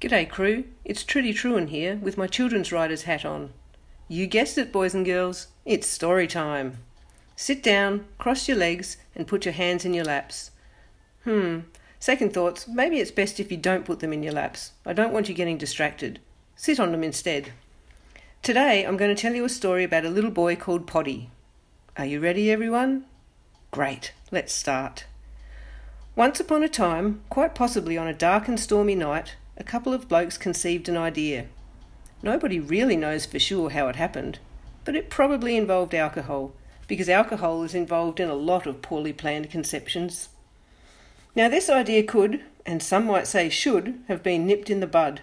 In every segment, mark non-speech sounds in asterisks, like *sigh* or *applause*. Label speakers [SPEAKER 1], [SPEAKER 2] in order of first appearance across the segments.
[SPEAKER 1] G'day, crew. It's Trudy Truen here with my children's writer's hat on. You guessed it, boys and girls, it's story time. Sit down, cross your legs, and put your hands in your laps. Hmm, second thoughts, maybe it's best if you don't put them in your laps. I don't want you getting distracted. Sit on them instead. Today, I'm going to tell you a story about a little boy called Poddy. Are you ready, everyone? Great, let's start. Once upon a time, quite possibly on a dark and stormy night, a couple of blokes conceived an idea. Nobody really knows for sure how it happened, but it probably involved alcohol, because alcohol is involved in a lot of poorly planned conceptions. Now, this idea could, and some might say should, have been nipped in the bud,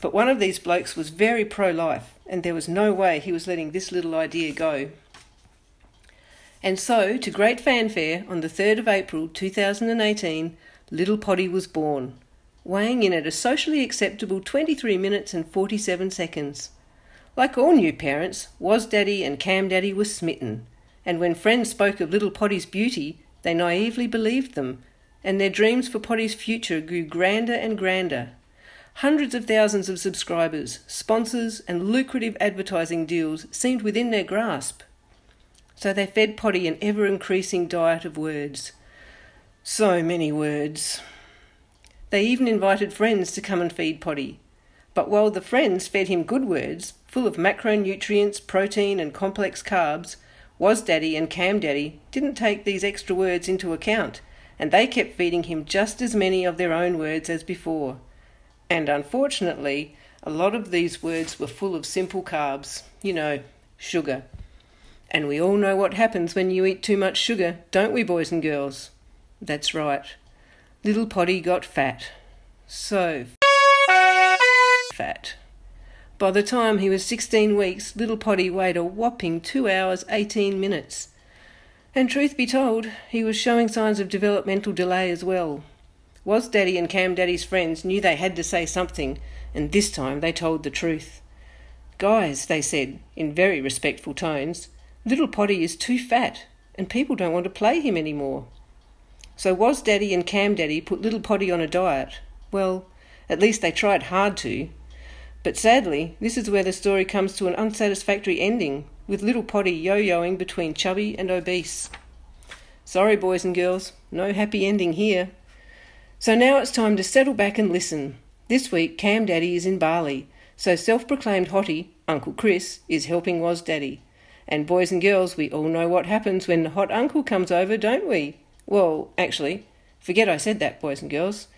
[SPEAKER 1] but one of these blokes was very pro life, and there was no way he was letting this little idea go. And so, to great fanfare, on the 3rd of April 2018, Little Potty was born, weighing in at a socially acceptable 23 minutes and 47 seconds. Like all new parents, Was Daddy and Cam Daddy were smitten, and when friends spoke of Little Potty's beauty, they naively believed them, and their dreams for Potty's future grew grander and grander. Hundreds of thousands of subscribers, sponsors, and lucrative advertising deals seemed within their grasp. So they fed Potty an ever increasing diet of words. So many words. They even invited friends to come and feed Potty. But while the friends fed him good words, full of macronutrients, protein, and complex carbs, Was Daddy and Cam Daddy didn't take these extra words into account, and they kept feeding him just as many of their own words as before. And unfortunately, a lot of these words were full of simple carbs, you know, sugar. And we all know what happens when you eat too much sugar, don't we, boys and girls? That's right. Little Potty got fat. So fat. By the time he was 16 weeks, Little Potty weighed a whopping 2 hours 18 minutes. And truth be told, he was showing signs of developmental delay as well. Was Daddy and Cam Daddy's friends knew they had to say something, and this time they told the truth. Guys, they said, in very respectful tones, little Potty is too fat, and people don't want to play him anymore. So Was Daddy and Cam Daddy put little Potty on a diet? Well, at least they tried hard to. But sadly, this is where the story comes to an unsatisfactory ending, with little Potty yo-yoing between chubby and obese. Sorry, boys and girls, no happy ending here. So now it's time to settle back and listen. This week, Cam Daddy is in Bali, so self proclaimed hottie, Uncle Chris, is helping Was Daddy. And boys and girls, we all know what happens when the hot uncle comes over, don't we? Well, actually, forget I said that, boys and girls.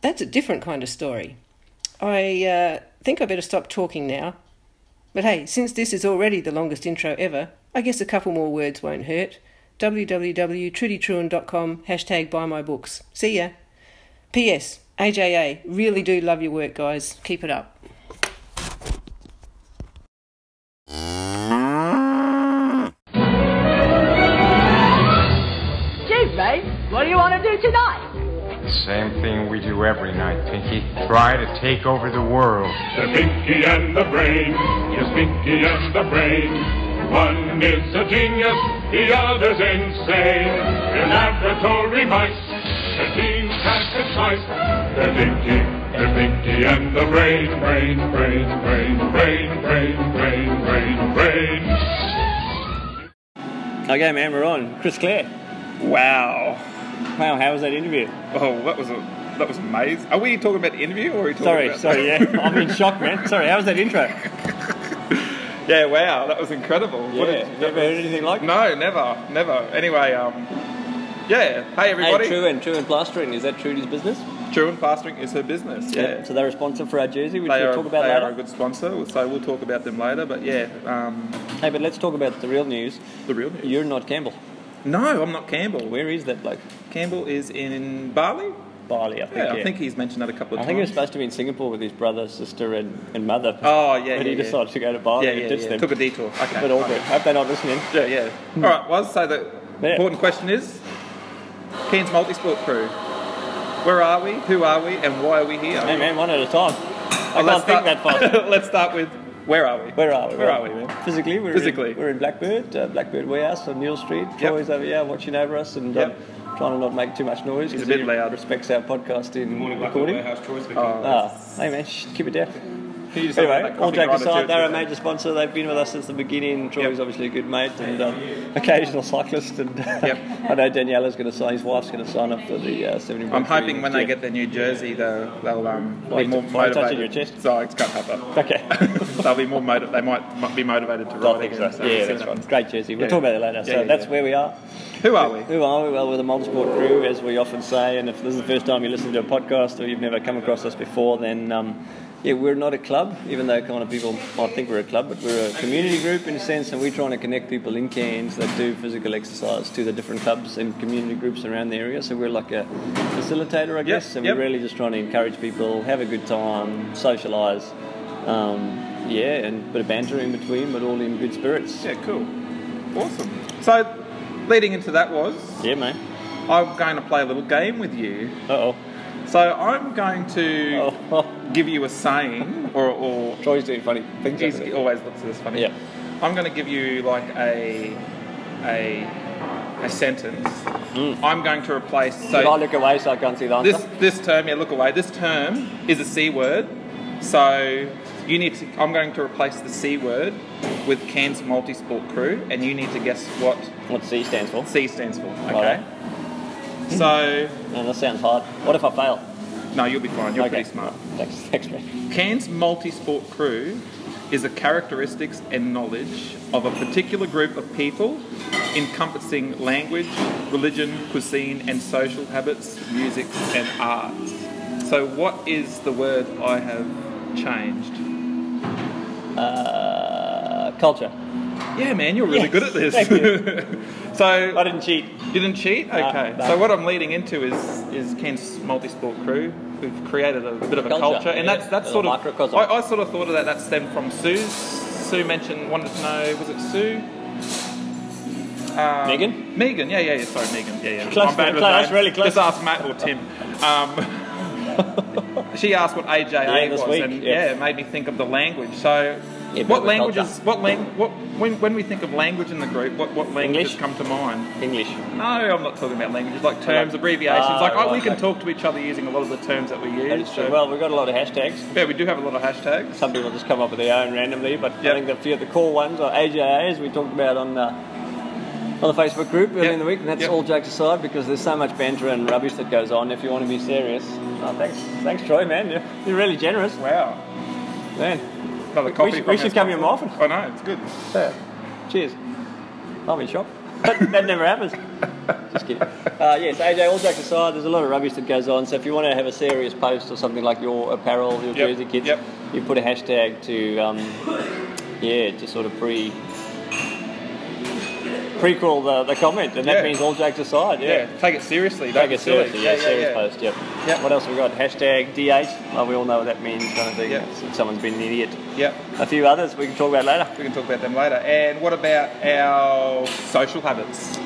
[SPEAKER 1] That's a different kind of story. I uh, think I better stop talking now. But hey, since this is already the longest intro ever, I guess a couple more words won't hurt. www.trudytruan.com hashtag buy my books. See ya. P.S. AJA, really do love your work, guys. Keep it up.
[SPEAKER 2] Gee, Ray, what do you want to do tonight?
[SPEAKER 3] Same thing we do every night, Pinky. Try to take over the world.
[SPEAKER 4] The Pinky and the Brain. Yes, Pinky and the Brain. One is a genius, the other's insane. They're laboratory mice. Their genes can't concise. They're Pinky, they're Pinky and the Brain. Brain, brain, brain, brain, brain, brain, brain, brain.
[SPEAKER 5] Okay, man, we're on. Chris Clare. Wow. Wow, how was that interview?
[SPEAKER 6] Oh, that was a, that was amazing. Are we talking about the interview or are we talking
[SPEAKER 5] Sorry,
[SPEAKER 6] about
[SPEAKER 5] sorry, yeah. I'm in shock, man. Sorry, how was that intro?
[SPEAKER 6] *laughs* Yeah, wow, that was incredible.
[SPEAKER 5] Yeah, never heard anything like that.
[SPEAKER 6] No, never, never. Anyway, um, yeah. Hey, everybody.
[SPEAKER 5] Hey, True and True and Plastering, is that Trudy's business?
[SPEAKER 6] True and plastering is her business. Yeah.
[SPEAKER 5] So they're responsive for our jersey, which
[SPEAKER 6] they
[SPEAKER 5] we'll
[SPEAKER 6] are,
[SPEAKER 5] talk about
[SPEAKER 6] they
[SPEAKER 5] later.
[SPEAKER 6] are a good sponsor, so we'll talk about them later. But yeah, um,
[SPEAKER 5] Hey, but let's talk about the real news.
[SPEAKER 6] the real news.
[SPEAKER 5] You're not Campbell.
[SPEAKER 6] No, I'm not Campbell.
[SPEAKER 5] Where is that bloke?
[SPEAKER 6] Campbell is in Bali.
[SPEAKER 5] Bali, I think.
[SPEAKER 6] Yeah,
[SPEAKER 5] Yeah,
[SPEAKER 6] I think he's mentioned that a couple of
[SPEAKER 5] I
[SPEAKER 6] times.
[SPEAKER 5] think he was supposed to be in Singapore with his brother, sister, and, and mother.
[SPEAKER 6] Oh, yeah,
[SPEAKER 5] But
[SPEAKER 6] yeah,
[SPEAKER 5] he
[SPEAKER 6] yeah.
[SPEAKER 5] decided to go to Bali
[SPEAKER 6] yeah,
[SPEAKER 5] and
[SPEAKER 6] yeah,
[SPEAKER 5] ditch
[SPEAKER 6] yeah.
[SPEAKER 5] them.
[SPEAKER 6] Took a detour. Okay.
[SPEAKER 5] but all good. Hope they're not listening.
[SPEAKER 6] Yeah, yeah. All right. Well, so the
[SPEAKER 5] Yeah.
[SPEAKER 6] important question is: Keen's multisport crew. Where are we? Who are we? And why are we here?
[SPEAKER 5] Hey, man, one at a time. I
[SPEAKER 6] Well,
[SPEAKER 5] can't think that fast.
[SPEAKER 6] *laughs* let's start with where are we?
[SPEAKER 5] Where are we?
[SPEAKER 6] Where are we, man?
[SPEAKER 5] Physically, we're
[SPEAKER 6] Physically.
[SPEAKER 5] In, we're in Blackbird, uh, Blackbird Warehouse on Neil Street.
[SPEAKER 6] Yep.
[SPEAKER 5] Troy's over here watching over us, and
[SPEAKER 6] Yep.
[SPEAKER 5] um,
[SPEAKER 7] Trying to not make too much noise.
[SPEAKER 6] He's a
[SPEAKER 7] 'cause
[SPEAKER 6] bit
[SPEAKER 7] he
[SPEAKER 6] loud.
[SPEAKER 7] Respects our podcast in recording.
[SPEAKER 8] Recording.
[SPEAKER 7] Ah, hey man, shh, keep it down.
[SPEAKER 6] He just had
[SPEAKER 7] Anyway,
[SPEAKER 6] that
[SPEAKER 7] all
[SPEAKER 6] coffee
[SPEAKER 7] joke
[SPEAKER 6] grinder
[SPEAKER 7] aside,
[SPEAKER 6] too,
[SPEAKER 7] they're a
[SPEAKER 6] so-
[SPEAKER 7] major sponsor. They've been with us since the beginning. Troy's
[SPEAKER 6] Yep.
[SPEAKER 7] obviously a good mate and um, occasional cyclist. And uh,
[SPEAKER 6] Yep.
[SPEAKER 7] *laughs* I know Daniela's going to sign. His wife's going to sign up for the uh, 70.
[SPEAKER 6] I'm hoping when they get their new jersey, they'll, they'll um,
[SPEAKER 7] Why
[SPEAKER 6] be more
[SPEAKER 7] t- why touch
[SPEAKER 6] motivated.
[SPEAKER 7] it in your chest?
[SPEAKER 6] So it's can't help it. *laughs*
[SPEAKER 7] Okay.
[SPEAKER 6] they'll be more motivated. They might, might be motivated to ride
[SPEAKER 7] I think
[SPEAKER 6] again.
[SPEAKER 7] so. Yeah, that's right. Great jersey. We'll
[SPEAKER 6] Yeah.
[SPEAKER 7] talk about it later.
[SPEAKER 6] Yeah,
[SPEAKER 7] So
[SPEAKER 6] yeah,
[SPEAKER 7] that's
[SPEAKER 6] yeah.
[SPEAKER 7] where we are.
[SPEAKER 6] Who are we?
[SPEAKER 7] Who are we? Well, we're the Multisport crew, as we often say. And if this is the first time you listen to a podcast or you've never come across us before, then um, yeah, we're not a club, even though kind of people might think we're a club, but we're a community group in a sense, and we're trying to connect people in Cairns that do physical exercise to the different clubs and community groups around the area. So we're like a facilitator, I guess, and
[SPEAKER 6] yep.
[SPEAKER 7] we're really just trying to encourage people, have a good time, socialise. Um, yeah, and a bit of banter in between, but all in good spirits.
[SPEAKER 6] Yeah, cool. Awesome. So, leading into that was
[SPEAKER 7] Yeah, mate.
[SPEAKER 6] I'm going to play a little game with you.
[SPEAKER 7] Uh
[SPEAKER 6] So I'm going to
[SPEAKER 7] oh. *laughs*
[SPEAKER 6] give you a saying, or, or
[SPEAKER 7] Troy's doing funny things.
[SPEAKER 6] He's,
[SPEAKER 7] over
[SPEAKER 6] he
[SPEAKER 7] there.
[SPEAKER 6] always looks at this funny.
[SPEAKER 7] Yeah.
[SPEAKER 6] I'm going to give you like a a a sentence.
[SPEAKER 7] Mm.
[SPEAKER 6] I'm going to replace.
[SPEAKER 7] If I
[SPEAKER 6] So
[SPEAKER 7] look away so I can't see the answer?
[SPEAKER 6] this this term, yeah, look away. This term is a c word. So you need to. I'm going to replace the c word with Cairns Multisport Crew, and you need to guess what
[SPEAKER 7] What C stands for?
[SPEAKER 6] c stands for. Okay.
[SPEAKER 7] Righto. *laughs*
[SPEAKER 6] So
[SPEAKER 7] No, that sounds hard. What if I fail?
[SPEAKER 6] no, you'll be fine. You're
[SPEAKER 7] Okay.
[SPEAKER 6] pretty smart.
[SPEAKER 7] Thanks, *laughs* thanks, man.
[SPEAKER 6] Cairns Multisport Crew is the characteristics and knowledge of a particular group of people encompassing language, religion, cuisine, and social habits, music, and arts. So, what is the word I have changed?
[SPEAKER 7] Uh, culture.
[SPEAKER 6] Yeah, man, you're really
[SPEAKER 7] Yes,
[SPEAKER 6] good at this.
[SPEAKER 7] *laughs*
[SPEAKER 6] *laughs*
[SPEAKER 7] thank
[SPEAKER 6] so,
[SPEAKER 7] I didn't cheat.
[SPEAKER 6] You didn't cheat? Okay.
[SPEAKER 7] no.
[SPEAKER 6] So what I'm leading into is is Ken's multi-sport crew. We've created a bit of a culture,
[SPEAKER 7] Culture,
[SPEAKER 6] and
[SPEAKER 7] yeah.
[SPEAKER 6] that's that's
[SPEAKER 7] A
[SPEAKER 6] sort of
[SPEAKER 7] microcosm.
[SPEAKER 6] I, I sort of thought of that. That stemmed from Sue. Sue mentioned wanted to know was it Sue? Um,
[SPEAKER 7] Megan?
[SPEAKER 6] Megan? Yeah, yeah, yeah. Sorry, Megan. Yeah, yeah.
[SPEAKER 7] Close,
[SPEAKER 6] I'm bad
[SPEAKER 7] man,
[SPEAKER 6] with
[SPEAKER 7] close,
[SPEAKER 6] names.
[SPEAKER 7] really close.
[SPEAKER 6] Just ask Matt or Tim. Um,
[SPEAKER 7] *laughs*
[SPEAKER 6] she asked what AJA
[SPEAKER 7] Yeah,
[SPEAKER 6] was,
[SPEAKER 7] this week,
[SPEAKER 6] and
[SPEAKER 7] yeah.
[SPEAKER 6] yeah, it made me think of the language. So.
[SPEAKER 7] Yeah, bit
[SPEAKER 6] what
[SPEAKER 7] of a
[SPEAKER 6] languages?
[SPEAKER 7] culture.
[SPEAKER 6] What lang- What when, when we think of language in the group, what what languages
[SPEAKER 7] English?
[SPEAKER 6] come to mind?
[SPEAKER 7] English.
[SPEAKER 6] No, I'm not talking about languages like terms, abbreviations.
[SPEAKER 7] Ah,
[SPEAKER 6] like oh, we
[SPEAKER 7] right,
[SPEAKER 6] can
[SPEAKER 7] okay.
[SPEAKER 6] talk to each other using a lot of the terms that we use.
[SPEAKER 7] That is true.
[SPEAKER 6] so-
[SPEAKER 7] Well, we've got a lot of hashtags.
[SPEAKER 6] yeah, we do have a lot of hashtags.
[SPEAKER 7] Some people just come up with their own randomly, but
[SPEAKER 6] Yep.
[SPEAKER 7] I think the few of the core ones are AJA, as we talked about on uh, on the Facebook group earlier
[SPEAKER 6] Yep.
[SPEAKER 7] in the week. And that's
[SPEAKER 6] Yep.
[SPEAKER 7] all jokes aside because there's so much banter and rubbish that goes on. If you want to be serious, oh, thanks, thanks, Troy, man. You're, you're really generous,
[SPEAKER 6] Wow,
[SPEAKER 7] man.
[SPEAKER 6] another coffee.
[SPEAKER 7] should-
[SPEAKER 6] from
[SPEAKER 7] we
[SPEAKER 6] our
[SPEAKER 7] should come here more
[SPEAKER 6] sponsor. I know it's good.
[SPEAKER 7] Cheers. I'm in shock. *laughs* that never happens. Just kidding. Uh, yes, AJ, all jokes aside, there's a lot of rubbish that goes on. So if you want to have a serious post or something like your apparel, your
[SPEAKER 6] Yep,
[SPEAKER 7] jersey kits,
[SPEAKER 6] yep.
[SPEAKER 7] you put a hashtag to, um, yeah, just sort of pre prequel the, the comment, and that
[SPEAKER 6] Yeah.
[SPEAKER 7] means all jokes aside. Yeah.
[SPEAKER 6] Yeah, take it seriously. don't
[SPEAKER 7] Take
[SPEAKER 6] be
[SPEAKER 7] it
[SPEAKER 6] silly.
[SPEAKER 7] seriously, yeah, serious post, yep.
[SPEAKER 6] Yep.
[SPEAKER 7] What else have we got? Hashtag D8, well, we all know what that means, kind of thing.
[SPEAKER 6] Yep.
[SPEAKER 7] If someone's been an idiot.
[SPEAKER 6] Yep,
[SPEAKER 7] A few others we can talk about later.
[SPEAKER 6] we can talk about them later. And what about our social habits?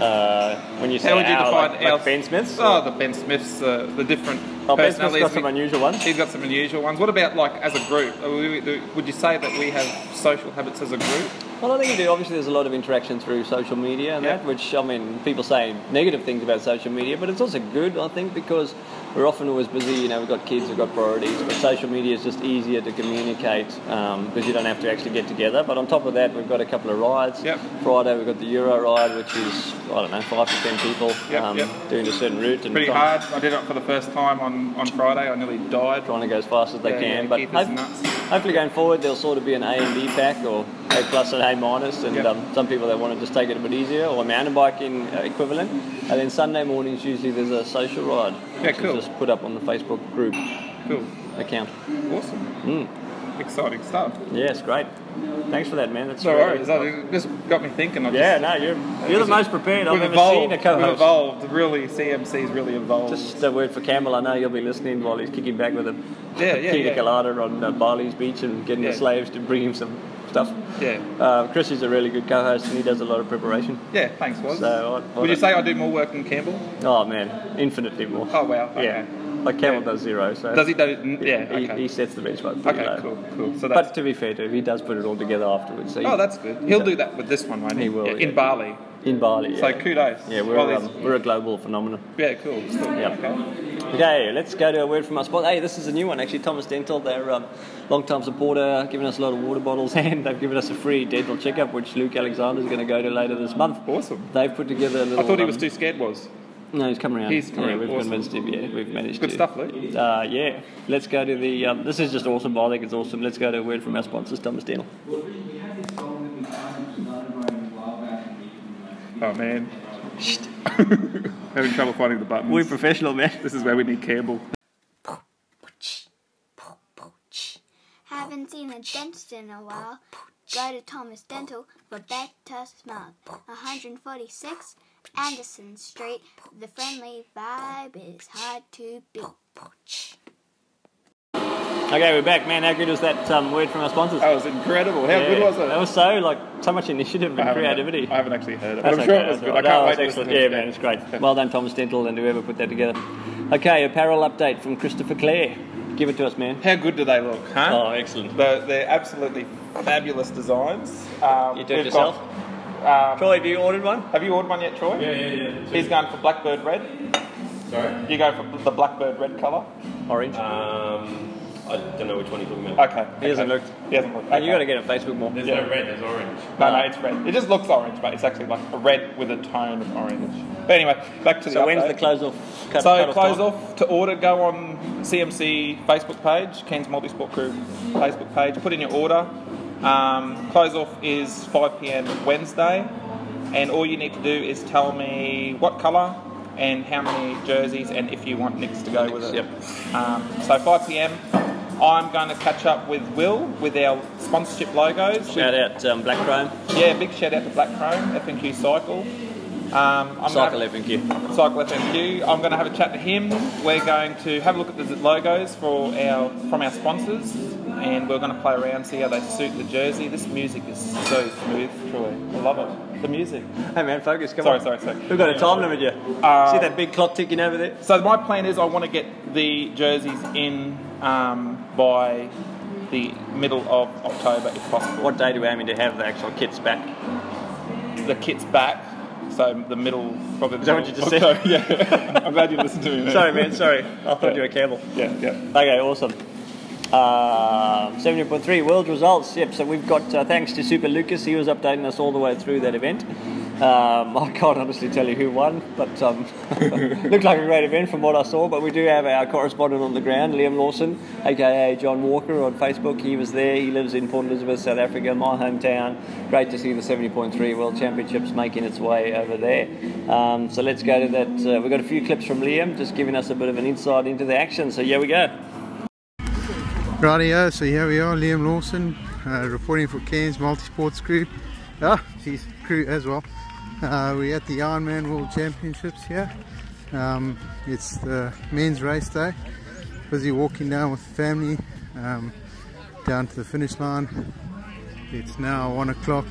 [SPEAKER 7] Uh, when you say
[SPEAKER 6] How would you
[SPEAKER 7] our,
[SPEAKER 6] define
[SPEAKER 7] like,
[SPEAKER 6] our
[SPEAKER 7] like Ben Smiths?
[SPEAKER 6] Oh, the Ben Smiths, uh, the different
[SPEAKER 7] Oh, Ben Smith's
[SPEAKER 6] personalities.
[SPEAKER 7] got
[SPEAKER 6] we-
[SPEAKER 7] some unusual ones.
[SPEAKER 6] He's got some unusual ones. What about like as a group? Are we- Would you say that we have social habits as a group?
[SPEAKER 7] Well, I think you do. Obviously, there's a lot of interaction through social media and
[SPEAKER 6] Yeah.
[SPEAKER 7] that, which, I mean, people say negative things about social media, but it's also good, I think, because we're often always busy. You know, we've got kids, we've got priorities, but social media is just easier to communicate um, because you don't have to actually get together. But on top of that, we've got a couple of rides.
[SPEAKER 6] Yep.
[SPEAKER 7] Friday, we've got the Euro ride, which is, I don't know, five to ten people
[SPEAKER 6] Yep,
[SPEAKER 7] um,
[SPEAKER 6] yep.
[SPEAKER 7] doing a certain route. And
[SPEAKER 6] pretty
[SPEAKER 7] trying-
[SPEAKER 6] hard. I did it for the first time on, on Friday. I nearly died.
[SPEAKER 7] trying to go as fast as they
[SPEAKER 6] Yeah,
[SPEAKER 7] can.
[SPEAKER 6] yeah,
[SPEAKER 7] but
[SPEAKER 6] Keith is
[SPEAKER 7] hope-
[SPEAKER 6] nuts.
[SPEAKER 7] hopefully, going forward, there'll sort of be an A and B pack or A plus and A minus, and
[SPEAKER 6] Yep.
[SPEAKER 7] um, some people that want to just take it a bit easier or a mountain biking uh, equivalent. And then Sunday mornings usually there's a social ride,
[SPEAKER 6] Yeah,
[SPEAKER 7] which
[SPEAKER 6] cool.
[SPEAKER 7] is just put up on the Facebook group
[SPEAKER 6] Cool.
[SPEAKER 7] account.
[SPEAKER 6] Awesome. Exciting stuff.
[SPEAKER 7] Yes, Mm. great. Thanks for that, man. That's
[SPEAKER 6] No
[SPEAKER 7] really-
[SPEAKER 6] worries. That just got me thinking. I just,
[SPEAKER 7] Yeah, no, you're you're the most prepared I've
[SPEAKER 6] We've
[SPEAKER 7] ever
[SPEAKER 6] evolved.
[SPEAKER 7] seen a
[SPEAKER 6] We've
[SPEAKER 7] co-host.
[SPEAKER 6] evolved. Really, CMC's really evolved.
[SPEAKER 7] Just a word for Campbell. I know you'll be listening while he's kicking back with a
[SPEAKER 6] Yeah, yeah,
[SPEAKER 7] pina
[SPEAKER 6] yeah.
[SPEAKER 7] colada on uh, Bali's beach and getting
[SPEAKER 6] Yeah.
[SPEAKER 7] the slaves to bring him some stuff.
[SPEAKER 6] yeah.
[SPEAKER 7] Uh, Chris is a really good co-host and he does a lot of preparation.
[SPEAKER 6] Yeah. Thanks, Woz.
[SPEAKER 7] So I, I
[SPEAKER 6] Would you
[SPEAKER 7] don't-
[SPEAKER 6] say I do more work than Campbell?
[SPEAKER 7] Oh man, infinitely more.
[SPEAKER 6] Oh wow. Okay.
[SPEAKER 7] Yeah. Like Campbell does zero, so
[SPEAKER 6] Does he? Does, yeah.
[SPEAKER 7] he,
[SPEAKER 6] Okay.
[SPEAKER 7] he sets the benchmark. pretty
[SPEAKER 6] okay.
[SPEAKER 7] low.
[SPEAKER 6] Cool. Cool. So that's.
[SPEAKER 7] But to be fair to him, he does put it all together afterwards. So he-
[SPEAKER 6] oh, that's good. He'll do that with this one, won't he?
[SPEAKER 7] He will,
[SPEAKER 6] Yeah, In
[SPEAKER 7] yeah.
[SPEAKER 6] Bali.
[SPEAKER 7] in Bali. Yeah,
[SPEAKER 6] So kudos.
[SPEAKER 7] yeah we're,
[SPEAKER 6] Well, there's-
[SPEAKER 7] um, we're a global phenomenon.
[SPEAKER 6] yeah. Cool. It's cool.
[SPEAKER 7] Yeah.
[SPEAKER 6] Okay.
[SPEAKER 7] Okay, let's go to a word from our sponsor. Hey, this is a new one actually. Thomas Dental, their um, long-time supporter, giving us a lot of water bottles, *laughs* and they've given us a free dental checkup, which Luke Alexander is going to go to later this month.
[SPEAKER 6] Awesome.
[SPEAKER 7] They've put together a little.
[SPEAKER 6] I thought he was
[SPEAKER 7] um,
[SPEAKER 6] too scared. Was.
[SPEAKER 7] No, he's come around.
[SPEAKER 6] He's come
[SPEAKER 7] yeah,
[SPEAKER 6] around.
[SPEAKER 7] We've
[SPEAKER 6] Awesome.
[SPEAKER 7] convinced him. Yeah, we've managed
[SPEAKER 6] Good
[SPEAKER 7] to.
[SPEAKER 6] stuff, Luke.
[SPEAKER 7] Uh, yeah, let's go to the. Um, this is just awesome. I think it's awesome. Let's go to a word from our sponsors, Thomas Dental.
[SPEAKER 6] Oh man. *laughs* Having trouble finding the buttons.
[SPEAKER 7] We're professional, man.
[SPEAKER 6] this is where we need Campbell.
[SPEAKER 8] Haven't seen a dentist in a while. Go to Thomas Dental for better smiles. 146 Anderson Street. The friendly vibe is hard to beat.
[SPEAKER 7] Okay, we're back, man. How good was that um, word from our sponsors?
[SPEAKER 6] That was incredible. How
[SPEAKER 7] Yeah,
[SPEAKER 6] good was it?
[SPEAKER 7] That was so like so much initiative
[SPEAKER 6] I
[SPEAKER 7] and
[SPEAKER 6] haven't-
[SPEAKER 7] creativity.
[SPEAKER 6] I haven't actually heard it. But
[SPEAKER 7] That's
[SPEAKER 6] I'm sure
[SPEAKER 7] okay,
[SPEAKER 6] it was
[SPEAKER 7] that's
[SPEAKER 6] good.
[SPEAKER 7] all
[SPEAKER 6] I
[SPEAKER 7] right.
[SPEAKER 6] can't
[SPEAKER 7] No,
[SPEAKER 6] wait
[SPEAKER 7] it's
[SPEAKER 6] to listen
[SPEAKER 7] excellent.
[SPEAKER 6] to
[SPEAKER 7] Yeah,
[SPEAKER 6] it.
[SPEAKER 7] man, it's great. Well done, Thomas Dental, and whoever put that together. Okay, apparel update from Christopher Clare. Give it to us, man.
[SPEAKER 6] How good do they look, huh?
[SPEAKER 7] Oh, excellent.
[SPEAKER 6] They're, they're absolutely fabulous designs. Um,
[SPEAKER 7] You do it
[SPEAKER 6] we've got-
[SPEAKER 7] yourself?
[SPEAKER 6] um,
[SPEAKER 7] Troy, have you ordered one?
[SPEAKER 6] have you ordered one yet, Troy? Yeah, yeah, yeah. He's going for Blackbird Red. Sorry? You go for bl- the Blackbird Red colour?
[SPEAKER 7] Orange.
[SPEAKER 9] Um, I don't know which one you're talking about.
[SPEAKER 6] Okay.
[SPEAKER 7] He hasn't
[SPEAKER 6] okay.
[SPEAKER 7] looked.
[SPEAKER 6] He hasn't looked.
[SPEAKER 7] And you got to
[SPEAKER 6] okay.
[SPEAKER 7] get on Facebook more.
[SPEAKER 9] There's no red, there's orange.
[SPEAKER 6] No, no, it's red. It just looks orange, but it's actually like a red with a tone of orange. But anyway, back to the
[SPEAKER 7] So when's
[SPEAKER 6] update.
[SPEAKER 7] the close off? Cut,
[SPEAKER 6] So
[SPEAKER 7] cut-off
[SPEAKER 6] close
[SPEAKER 7] time?
[SPEAKER 6] off to order. Go on CMC Facebook page, Cairns Multisport Crew Facebook page. Put in your order. Um, close off is 5 p.m. Wednesday, and all you need to do is tell me what colour and how many jerseys, and if you want Nick's to go with it. Yep. Um, so 5 p.m. I'm going to catch up with Will with our sponsorship logos.
[SPEAKER 7] Shout out um, Black Chrome,
[SPEAKER 6] Yeah, big shout out to Black Chrome FNQ Cycle. Um, I'm gonna-
[SPEAKER 7] Cycle FNQ.
[SPEAKER 6] Cycle FMQ. I'm going to have a chat to him. We're going to have a look at the logos for our from our sponsors, and we're going to play around, see how they suit the jersey. This music is so smooth, Troy. I love it. The music.
[SPEAKER 7] Hey man, focus. Come
[SPEAKER 6] Sorry,
[SPEAKER 7] on.
[SPEAKER 6] sorry, sorry.
[SPEAKER 7] We've got a time limit here.
[SPEAKER 6] Uh,
[SPEAKER 7] See that big clock ticking over there?
[SPEAKER 6] Um, So my plan is I want to get the jerseys in um, by the middle of October, if possible.
[SPEAKER 7] What day do we aiming to have the actual kits back?
[SPEAKER 6] The kit's back. So the middle, probably.
[SPEAKER 7] Is that what you just said?
[SPEAKER 6] Okay, Yeah. *laughs* I'm glad you listened to me. man.
[SPEAKER 7] Sorry, man. Sorry, I thought you were Campbell.
[SPEAKER 6] Yeah, yeah.
[SPEAKER 7] Okay, awesome. Um, 70.3 world results. Yep, so we've got uh, thanks to Super Lucas. He was updating us all the way through that event. Um, *laughs* I can't honestly tell you who won, but um, *laughs* looked like a great event from what I saw. But we do have our correspondent on the ground, Liam Lawson, aka John Walker, on Facebook. He was there. He lives in Port Elizabeth, South Africa, my hometown. Great to see the 70.3 World Championships making its way over there. Um, so let's go to that. Uh, we've got a few clips from Liam, just giving us a bit of an insight into the action. So here we go.
[SPEAKER 10] Rightio, so here we are, Liam Lawson, uh, reporting for Cairns Multisports Crew. Ah, geez, crew as well. Uh, we're at the Ironman World Championships here. Um, it's the men's race day. Busy walking down with the family um, down to the finish line. It's now one o'clock,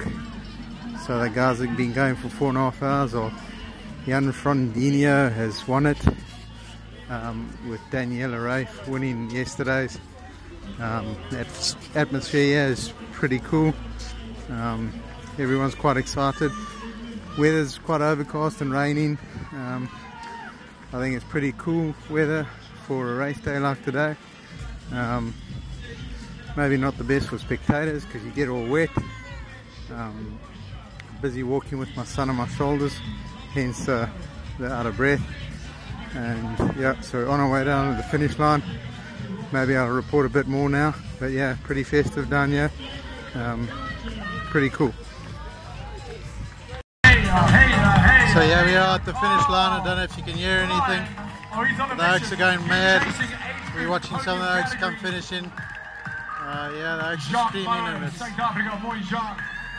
[SPEAKER 10] so the guys have been going for four and a half hours. Or Jan Frondinho has won it um, with Daniela Rafe winning yesterday's. Um, that s- atmosphere here is pretty cool. Um, everyone's quite excited. Weather's quite overcast and raining. Um, I think it's pretty cool weather for a race day like today. Um, maybe not the best for spectators because you get all wet. Um, busy walking with my son on my shoulders, hence uh, the out of breath. And yeah, so we're on our way down to the finish line maybe I'll report a bit more now. But yeah, pretty festive down here. Um, pretty cool. So yeah, we are at the finish line. I don't know if you can hear anything. Oh, The Oaks are going mad. We're watching some of the Oaks come finishing. Uh, yeah, the Oaks are screaming and it's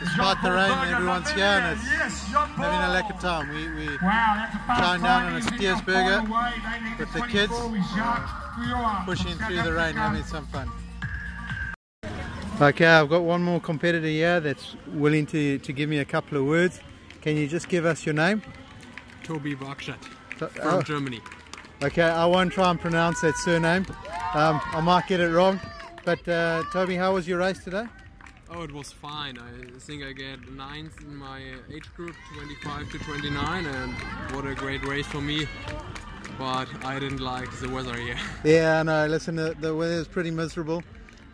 [SPEAKER 10] despite the rain, everyone's here and it's having a lack of time. We, we chowing down on a Steersburger with the kids. uh, pushing through the rain, having some fun. Okay, I've got one more competitor here that's willing to, to give me a couple of words. Can you just give us your name?
[SPEAKER 11] Toby Barkstadt
[SPEAKER 10] From
[SPEAKER 11] Germany.
[SPEAKER 10] Okay, I won't try and pronounce that surname. Um, I might get it wrong. But uh, Toby, how was your race today?
[SPEAKER 11] Oh, it was fine. I think I get ninth in my age group, 25 to 29, and what a great race for me. But I didn't like the weather here. *laughs*
[SPEAKER 10] Yeah, I know. Listen, the, the weather's pretty miserable.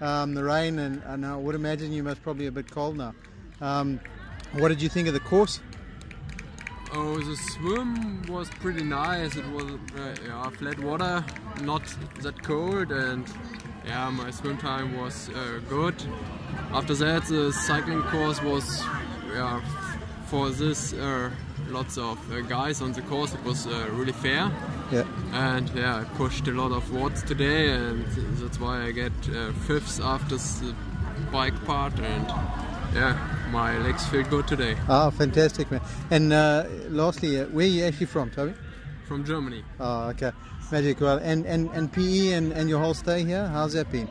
[SPEAKER 10] Um, the rain, and, and I would imagine you must probably a bit cold now. Um, what did you think of the course?
[SPEAKER 11] Oh, the swim was pretty nice. It was uh, yeah, flat water, not that cold, and yeah, my swim time was uh, good. After that, the cycling course was yeah, for this uh, lots of uh, guys on the course. It was uh, really fair.
[SPEAKER 10] Yeah.
[SPEAKER 11] And yeah, I pushed a lot of watts today, and that's why I get uh, fifths after the bike part. And yeah, my legs feel good today
[SPEAKER 10] *laughs* Ah, fantastic, man. And uh, lastly, uh, where are you actually from, Toby?
[SPEAKER 11] from Germany.
[SPEAKER 10] Oh, okay. Magic. Well, and, and, and PE and, and your whole stay here, how's that been?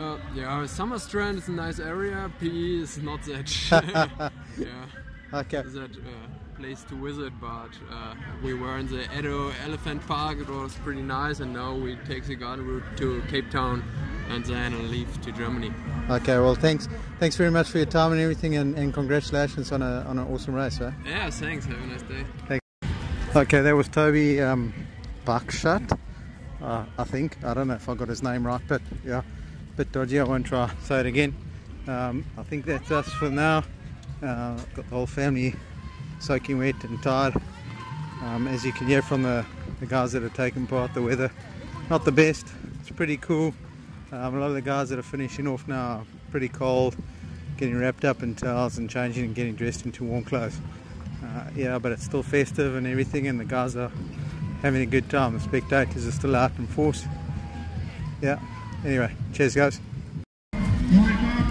[SPEAKER 11] Uh, yeah, Summerstrand is a nice area. PE is not that. yeah.
[SPEAKER 10] Okay.
[SPEAKER 11] That uh, place to visit, but uh, we were in the Edo Elephant Park. It was pretty nice, and now we take the garden route to Cape Town, and then leave to Germany.
[SPEAKER 10] Okay, well, thanks thanks very much for your time and everything, and, and congratulations on, a, on an awesome race, eh?
[SPEAKER 11] Yeah. Thanks. Have a nice day.
[SPEAKER 10] Thanks. Okay, that was Toby um, Buckshot, uh, I think. I don't know if I got his name right, but yeah, bit dodgy. I won't try say it again. Um, I think that's us for now. Uh, got the whole family soaking wet and tired. Um, as you can hear from the, the guys that have taken part, the weather not the best. It's pretty cool. Um, a lot of the guys that are finishing off now are pretty cold, getting wrapped up in towels and changing and getting dressed into warm clothes. Uh, yeah, but it's still festive and everything, and the guys are having a good time. The spectators are still out in force. Yeah. Anyway, cheers, guys.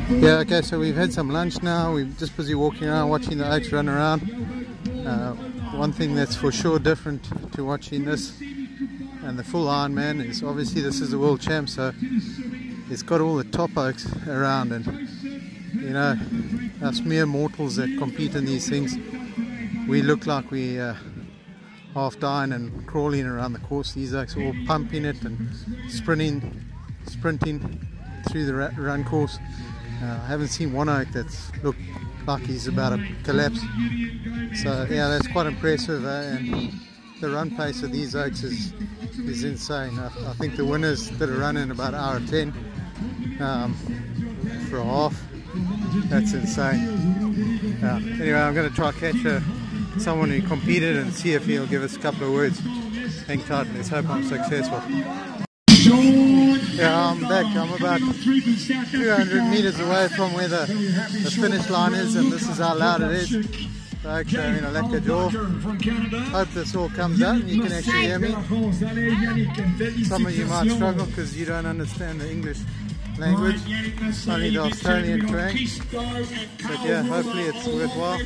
[SPEAKER 10] Yeah, okay, so we've had some lunch now. We're just busy walking around, watching the oaks run around. Uh, one thing that's for sure different to watching this and the full Ironman is obviously this is the world champ, so it's got all the top oaks around. And you know, us mere mortals that compete in these things, we look like we uh, half dying and crawling around the course. These oaks are all pumping it and sprinting, sprinting through the ra- run course. Uh, I haven't seen one oak that's looked like he's about to collapse. So yeah, that's quite impressive. Eh? And the run pace of these oaks is is insane. I, I think the winners did a run in about hour ten um, for a half. That's insane. Yeah. Anyway, I'm going to try catch uh someone who competed and see if he'll give us a couple of words. Hang tight. Let's hope I'm successful. Yeah, I'm back. I'm about 200 meters away from where the, the finish line is, and this is how loud it is. So, you know, left the jaw. Hope this all comes out and you can actually hear me. Some of you might struggle because you don't understand the English language, only the Australian twang. But yeah, hopefully it's worthwhile.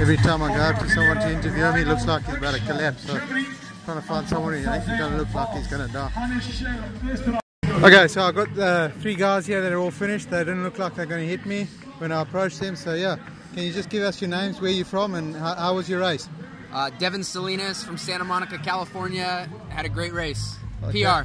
[SPEAKER 10] Every time I go up to someone to interview me, it looks like he's about to collapse. So trying to find someone who actually doesn't look like he's going to die. Okay, so I got uh, three guys here that are all finished. They didn't look like they're going to hit me when I approached them. So yeah, can you just give us your names, where you're from, and how, how was your race?
[SPEAKER 12] Uh, Devin Salinas from Santa Monica, California, had a great race.
[SPEAKER 10] Okay.
[SPEAKER 12] PR.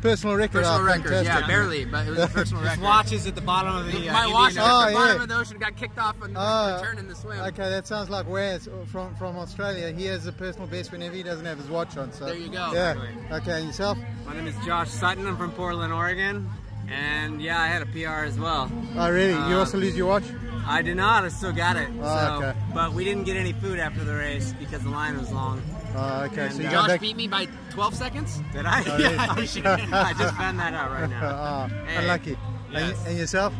[SPEAKER 10] Personal record.
[SPEAKER 12] Personal
[SPEAKER 10] ah,
[SPEAKER 12] record, yeah,
[SPEAKER 10] fantastic.
[SPEAKER 12] barely, but
[SPEAKER 10] *laughs*
[SPEAKER 12] it was a personal
[SPEAKER 13] His
[SPEAKER 12] record.
[SPEAKER 13] watch is at the bottom of the. Uh,
[SPEAKER 12] My watch
[SPEAKER 13] Indian
[SPEAKER 12] was at
[SPEAKER 10] Oh,
[SPEAKER 12] the
[SPEAKER 10] yeah.
[SPEAKER 12] bottom of the ocean, got kicked off on the
[SPEAKER 10] Ah,
[SPEAKER 12] return in the swim.
[SPEAKER 10] Okay, that sounds like Wes from from Australia. He has a personal best whenever he doesn't have his watch on. So
[SPEAKER 13] There you go.
[SPEAKER 10] Yeah. Okay, and yourself?
[SPEAKER 13] My name is Josh Sutton. I'm from Portland, Oregon, and yeah, I had a PR as well.
[SPEAKER 10] Oh, really? you
[SPEAKER 13] Um,
[SPEAKER 10] also lose your watch?
[SPEAKER 13] I did not. I still got it.
[SPEAKER 10] Oh,
[SPEAKER 13] so,
[SPEAKER 10] okay.
[SPEAKER 13] But we didn't get any food after the race because the line was long.
[SPEAKER 10] Oh, okay. so you
[SPEAKER 13] uh,
[SPEAKER 10] go back.
[SPEAKER 12] beat me by 12 seconds?
[SPEAKER 13] Did I?
[SPEAKER 10] Oh,
[SPEAKER 13] *laughs*
[SPEAKER 10] really?
[SPEAKER 13] yeah, I should- I just found that out right now.
[SPEAKER 10] *laughs* Ah,
[SPEAKER 13] Hey.
[SPEAKER 10] unlucky. And,
[SPEAKER 14] Yes.
[SPEAKER 12] *laughs*
[SPEAKER 10] and yourself?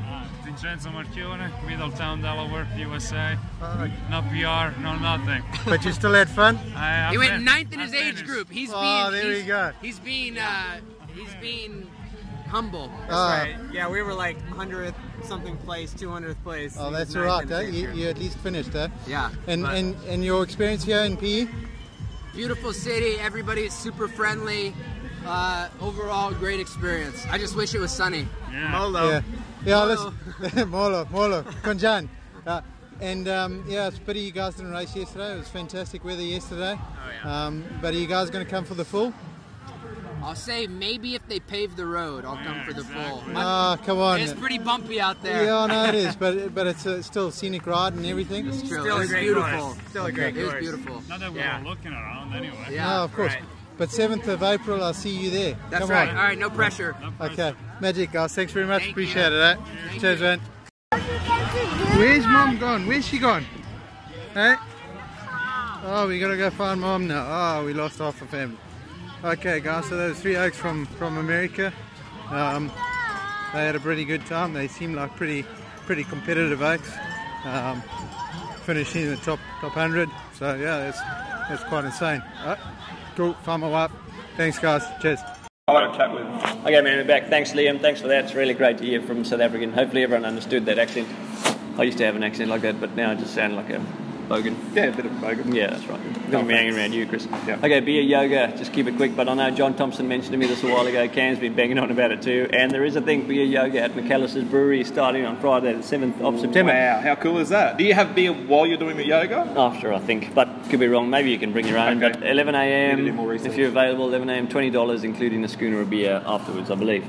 [SPEAKER 14] Vincenzo Marchione, Middletown, Delaware, USA. No PR, no nothing.
[SPEAKER 10] But you still had fun?
[SPEAKER 14] I, I
[SPEAKER 12] he went
[SPEAKER 14] fin-
[SPEAKER 12] ninth in
[SPEAKER 14] I
[SPEAKER 12] his age
[SPEAKER 14] finished.
[SPEAKER 12] group. He's
[SPEAKER 10] Oh,
[SPEAKER 12] being.
[SPEAKER 10] there
[SPEAKER 12] he's,
[SPEAKER 10] we go.
[SPEAKER 12] He's being. Uh, he's being humble.
[SPEAKER 10] Uh,
[SPEAKER 13] That's right. Yeah, we were like 100th something place, 200th place.
[SPEAKER 10] Oh,
[SPEAKER 13] He
[SPEAKER 10] that's
[SPEAKER 13] was
[SPEAKER 10] all
[SPEAKER 13] ninth
[SPEAKER 10] right.
[SPEAKER 13] in the
[SPEAKER 10] Eh?
[SPEAKER 13] same
[SPEAKER 10] You,
[SPEAKER 13] group.
[SPEAKER 10] you at least finished, eh?
[SPEAKER 12] Yeah,
[SPEAKER 10] And
[SPEAKER 12] but-
[SPEAKER 10] and and your experience here in E? PE?
[SPEAKER 12] Beautiful city. Everybody's super friendly. Uh, overall, great experience. I just wish it was sunny.
[SPEAKER 10] *laughs* Yeah. Yeah. Molo. Listen, Molo. Molo. Kunjan. Uh, And um, yeah, it's a pity you guys didn't race yesterday. It was fantastic weather yesterday.
[SPEAKER 12] Oh,
[SPEAKER 10] yeah. Um, but are you guys going to come for the full?
[SPEAKER 12] I'll say maybe if they pave the road, I'll come for the full.
[SPEAKER 10] Ah, come on.
[SPEAKER 12] It's pretty bumpy out there.
[SPEAKER 10] Yeah, I know it
[SPEAKER 12] *laughs*
[SPEAKER 10] is, but but it's a, still a scenic ride and everything. It's
[SPEAKER 12] true. Still a It's great beautiful. course. Still a great It was course. beautiful.
[SPEAKER 14] Not that we
[SPEAKER 12] Yeah.
[SPEAKER 14] were looking around anyway.
[SPEAKER 10] no, of course. But 7th of April, I'll see you there.
[SPEAKER 12] That's
[SPEAKER 10] Come
[SPEAKER 12] right.
[SPEAKER 10] on.
[SPEAKER 12] All right, no pressure.
[SPEAKER 10] Okay, magic guys. Thanks very much. Appreciate it. Eh?
[SPEAKER 12] Thank
[SPEAKER 10] Cheers, man. Where's mom gone? Where's she gone? Hey? Oh, we gotta go find mom now. Oh, we lost half the family. Okay, guys. So those three oaks from from America. Um, they had a pretty good time. They seemed like pretty pretty competitive oaks. Um, finishing in the top top hundred. So yeah, that's that's quite insane. Uh, cool. Find my wife. Thanks, guys. Cheers.
[SPEAKER 6] I want to chat with.
[SPEAKER 7] Okay, man, we're back. Thanks, Liam. Thanks for that. It's really great to hear from South African. Hopefully, everyone understood that accent. I used to have an accent like that, but now I just sound like a bogan.
[SPEAKER 6] Yeah, a bit of a bogan.
[SPEAKER 7] Yeah, that's right. I'm going to be hanging around you, Chris. Okay, beer yoga. Just keep it quick, but I know John Thompson mentioned to me this a while ago. Cam's been banging on about it too. And there is a thing, beer yoga at McAllister's Brewery starting on Friday, the 7th of September.
[SPEAKER 6] Wow, how cool is that? Do you have beer while you're doing the yoga?
[SPEAKER 7] After, Oh, I think, but could be wrong. Maybe you can bring your own. But 11
[SPEAKER 6] Need to do more
[SPEAKER 7] a.m.
[SPEAKER 6] research.
[SPEAKER 7] if you're available, 11 a.m. twenty dollars, including a schooner of beer afterwards, I believe.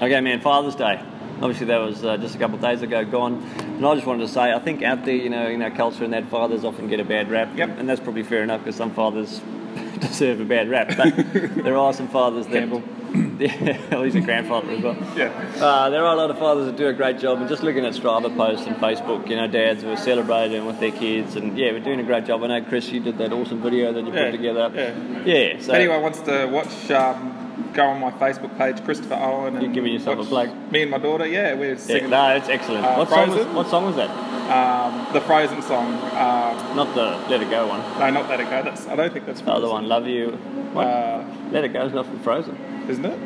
[SPEAKER 7] Okay, man. Father's Day. Obviously, that was uh, just a couple of days ago gone, and I just wanted to say, I think out there, you know, in our culture, and that fathers often get a bad rap. Yep. And that's probably fair enough because some fathers *laughs* deserve a bad
[SPEAKER 6] *laughs*
[SPEAKER 7] rap, but there are some fathers that. *laughs* Yeah, he's a grandfather as well.
[SPEAKER 6] Yeah.
[SPEAKER 7] Uh, there are a lot of fathers that do a great job, and just looking at Strava posts and Facebook, you know, dads who are celebrating with their kids, and yeah, we're doing a great job. I know Chris, you did that awesome video that you
[SPEAKER 6] Yeah,
[SPEAKER 7] put together.
[SPEAKER 6] yeah.
[SPEAKER 7] Yeah.
[SPEAKER 6] If
[SPEAKER 7] So
[SPEAKER 6] anyone wants to watch, um, go on my Facebook page, Christopher Owen. And You're giving
[SPEAKER 7] yourself a plug.
[SPEAKER 6] Me and my daughter, yeah, we're singing. uh,
[SPEAKER 7] no, it's excellent. What song was- what song was that?
[SPEAKER 6] Um, the Frozen song. Um,
[SPEAKER 7] not the Let It Go one.
[SPEAKER 6] No, not Let It Go. That's, I don't think that's
[SPEAKER 7] the other one, Love You. What? Let It Go is not from Frozen,
[SPEAKER 6] Uh, isn't it?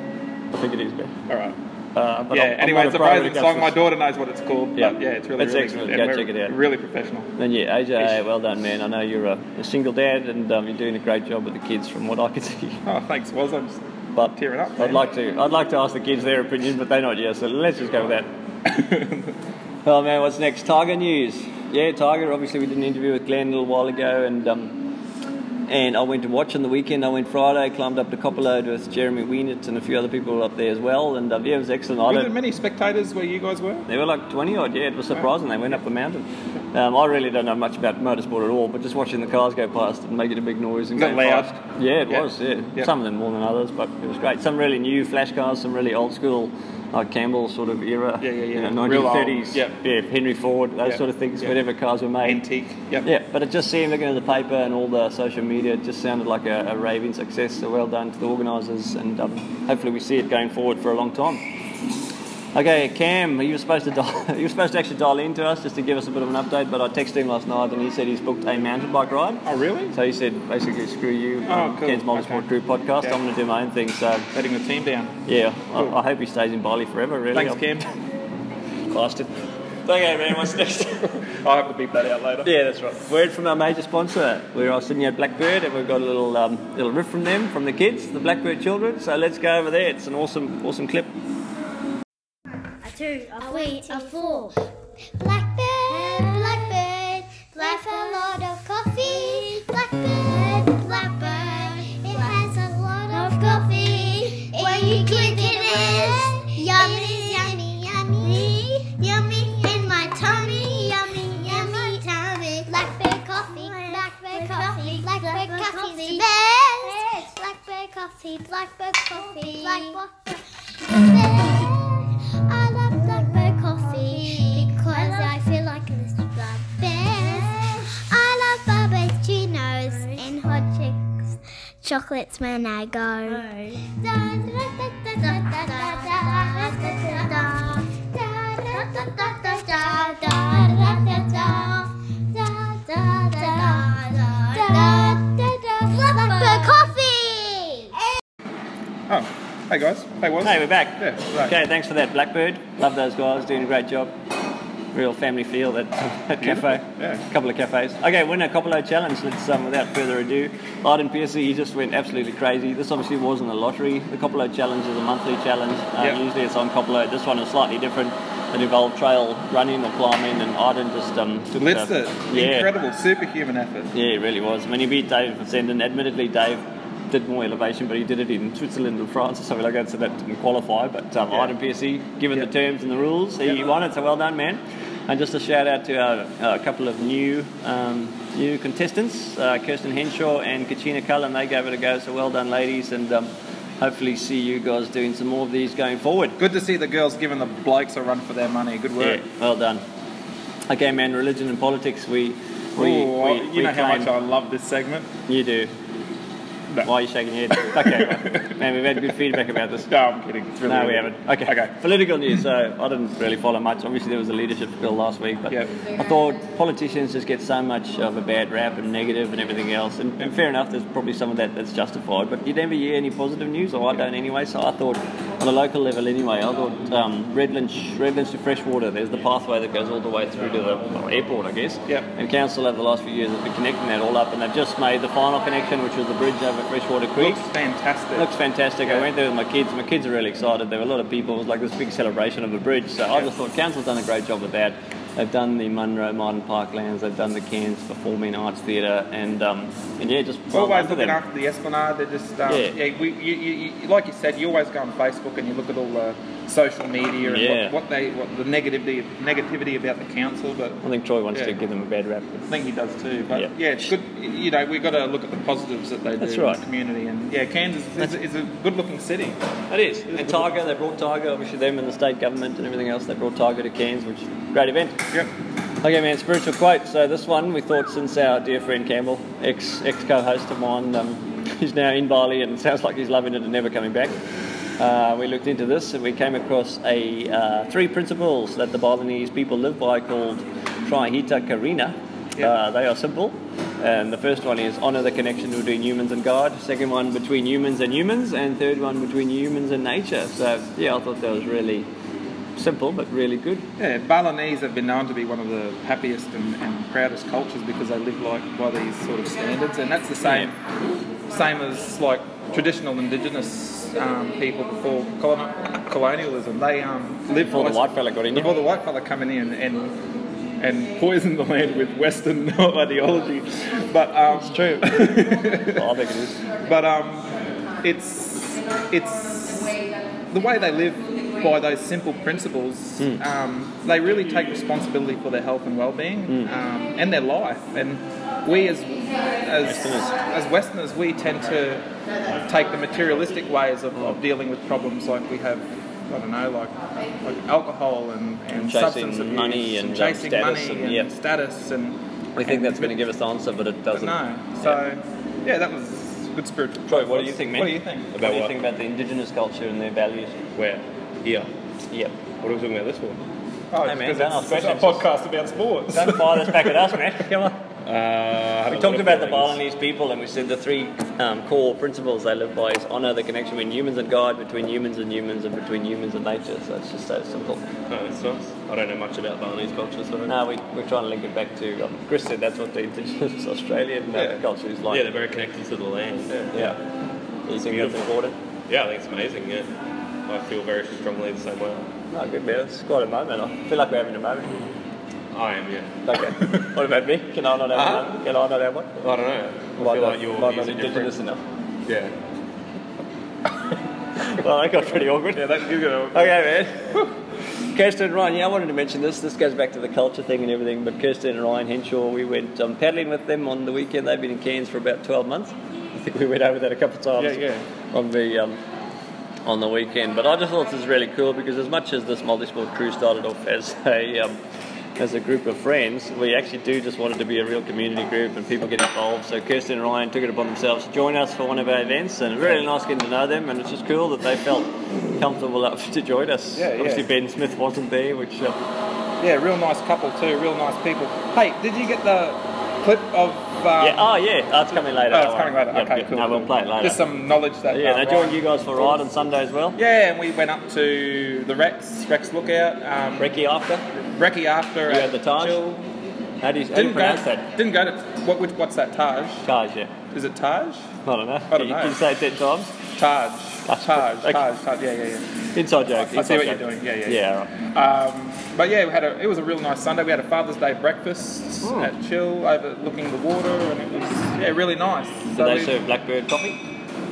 [SPEAKER 7] I think it is, Ben.
[SPEAKER 6] All right.
[SPEAKER 7] Uh, but
[SPEAKER 6] yeah,
[SPEAKER 7] I'm- I'm
[SPEAKER 6] anyway,
[SPEAKER 7] not
[SPEAKER 6] it's a
[SPEAKER 7] pro when it
[SPEAKER 6] Frozen
[SPEAKER 7] comes
[SPEAKER 6] song.
[SPEAKER 7] to-
[SPEAKER 6] My daughter knows what it's called.
[SPEAKER 7] Yeah.
[SPEAKER 6] but yeah it's really,
[SPEAKER 7] It's
[SPEAKER 6] really
[SPEAKER 7] excellent.
[SPEAKER 6] good.
[SPEAKER 7] Go
[SPEAKER 6] and we're
[SPEAKER 7] check it out.
[SPEAKER 6] Really professional.
[SPEAKER 7] And yeah, AJ, well done, man. I know you're a, a single dad and um, you're doing a great job with the kids, from what I can see.
[SPEAKER 6] *laughs* Oh, thanks, Woz. I'm just
[SPEAKER 7] but
[SPEAKER 6] tearing up.
[SPEAKER 7] I'd like to. I'd like to ask the kids their opinion, but they're not yet. So let's just go with that.
[SPEAKER 6] *laughs*
[SPEAKER 7] oh man, what's next? Tiger news. Yeah, Tiger. Obviously, we did an interview with Glenn a little while ago, and um, and I went to watch on the weekend. I went Friday, climbed up to Copperload with Jeremy Wienert and a few other people up there as well, and um, yeah, it was excellent. I
[SPEAKER 6] Were
[SPEAKER 7] don't-
[SPEAKER 6] there many spectators where you guys were?
[SPEAKER 7] they were like 20 odd, yeah. It was surprising. They went up the mountain. Um, I really don't know much about motorsport at all, but just watching the cars go past and making a big noise and
[SPEAKER 6] Got
[SPEAKER 7] go
[SPEAKER 6] loud.
[SPEAKER 7] past. Yeah, it
[SPEAKER 6] Yeah.
[SPEAKER 7] was, yeah.
[SPEAKER 6] Yeah.
[SPEAKER 7] Some of them more than others, but it was great. Some really new flash cars, some really old school, like Campbell sort of era. Yeah, yeah, yeah. You know,
[SPEAKER 6] Real old.
[SPEAKER 7] 1930s.
[SPEAKER 6] Yep.
[SPEAKER 7] Yeah, Henry Ford, those
[SPEAKER 6] Yep.
[SPEAKER 7] sort of things,
[SPEAKER 6] Yep.
[SPEAKER 7] whatever cars were made.
[SPEAKER 6] Antique, yep.
[SPEAKER 7] Yeah, but it just seemed, looking at the paper and all the social media, it just sounded like a, a raving success. So well done to the organisers, and um, hopefully we see it going forward for a long time. Okay, Cam, you were supposed to dial, *laughs* you were supposed to actually dial in to us just to give us a bit of an update, but I texted him last night and he said he's booked a mountain bike ride.
[SPEAKER 6] Oh, really?
[SPEAKER 7] So he said basically, screw you,
[SPEAKER 6] Oh,
[SPEAKER 7] um,
[SPEAKER 6] cool.
[SPEAKER 7] Ken's Motorsport Crew podcast.
[SPEAKER 6] Yeah.
[SPEAKER 7] I'm going to do my own thing. So
[SPEAKER 6] letting the team down.
[SPEAKER 7] Yeah,
[SPEAKER 6] Cool.
[SPEAKER 7] I, I hope he stays in Bali forever. Really,
[SPEAKER 6] Thanks,
[SPEAKER 7] I'll- *laughs* Bastard. Okay, man, what's
[SPEAKER 6] *laughs*
[SPEAKER 7] next?
[SPEAKER 6] I'll have to beep that out later.
[SPEAKER 7] Yeah, that's right. Word from our major sponsor. We're our Sydney Blackbird, and we've got a little um, little riff from them, from the kids, the Blackbird children. So let's go over there. It's an awesome, awesome clip.
[SPEAKER 15] a two, a three, a four. Blackbird, blackbird, left a lot of coffee. Blackbird, blackbird, it has a lot of coffee. When you click it is yummy, yummy, yummy, yummy in my tummy, yummy, yummy tummy. Blackbird coffee, blackbird coffee, blackbird coffee, best. Blackbird coffee, blackbird coffee, blackbird. I love blackberry coffee because I feel like it's the best. I love barbecues and hot chicks, chocolates when I go. Da, da, da, da, da, da, da, da, da, da. Da, da, da, da, da, da, da, da, da. Da, da, da, da, da, da, da, da. Blackberry coffee!
[SPEAKER 6] Oh, hey guys. Hey, Woz.
[SPEAKER 7] Hey, we're back.
[SPEAKER 6] Yeah, right.
[SPEAKER 7] Okay, thanks for that, Blackbird. Love those guys, doing a great job. Real family feel *laughs* that, that cafe.
[SPEAKER 6] Yeah.
[SPEAKER 7] A couple of cafes. Okay, winner Coppolo challenge. Let's um, without further ado, Arden Piercy. He just went absolutely crazy. This obviously wasn't a lottery. The Coppolo challenge is a monthly challenge. Uh,
[SPEAKER 6] Yep.
[SPEAKER 7] Usually it's on Coppolo. This one is slightly different. that involved trail running or climbing, and Iden just um, took
[SPEAKER 6] Blitzed
[SPEAKER 7] the-
[SPEAKER 6] it.
[SPEAKER 7] Yeah.
[SPEAKER 6] Incredible, superhuman effort.
[SPEAKER 7] Yeah, it really was. I mean, he beat Dave Van Senden. Admittedly, Dave did more elevation, but he did it in Switzerland and France or something like that, so that didn't qualify. But um, Iden Piercy, given the terms and the rules, he won it, so well done, man. And just a shout out to uh, a couple of new um, new contestants, uh, Kirsten Henshaw and Katrina Cullen. They gave it a go, so well done, ladies, and um, hopefully see you guys doing some more of these going forward.
[SPEAKER 6] Good to see the girls giving the blokes a run for their money. Good work.
[SPEAKER 7] Yeah, well done. Okay, man, religion and politics, we. we,
[SPEAKER 6] Ooh,
[SPEAKER 7] we
[SPEAKER 6] Oh, you
[SPEAKER 7] we
[SPEAKER 6] know how
[SPEAKER 7] claim-
[SPEAKER 6] much I love this segment.
[SPEAKER 7] You do. Why are you shaking your head? Okay, well, man, we've had good feedback about this.
[SPEAKER 6] No, I'm kidding. It's really
[SPEAKER 7] no, we
[SPEAKER 6] good.
[SPEAKER 7] haven't. Okay. okay. Political news. So I didn't really follow much. Obviously, there was a leadership bill last week, but I thought politicians just get so much of a bad rap and negative and everything else. And, and fair enough, there's probably some of that that's justified. But you never hear any positive news, or I don't anyway. So I thought, on a local level anyway, I thought um, Redlands, Redlands to freshwater. There's the pathway that goes all the way through to the well, airport, I guess.
[SPEAKER 6] Yep.
[SPEAKER 7] And council over the last few years has been connecting that all up, and they've just made the final connection, which was the bridge over Freshwater Creek.
[SPEAKER 6] Looks fantastic.
[SPEAKER 7] Looks fantastic. I went there with my kids. My kids are really excited. There were a lot of people. It was like this big celebration of the bridge. So I just thought council's done a great job with that. They've done the Munro Modern Parklands. They've done the Cairns Performing Arts Theatre, and um, and yeah, just well done
[SPEAKER 6] always
[SPEAKER 7] to
[SPEAKER 6] looking
[SPEAKER 7] them.
[SPEAKER 6] after the Esplanade. They're just um,
[SPEAKER 7] Yeah.
[SPEAKER 6] yeah. we, you, you, you, like you said, you always go on Facebook and you look at all the social media and
[SPEAKER 7] Yeah.
[SPEAKER 6] what, what they what the negativity negativity about the council. But
[SPEAKER 7] I think Troy wants
[SPEAKER 6] Yeah.
[SPEAKER 7] to give them a bad rap.
[SPEAKER 6] I think he does too. But
[SPEAKER 7] Yeah.
[SPEAKER 6] yeah, it's good. You know, we've got to look at the positives that they
[SPEAKER 7] That's
[SPEAKER 6] do
[SPEAKER 7] right.
[SPEAKER 6] in the community. And yeah, Kansas is, is a good looking city.
[SPEAKER 7] It is. And Tiger, they brought Tiger, obviously them and the state government and everything else, they brought Tiger to Cairns, which great event.
[SPEAKER 6] Yep.
[SPEAKER 7] Okay, man, spiritual quote. So this one we thought since our dear friend Campbell, ex ex co-host of mine, um, *laughs* he's now in Bali and it sounds like he's loving it and never coming back. Uh, we looked into this and we came across a uh, three principles that the Balinese people live by called Trihita Karina. Uh, they are simple. And the first one is honor the connection between humans and God. Second one between humans and humans, and third one between humans and nature. So yeah, I thought that was really simple but really good.
[SPEAKER 6] Yeah, Balinese have been known to be one of the happiest and, and proudest cultures because they live like by these sort of standards, and that's the same same as like traditional indigenous um, people before colon- colonialism. They um, lived
[SPEAKER 7] Before the
[SPEAKER 6] by-
[SPEAKER 7] white fella got in
[SPEAKER 6] Before the white fella coming in and and poisoned the land with Western *laughs* ideology, but um, it's *laughs*
[SPEAKER 7] true. I think it is.
[SPEAKER 6] But um, it's it's the way they live by those simple principles.
[SPEAKER 7] Hmm.
[SPEAKER 6] Um, they really take responsibility for their health and well-being
[SPEAKER 7] Hmm.
[SPEAKER 6] um, and their life. And we as as
[SPEAKER 7] Westerners.
[SPEAKER 6] as Westerners, we tend to take the materialistic ways of, of dealing with problems like we have. I don't know, like, like alcohol and, and,
[SPEAKER 7] And chasing
[SPEAKER 6] substance abuse
[SPEAKER 7] money and, um,
[SPEAKER 6] chasing
[SPEAKER 7] status
[SPEAKER 6] money
[SPEAKER 7] and-
[SPEAKER 6] and,
[SPEAKER 7] yep.
[SPEAKER 6] status and
[SPEAKER 7] We think that's going to give us the answer, but it doesn't.
[SPEAKER 6] no. So yeah, that was good spiritual.
[SPEAKER 7] Troy, what do you think, man?
[SPEAKER 6] What do you think?
[SPEAKER 7] About what do you think about the indigenous culture and their values?
[SPEAKER 9] Where? Here.
[SPEAKER 7] Yep.
[SPEAKER 9] What are we talking about this for?
[SPEAKER 6] Oh,
[SPEAKER 7] Hey,
[SPEAKER 6] it's
[SPEAKER 7] man,
[SPEAKER 6] because
[SPEAKER 7] don't
[SPEAKER 6] it's-
[SPEAKER 7] ask
[SPEAKER 6] it's a
[SPEAKER 7] questions.
[SPEAKER 6] podcast about sports.
[SPEAKER 7] Don't fire this back at us, man. *laughs* Come on.
[SPEAKER 9] Uh,
[SPEAKER 7] We talked about the Balinese people, and we said the three um, core principles they live by is honour the connection between humans and God, between humans and humans, and between humans and nature. So it's just so simple.
[SPEAKER 9] No, it's nice. I don't know much about Balinese culture, so.
[SPEAKER 7] No, we, we're trying to link it back to um, Chris said that's what the indigenous *laughs* Australian uh, culture is like.
[SPEAKER 9] Yeah, they're very connected to the land. Yeah.
[SPEAKER 7] Yeah. You think that's
[SPEAKER 9] Beautiful.
[SPEAKER 7] important?
[SPEAKER 9] Yeah, I think it's amazing, yeah. I feel very strongly the same way.
[SPEAKER 7] No, good man. It's quite a moment. I feel like we're having a moment.
[SPEAKER 9] I am, yeah. *laughs*
[SPEAKER 7] Okay. what about me? Can I not have
[SPEAKER 9] Uh-huh.
[SPEAKER 7] one? Can I not have one?
[SPEAKER 9] I don't know. I
[SPEAKER 7] Might
[SPEAKER 9] feel
[SPEAKER 7] not-
[SPEAKER 9] like your
[SPEAKER 7] might
[SPEAKER 9] views
[SPEAKER 7] not
[SPEAKER 9] are
[SPEAKER 7] indigenous
[SPEAKER 9] different. Yeah.
[SPEAKER 7] *laughs* well, that got pretty awkward. Yeah,
[SPEAKER 6] that did get awkward.
[SPEAKER 7] Okay, man. *laughs* Kirsten and Ryan, yeah, I wanted to mention this. This goes back to the culture thing and everything, but Kirsten and Ryan Henshaw, we went um, paddling with them on the weekend. They've been in Cairns for about 12 months. I think we went over that a couple of times
[SPEAKER 6] Yeah,
[SPEAKER 7] on the um, on the weekend. But I just thought this was really cool because as much as this multi-sport crew started off as a um, as a group of friends, we actually do just want it to be a real community group and people get involved. So Kirsten and Ryan took it upon themselves to join us for one of our events, and really nice getting to know them. And it's just cool that they felt comfortable enough to join us.
[SPEAKER 6] Yeah, yeah.
[SPEAKER 7] Obviously Ben Smith wasn't there, which uh,
[SPEAKER 6] Yeah, real nice couple too. Real nice people. Hey, did you get the clip of? Um,
[SPEAKER 7] yeah, oh yeah, oh, it's coming later.
[SPEAKER 6] Oh, it's
[SPEAKER 7] don't
[SPEAKER 6] coming
[SPEAKER 7] worry.
[SPEAKER 6] later.
[SPEAKER 7] Yep,
[SPEAKER 6] Okay,
[SPEAKER 7] yep.
[SPEAKER 6] cool.
[SPEAKER 7] No, we'll play it later.
[SPEAKER 6] Just some knowledge that.
[SPEAKER 7] yeah,
[SPEAKER 6] uh,
[SPEAKER 7] they joined you guys for a ride on Sunday as well.
[SPEAKER 6] Yeah, and we went up to the Rex, Rex Lookout. Um,
[SPEAKER 7] Recce after.
[SPEAKER 6] Recce after.
[SPEAKER 7] You
[SPEAKER 6] at
[SPEAKER 7] had the Taj.
[SPEAKER 6] Jill.
[SPEAKER 7] How do you, how do you
[SPEAKER 6] Didn't go,
[SPEAKER 7] pronounce that?
[SPEAKER 6] didn't go to what? Which, what's that? Taj.
[SPEAKER 7] Taj, yeah.
[SPEAKER 6] Is it Taj?
[SPEAKER 7] I don't know.
[SPEAKER 6] I don't
[SPEAKER 7] you
[SPEAKER 6] know.
[SPEAKER 7] can say it ten times.
[SPEAKER 6] Taj. Taj.
[SPEAKER 7] Okay.
[SPEAKER 6] Taj. Taj. Yeah, yeah, yeah.
[SPEAKER 7] Inside joke.
[SPEAKER 6] I see
[SPEAKER 7] inside
[SPEAKER 6] what you're
[SPEAKER 7] joke.
[SPEAKER 6] doing. Yeah, yeah,
[SPEAKER 7] Yeah,
[SPEAKER 6] yeah. Um, But yeah, we had a, it was a real nice Sunday. We had a Father's Day breakfast
[SPEAKER 7] Hmm.
[SPEAKER 6] at Chill, overlooking the water, and it was yeah really nice.
[SPEAKER 7] Did
[SPEAKER 6] So
[SPEAKER 7] they
[SPEAKER 6] we-
[SPEAKER 7] serve blackbird coffee?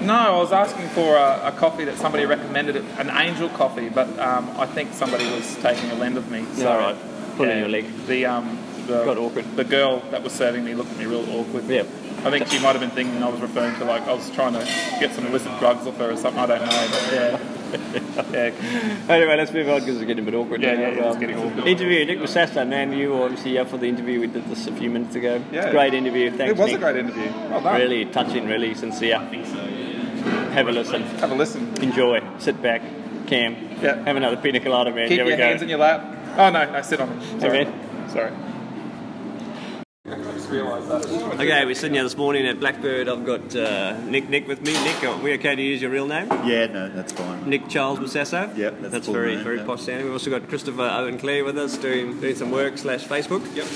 [SPEAKER 6] No, I was asking for a, a coffee that somebody recommended, an angel coffee, but um, I think somebody was taking a lend of me. So,
[SPEAKER 7] Yeah, all right. Pulling your leg.
[SPEAKER 6] The, um, the,
[SPEAKER 7] Got awkward.
[SPEAKER 6] The girl that was serving me looked at me real awkward. Yeah. I think she might have been thinking I was referring to, like, I was trying to get some illicit drugs off her or something. I don't know. But yeah.
[SPEAKER 7] *laughs*
[SPEAKER 6] yeah.
[SPEAKER 7] Anyway, let's move on because it's getting a bit awkward.
[SPEAKER 6] Yeah,
[SPEAKER 7] now. um,
[SPEAKER 6] yeah, yeah, it's getting awkward.
[SPEAKER 7] Interview Nick Masasta, man. You were obviously up for the interview. We did this a few minutes ago. It's
[SPEAKER 6] Yeah.
[SPEAKER 7] a great interview. Thanks.
[SPEAKER 6] It was a
[SPEAKER 7] Nick.
[SPEAKER 6] great interview. Well done.
[SPEAKER 7] Really touching, really sincere. I think so. Have a listen. Have
[SPEAKER 6] a listen.
[SPEAKER 7] Enjoy. Sit back. Cam. Yeah. Have another pina colada, man.
[SPEAKER 6] Keep
[SPEAKER 7] Here
[SPEAKER 6] your
[SPEAKER 7] we go.
[SPEAKER 6] hands in your lap. Oh, no, no, sit on them. Sorry. Sorry.
[SPEAKER 7] Okay, we're sitting here this morning at Blackbird. I've got uh, Nick Nick with me. Nick, are we okay to use your real name?
[SPEAKER 16] Yeah, no, that's fine.
[SPEAKER 7] Nick Charles Massasso.
[SPEAKER 16] Yep, that's full
[SPEAKER 7] very
[SPEAKER 16] name,
[SPEAKER 7] very
[SPEAKER 16] yeah.
[SPEAKER 7] posh sounding. We've also got Christopher Owen Clare with us doing doing some work slash Facebook. Yep.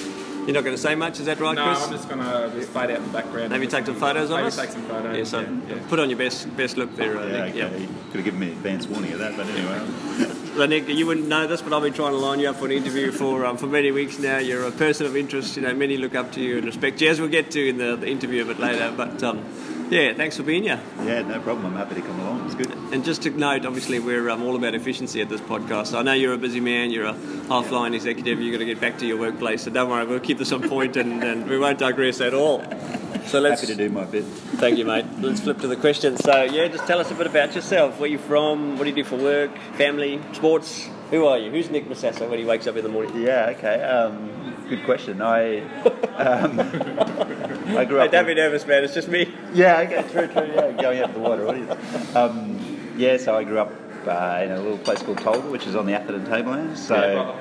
[SPEAKER 7] You're not going to say much, is that right,
[SPEAKER 6] no,
[SPEAKER 7] Chris?
[SPEAKER 6] I'm just going to just fade out the background.
[SPEAKER 7] Have you taken some photos of
[SPEAKER 6] Maybe
[SPEAKER 7] us?
[SPEAKER 6] take some photos.
[SPEAKER 7] Yeah, so put on your best best look there, uh, Nick.
[SPEAKER 16] Yeah, okay. Could have given me advance warning of that, but anyway.
[SPEAKER 7] So Nick, you wouldn't know this, but I've been trying to line you up for an interview for um, for many weeks now. You're a person of interest. You know, many look up to you and respect you, as we'll get to in the, the interview a bit later. But um, yeah, thanks for being here.
[SPEAKER 16] Yeah, no problem. I'm happy to come along. It's good.
[SPEAKER 7] And just to note, obviously, we're um, all about efficiency at this podcast. I know you're a busy man. You're a half-line executive. You've got to get back to your workplace. So don't worry, we'll keep this on point, and, and we won't digress at all. So let's happy to
[SPEAKER 16] do my bit.
[SPEAKER 7] Thank you, mate. Let's flip to the questions. So yeah, just tell us a bit about yourself. Where you from? What do you do for work? Family? Sports? Who are you? Who's Nick Massasso when he wakes up in the morning?
[SPEAKER 16] Yeah, okay. Um, good question. I *laughs* um, I grew
[SPEAKER 7] Hey,
[SPEAKER 16] up.
[SPEAKER 7] don't be nervous, man. It's just me.
[SPEAKER 16] Yeah, okay, true, true. Yeah, going out the water. What is? Um, yeah, so I grew up uh, in a little place called Tolga, which is on the Atherton Tablelands. So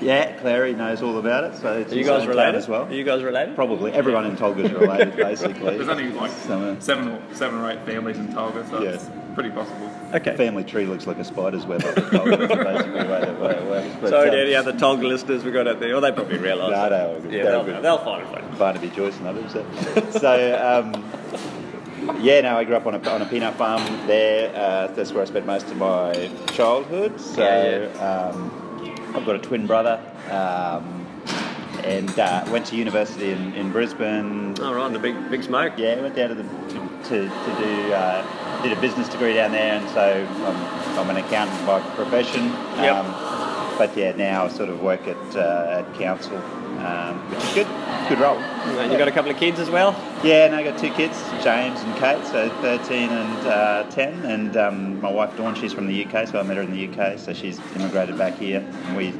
[SPEAKER 16] yeah, Clary knows all about it. So it's
[SPEAKER 7] Are you
[SPEAKER 16] his
[SPEAKER 7] guys
[SPEAKER 16] hometown
[SPEAKER 7] related?
[SPEAKER 16] as well?
[SPEAKER 7] Are you guys related?
[SPEAKER 16] Probably everyone in
[SPEAKER 7] *laughs*
[SPEAKER 16] Tolga's related, basically.
[SPEAKER 6] There's only like seven or seven or eight families in Tolga, so
[SPEAKER 16] Yeah.
[SPEAKER 6] it's pretty possible.
[SPEAKER 16] Okay. Family tree looks like a spider's web. up at Tolga, is basically the way that- way it works. But,
[SPEAKER 7] Sorry
[SPEAKER 16] um,
[SPEAKER 7] to any other Tolga listeners we got out there. Well, they probably realise.
[SPEAKER 16] No,
[SPEAKER 7] that.
[SPEAKER 16] no,
[SPEAKER 7] yeah,
[SPEAKER 16] no,
[SPEAKER 7] they'll,
[SPEAKER 16] good.
[SPEAKER 7] they'll find it.
[SPEAKER 16] Barnaby Joyce and others. So, so um, yeah, no, I grew up on a, on a peanut farm there. Uh, that's where I spent most of my childhood. So
[SPEAKER 7] Yeah,
[SPEAKER 16] Um, I've got a twin brother. Um, and uh, went to university in, in Brisbane.
[SPEAKER 7] Oh, right, the big big smoke.
[SPEAKER 16] Yeah, went down to the to, to do uh, did a business degree down there, and so I'm, I'm an accountant by profession.
[SPEAKER 7] Yep.
[SPEAKER 16] Um, but yeah, now I sort of work at, uh, at council, um, which is good. Good role.
[SPEAKER 7] And you got a couple of kids as well?
[SPEAKER 16] Yeah, and I got two kids, James and Kate, so 13 and uh, 10. And um, my wife Dawn, she's from the UK, so I met her in the UK, so she's immigrated back here. And we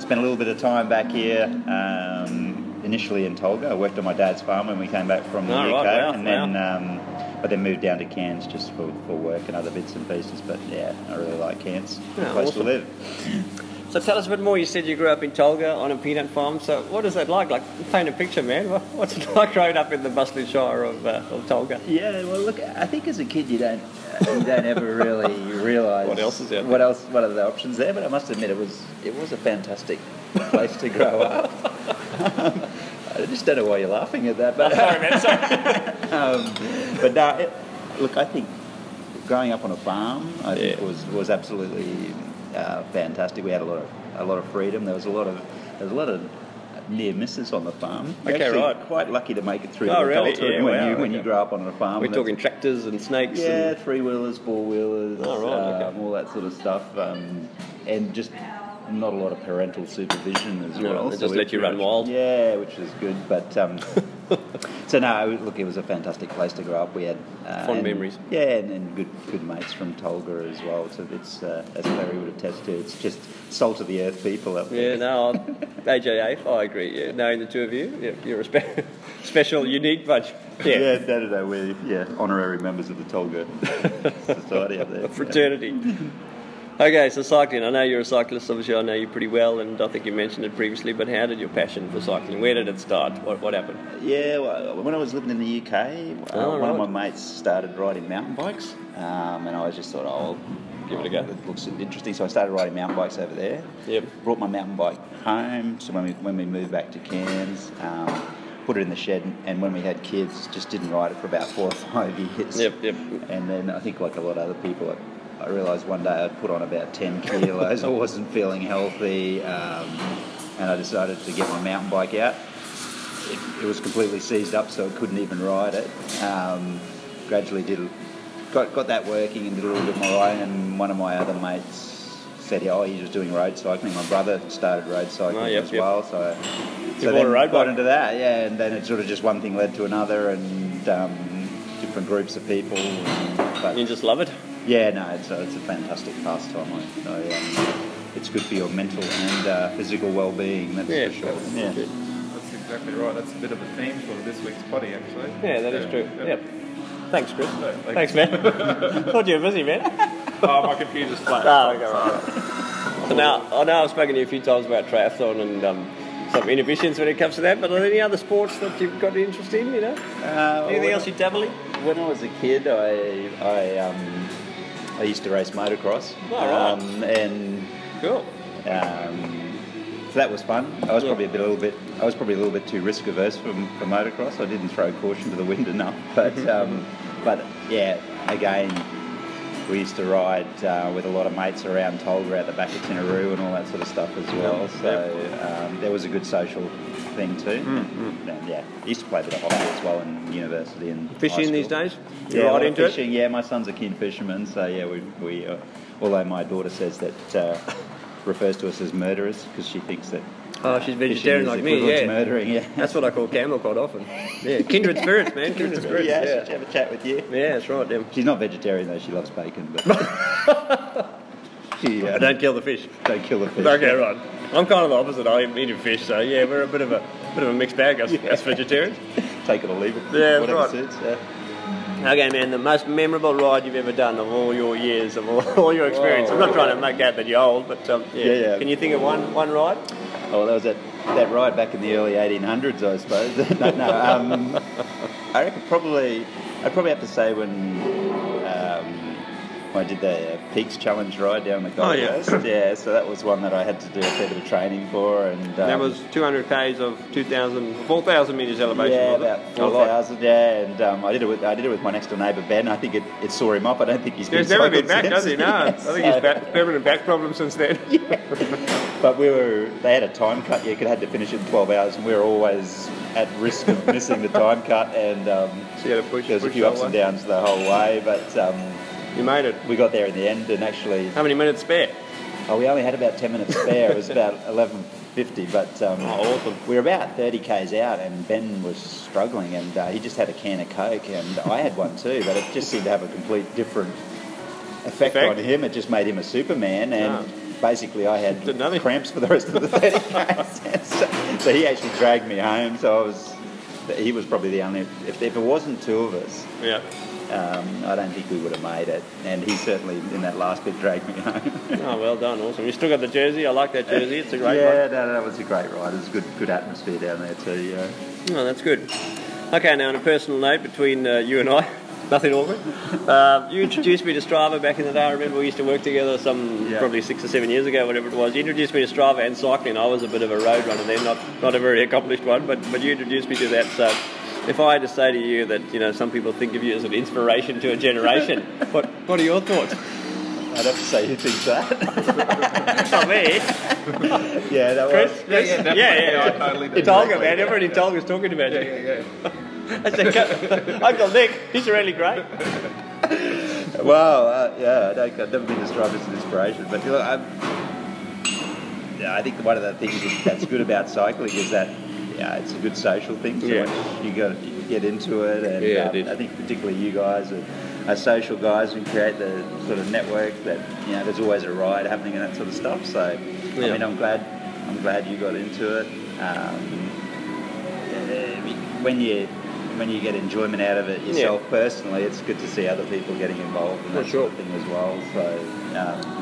[SPEAKER 16] spent a little bit of time back here, um, initially in Tolga. I worked on my dad's farm when we came back from the
[SPEAKER 7] Oh, right,
[SPEAKER 16] UK,
[SPEAKER 7] wow,
[SPEAKER 16] and then um, but then moved down to Cairns just for, for work and other bits and pieces. But yeah, I really like Cairns, Good
[SPEAKER 7] Yeah,
[SPEAKER 16] place
[SPEAKER 7] awesome.
[SPEAKER 16] to live.
[SPEAKER 7] So tell us a bit more. You said you grew up in Tolga on a peanut farm. So what is that like? Like paint a picture, man. What- What's it *laughs* like growing up in the bustling shire of, uh, of Tolga?
[SPEAKER 16] Yeah, well, look, I think as a kid you don't
[SPEAKER 7] Uh,
[SPEAKER 16] you don't ever really realise
[SPEAKER 7] What else is out there?
[SPEAKER 16] What else? What are the options there? But I must admit, it was it was a fantastic place to grow
[SPEAKER 7] *laughs*
[SPEAKER 16] up. I just don't know why you're laughing at that,
[SPEAKER 7] *laughs*
[SPEAKER 16] but sorry, man. *laughs* um, but no, it, look, I think growing up on a farm, I think was was absolutely uh, fantastic. We had a lot of a lot of freedom. There was a lot of there was a lot of near misses on the farm. You're
[SPEAKER 7] Okay,
[SPEAKER 16] actually
[SPEAKER 7] right.
[SPEAKER 16] Quite lucky to make it through
[SPEAKER 7] Oh,
[SPEAKER 16] to
[SPEAKER 7] really?
[SPEAKER 16] adulthood
[SPEAKER 7] Yeah,
[SPEAKER 16] when
[SPEAKER 7] wow,
[SPEAKER 16] you when you
[SPEAKER 7] okay.
[SPEAKER 16] grow up on a farm.
[SPEAKER 7] We're
[SPEAKER 16] That's-
[SPEAKER 7] talking tractors and snakes.
[SPEAKER 16] yeah,
[SPEAKER 7] and-
[SPEAKER 16] three wheelers, four wheelers,
[SPEAKER 7] Oh, right,
[SPEAKER 16] um, all that sort of stuff, um, and just not a lot of parental supervision as
[SPEAKER 7] No,
[SPEAKER 16] well.
[SPEAKER 7] they just
[SPEAKER 16] we
[SPEAKER 7] let you run
[SPEAKER 16] pretty much- Yeah, which is good, but. Um,
[SPEAKER 7] *laughs*
[SPEAKER 16] So no, it- look, it was a fantastic place to grow up. We had uh,
[SPEAKER 7] Fond
[SPEAKER 16] and-
[SPEAKER 7] memories.
[SPEAKER 16] Yeah, and, and good good mates from Tolga as well. So it's uh, as Larry would attest to, it's just salt of the earth people up there.
[SPEAKER 7] *laughs* Yeah, no, I'm- AJ8, I agree. Yeah, knowing the two of you, yeah, you're a spe- *laughs* special, unique bunch.
[SPEAKER 16] *laughs*
[SPEAKER 7] Yeah.
[SPEAKER 16] yeah, no, no, no, we're yeah honorary members of the
[SPEAKER 7] *laughs*
[SPEAKER 16] Tolga Society up there.
[SPEAKER 7] Fraternity. Okay, so cycling. I know you're a cyclist, obviously, I know you pretty well, and I think you mentioned it previously, but how did your passion for cycling, where did it start? What, what happened?
[SPEAKER 16] Yeah, well, when I was living in the UK, uh,
[SPEAKER 7] Oh,
[SPEAKER 16] one
[SPEAKER 7] right.
[SPEAKER 16] of my mates started riding mountain bikes, um, and I was just thought, oh, I'll give it a go. It looks interesting, so I started riding mountain bikes over there.
[SPEAKER 7] Yep.
[SPEAKER 16] Brought my mountain bike home, so when we when we moved back to Cairns. Um, Put it in the shed, and when we had kids, just didn't ride it for about four or five *laughs* years. Yep,
[SPEAKER 7] yep.
[SPEAKER 16] And then I think, like a lot of other people, it I realised one day I'd put on about 10 *laughs* kilos. I wasn't feeling healthy, um, and I decided to get my mountain bike out. It, it was completely seized up, so I couldn't even ride it. Um, gradually did got, got that working and did a little bit more riding, and one of my other mates said, oh, he was doing road cycling. My brother started road cycling
[SPEAKER 7] Oh, yep,
[SPEAKER 16] as
[SPEAKER 7] yep.
[SPEAKER 16] well, so,
[SPEAKER 7] You
[SPEAKER 16] so
[SPEAKER 7] bought
[SPEAKER 16] then
[SPEAKER 7] a
[SPEAKER 16] got
[SPEAKER 7] road bike.
[SPEAKER 16] into that, yeah, and then it sort of just one thing led to another, and um, different groups of people. And, but you
[SPEAKER 7] just love it.
[SPEAKER 16] Yeah, no, it's a, it's a fantastic pastime. I, I, um, it's good for your mental and uh, physical well-being. That's
[SPEAKER 7] Yeah,
[SPEAKER 16] for sure.
[SPEAKER 7] that's
[SPEAKER 16] yeah.
[SPEAKER 7] good.
[SPEAKER 6] That's exactly right. That's a bit of a theme for this week's potty, actually.
[SPEAKER 7] Yeah, that is true. Yep. Thanks, Chris.
[SPEAKER 6] No,
[SPEAKER 7] Thanks, man. *laughs* Thought you were busy, man.
[SPEAKER 6] *laughs* oh, my computer's flat.
[SPEAKER 7] Ah, okay, right. So now, I know I've spoken to you a few times about triathlon and um, some inhibitions when it comes to that, but are there any other sports that you've got interest in, you know?
[SPEAKER 16] Uh,
[SPEAKER 7] Anything
[SPEAKER 16] when
[SPEAKER 7] else
[SPEAKER 16] I-
[SPEAKER 7] you dabble in?
[SPEAKER 16] When I was a kid, I I, um, I used to race motocross.
[SPEAKER 7] Oh, right.
[SPEAKER 16] Um, and
[SPEAKER 7] cool.
[SPEAKER 16] Um, so that was fun. I was probably a, bit, a little bit. I was probably a little bit too risk averse for, for motocross. I didn't throw caution to the wind enough. *laughs* But um, but yeah, again, we used to ride uh, with a lot of mates around Tolga out the back of Tinaroo and all that sort of stuff as well. So um, there was a good social thing too.
[SPEAKER 7] Mm,
[SPEAKER 16] And, yeah, I used to play a bit of hockey as well in university and
[SPEAKER 7] Fishing
[SPEAKER 16] high
[SPEAKER 7] these
[SPEAKER 16] school.
[SPEAKER 7] days?
[SPEAKER 16] Yeah,
[SPEAKER 7] You're
[SPEAKER 16] a
[SPEAKER 7] right
[SPEAKER 16] lot of
[SPEAKER 7] into it?
[SPEAKER 16] fishing. Yeah, my son's a keen fisherman, so yeah, we we. Uh, although my daughter says that uh, *laughs* refers to us as murderers because she thinks that.
[SPEAKER 7] Oh, she's
[SPEAKER 16] fishing
[SPEAKER 7] vegetarian
[SPEAKER 16] is
[SPEAKER 7] like me,
[SPEAKER 16] equivalent
[SPEAKER 7] yeah.
[SPEAKER 16] to murdering, yeah.
[SPEAKER 7] That's what I call Camel quite often. Yeah,
[SPEAKER 16] *laughs*
[SPEAKER 7] kindred spirits, man. Kindred spirits,
[SPEAKER 16] Yeah,
[SPEAKER 7] yeah.
[SPEAKER 16] she'd have a chat with you.
[SPEAKER 7] Yeah, that's right, Dem.
[SPEAKER 16] She's not vegetarian though. She loves bacon, but.
[SPEAKER 7] *laughs*
[SPEAKER 16] *laughs* she, uh,
[SPEAKER 7] Don't kill the fish.
[SPEAKER 16] Don't kill the fish.
[SPEAKER 7] Okay, right. I'm kind of the opposite. I eat meat and fish, so yeah, we're a bit of a bit of a mixed bag as, as *laughs* vegetarians.
[SPEAKER 16] Take it or leave it.
[SPEAKER 7] Yeah, that's
[SPEAKER 16] whatever
[SPEAKER 7] right.
[SPEAKER 16] suits, yeah.
[SPEAKER 7] Okay, man, the most memorable ride you've ever done of all your years, of all, all your experience. I'm not trying to make out that you're old, but um, yeah.
[SPEAKER 16] Yeah, yeah.
[SPEAKER 7] Can you think of one one ride?
[SPEAKER 16] Oh, well, that was that, that ride back in the early 1800s, I suppose. *laughs* no, no, um, I reckon probably, I'd probably have to say when um, I did the uh, Peaks Challenge ride down the Gold
[SPEAKER 7] Oh, yeah.
[SPEAKER 16] Coast. Yeah, so that was one that I had to do a fair bit of training for. And um,
[SPEAKER 7] that was 200 k's of 2,000, 4,000 meters elevation.
[SPEAKER 16] yeah,
[SPEAKER 7] was it?
[SPEAKER 16] about
[SPEAKER 7] A lot.
[SPEAKER 16] 4,000, yeah, and um, I did it with I did it with my next door neighbour Ben. I think it, it saw him up. I don't think he's
[SPEAKER 7] He's
[SPEAKER 16] been
[SPEAKER 7] never been back,
[SPEAKER 16] cycled
[SPEAKER 7] has he?
[SPEAKER 16] since.
[SPEAKER 7] No. I think
[SPEAKER 16] *laughs*
[SPEAKER 7] he's
[SPEAKER 16] So-
[SPEAKER 7] back, permanent back problem since *laughs* then.
[SPEAKER 16] But we were, they had a time cut. You could had to finish it in 12 hours, and we were always at risk of missing the time cut. And um, there was a
[SPEAKER 7] push
[SPEAKER 16] few
[SPEAKER 7] the
[SPEAKER 16] ups
[SPEAKER 7] whole
[SPEAKER 16] and
[SPEAKER 7] way.
[SPEAKER 16] downs the whole way. But um,
[SPEAKER 7] you made it.
[SPEAKER 16] We got there in the end, and actually,
[SPEAKER 7] How many minutes spare?
[SPEAKER 16] oh, we only had about 10 minutes spare. it was about *laughs* 11:50, but um,
[SPEAKER 7] Oh,
[SPEAKER 16] we were about 30 k's out, and Ben was struggling, and uh, he just had a can of coke, and I had one too. But it just seemed to have a complete different effect,
[SPEAKER 7] Effect?
[SPEAKER 16] on him. It just made him a Superman, and.
[SPEAKER 7] Ah.
[SPEAKER 16] Basically, I had cramps for the rest of the 30 *laughs* k's. So, so he actually dragged me home. So I was, he was probably the only. If, if it wasn't two of us,
[SPEAKER 7] Yeah.
[SPEAKER 16] um, I don't think we would have made it. And he certainly, in that last bit, dragged me
[SPEAKER 7] *laughs*
[SPEAKER 16] home.
[SPEAKER 7] Oh, well done, awesome. You still got the jersey. I like that jersey. It's a great one.
[SPEAKER 16] yeah, no, no, that was a great ride. It was a good, good atmosphere down there too. Yeah.
[SPEAKER 7] Oh, that's good. Okay, now on a personal note between uh, you and I, *laughs* nothing awkward. Uh, you introduced me to Strava back in the day. I remember we used to work together some probably six or seven years ago, whatever it was. You introduced me to Strava and cycling. I was a bit of a road runner then, not not a very accomplished one, but but you introduced me to that. So, if I had to say to you that you know some people think of you as an inspiration to a generation, what what are your thoughts?
[SPEAKER 16] I'd have to say who thinks that. *laughs*
[SPEAKER 7] Not me.
[SPEAKER 16] yeah, that
[SPEAKER 7] Chris?
[SPEAKER 16] was.
[SPEAKER 7] Yes? Yeah, yeah,
[SPEAKER 16] *laughs*
[SPEAKER 7] yeah. In Tolga, man. Everyone in Tolga's talking about you. *laughs* I *laughs* said, Uncle Nick, he's really great.
[SPEAKER 16] *laughs* Wow. Uh, yeah, I don't, I've never been described as an inspiration, but look, I'm, yeah, I think one of the things that- that's good about cycling is that yeah, it's a good social thing. So
[SPEAKER 7] Yeah.
[SPEAKER 16] much you got you get into it, and
[SPEAKER 7] Yeah, it
[SPEAKER 16] um,
[SPEAKER 7] is.
[SPEAKER 16] I think particularly you guys are, are social guys and create the sort of network that you know there's always a ride happening and that sort of stuff. So I
[SPEAKER 7] Yeah.
[SPEAKER 16] mean, I'm glad I'm glad you got into it. Um, yeah, when you when you get enjoyment out of it
[SPEAKER 7] Yeah.
[SPEAKER 16] yourself personally, it's good to see other people getting involved in
[SPEAKER 7] For
[SPEAKER 16] that sort of thing as well. So, um,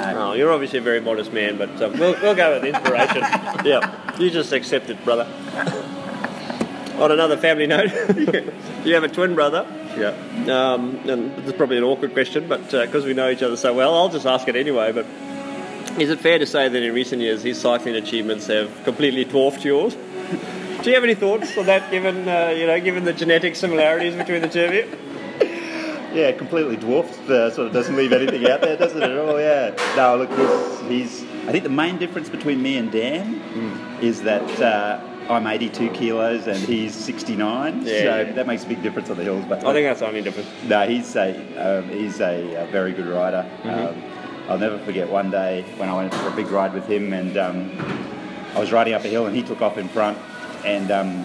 [SPEAKER 7] Oh,
[SPEAKER 16] no.
[SPEAKER 7] you're obviously a very modest man, but um, we'll, we'll go with *laughs* inspiration. yeah, you just accept it, brother. On another family note, *laughs* you have a twin brother.
[SPEAKER 16] Yeah.
[SPEAKER 7] Um, and this is probably an awkward question, but because we know each other so well, I'll just ask it anyway. But is it fair to say that in recent years his cycling achievements have completely dwarfed yours? *laughs* Do you have any thoughts on that, given uh, you know, given the genetic similarities between the two of you?
[SPEAKER 16] Yeah, completely dwarfed. Uh, sort of doesn't leave anything out there, does it at all? Yeah. No, look, this, he's. Hmm. I think the main difference between me and Dan is that uh, I'm 82 kilos and he's 69.
[SPEAKER 7] Yeah,
[SPEAKER 16] so
[SPEAKER 7] yeah.
[SPEAKER 16] that makes a big difference on the hills. But
[SPEAKER 7] I think that's the only difference.
[SPEAKER 16] No, he's a um, he's a, uh very good rider.
[SPEAKER 7] Mhm.
[SPEAKER 16] Um, I'll never forget one day when I went for a big ride with him, and um, I was riding up a hill, and he took off in front, and um,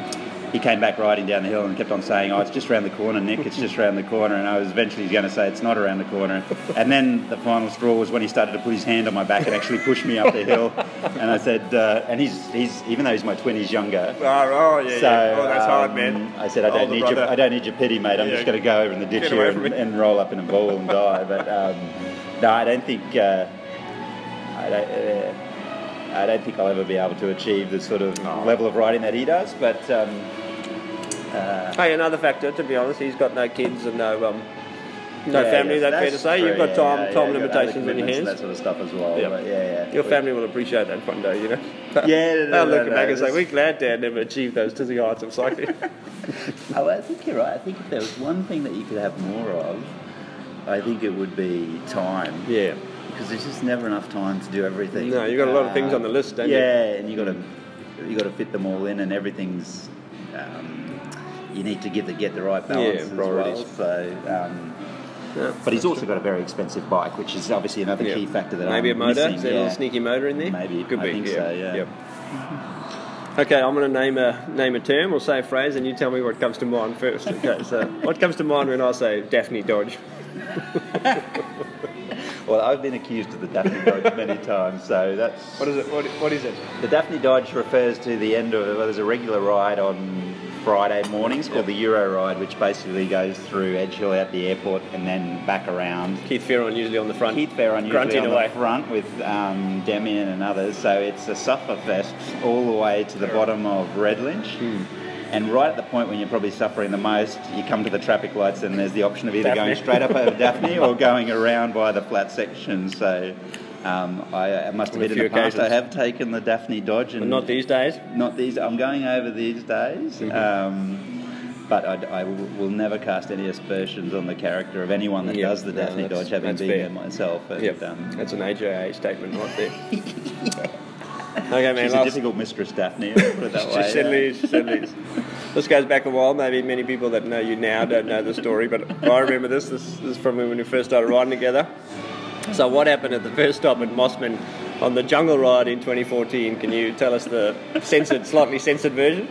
[SPEAKER 16] *laughs* he came back riding down the hill and kept on saying, "Oh, it's just round the corner, Nick. It's just round the corner." And I was eventually going to say, "It's not around the corner." And then the final straw was when he started to put his hand on my back and actually push me up the hill. And I said, uh, "And he's he's even though he's my twin, he's younger."
[SPEAKER 7] Oh, oh yeah,
[SPEAKER 16] So,
[SPEAKER 7] yeah. Oh, that's hard,
[SPEAKER 16] um,
[SPEAKER 7] man.
[SPEAKER 16] I said, I don't
[SPEAKER 7] Older
[SPEAKER 16] need your,
[SPEAKER 7] brother.
[SPEAKER 16] I don't need your pity, mate. I'm
[SPEAKER 7] Yeah.
[SPEAKER 16] just going to go over in the ditch
[SPEAKER 7] Get away
[SPEAKER 16] here
[SPEAKER 7] from
[SPEAKER 16] and, and roll up in a ball and die. But um, no, I don't think uh, I don't. Uh, I don't think I'll ever be able to achieve the sort of level of riding that he does, but um, uh,
[SPEAKER 7] Hey, another factor. To be honest, he's got no kids and no um, no
[SPEAKER 16] yeah, yes,
[SPEAKER 7] family. that's, fair to say. You've got
[SPEAKER 16] true,
[SPEAKER 7] time,
[SPEAKER 16] yeah, yeah,
[SPEAKER 7] time
[SPEAKER 16] you've got other
[SPEAKER 7] limitations on your
[SPEAKER 16] commitments and
[SPEAKER 7] hands.
[SPEAKER 16] that sort of stuff as well.
[SPEAKER 7] Yeah.
[SPEAKER 16] but yeah, yeah.
[SPEAKER 7] Your
[SPEAKER 16] We-
[SPEAKER 7] family will appreciate that one day, you know.
[SPEAKER 16] *laughs* Yeah, no, no,
[SPEAKER 7] They'll
[SPEAKER 16] no,
[SPEAKER 7] look
[SPEAKER 16] no,
[SPEAKER 7] back and say,
[SPEAKER 16] just-
[SPEAKER 7] "We're glad Dad never achieved those dizzy heights
[SPEAKER 16] *laughs*
[SPEAKER 7] of cycling."
[SPEAKER 16] Oh, I think you're right. I think if there was one thing that you could have more of, I think it would be time.
[SPEAKER 7] Yeah.
[SPEAKER 16] Because there's just never enough time to do everything.
[SPEAKER 7] No, you've got a lot of things on the list, don't you? Mm.
[SPEAKER 16] yeah, and you got to you got to fit them all in, and everything's um, you need to give the get the right balance
[SPEAKER 7] Yeah,
[SPEAKER 16] as
[SPEAKER 7] priorities.
[SPEAKER 16] well. So. Um, but he's also got a very expensive bike, which is obviously another
[SPEAKER 7] Yeah.
[SPEAKER 16] key factor that
[SPEAKER 7] maybe
[SPEAKER 16] I'm
[SPEAKER 7] a motor.
[SPEAKER 16] missing.
[SPEAKER 7] Is there a
[SPEAKER 16] Yeah.
[SPEAKER 7] little sneaky motor in there? Maybe could
[SPEAKER 16] I
[SPEAKER 7] be.
[SPEAKER 16] think
[SPEAKER 7] yeah.
[SPEAKER 16] so, yeah.
[SPEAKER 7] Yep.
[SPEAKER 16] *laughs*
[SPEAKER 7] Okay, I'm going to name a name a term or say a phrase, and you tell me what comes to mind first. Okay, so
[SPEAKER 16] *laughs*
[SPEAKER 7] what comes to mind when I say Daphne Dodge?
[SPEAKER 16] Well, I've been accused of the Daphne Dodge
[SPEAKER 7] *laughs*
[SPEAKER 16] many times, so that's. What
[SPEAKER 7] is it? What, what is it?
[SPEAKER 16] The Daphne Dodge refers to the end of. Well, there's a regular ride on Friday mornings called the Euro Ride, which basically goes through Edge Hill out the airport and then back around.
[SPEAKER 7] Keith Ferron usually on the front.
[SPEAKER 16] Keith Ferron usually
[SPEAKER 7] Grunting
[SPEAKER 16] on
[SPEAKER 7] away.
[SPEAKER 16] the front with um, Demian and others, so it's a sufferfest all the way to the bottom of Red Lynch.
[SPEAKER 7] Hmm.
[SPEAKER 16] And right at the point when you're probably suffering the most, you come to the traffic lights, and there's the option of either
[SPEAKER 7] Daphne.
[SPEAKER 16] going straight up over
[SPEAKER 7] *laughs*
[SPEAKER 16] Daphne or going around by the flat section. So um, I, I must
[SPEAKER 7] On a
[SPEAKER 16] admit, in
[SPEAKER 7] few
[SPEAKER 16] the past, I
[SPEAKER 7] occasions.
[SPEAKER 16] have taken the Daphne Dodge, and
[SPEAKER 7] But not these days.
[SPEAKER 16] Not these. I'm going over these days.
[SPEAKER 7] Mhm.
[SPEAKER 16] Um, but I, I will will never cast any aspersions on the character of anyone that
[SPEAKER 7] Yeah,
[SPEAKER 16] does the
[SPEAKER 7] no,
[SPEAKER 16] Daphne
[SPEAKER 7] that's-
[SPEAKER 16] Dodge, having
[SPEAKER 7] that's
[SPEAKER 16] been
[SPEAKER 7] fair.
[SPEAKER 16] there myself. And,
[SPEAKER 7] Yep,
[SPEAKER 16] um,
[SPEAKER 7] that's an AJA statement
[SPEAKER 16] *laughs*
[SPEAKER 7] right there. okay, man.
[SPEAKER 16] She's a
[SPEAKER 7] last-
[SPEAKER 16] difficult mistress, Daphne. Put
[SPEAKER 7] *laughs*
[SPEAKER 16] it that
[SPEAKER 7] She
[SPEAKER 16] way.
[SPEAKER 7] certainly is, she certainly is. This goes back a while. Maybe many people that know you now don't know the story, but I remember this. This, this is from when we first started riding together. So, what happened at the first stop at Mossman on the jungle ride in 2014? Can you tell us the censored, slightly censored version?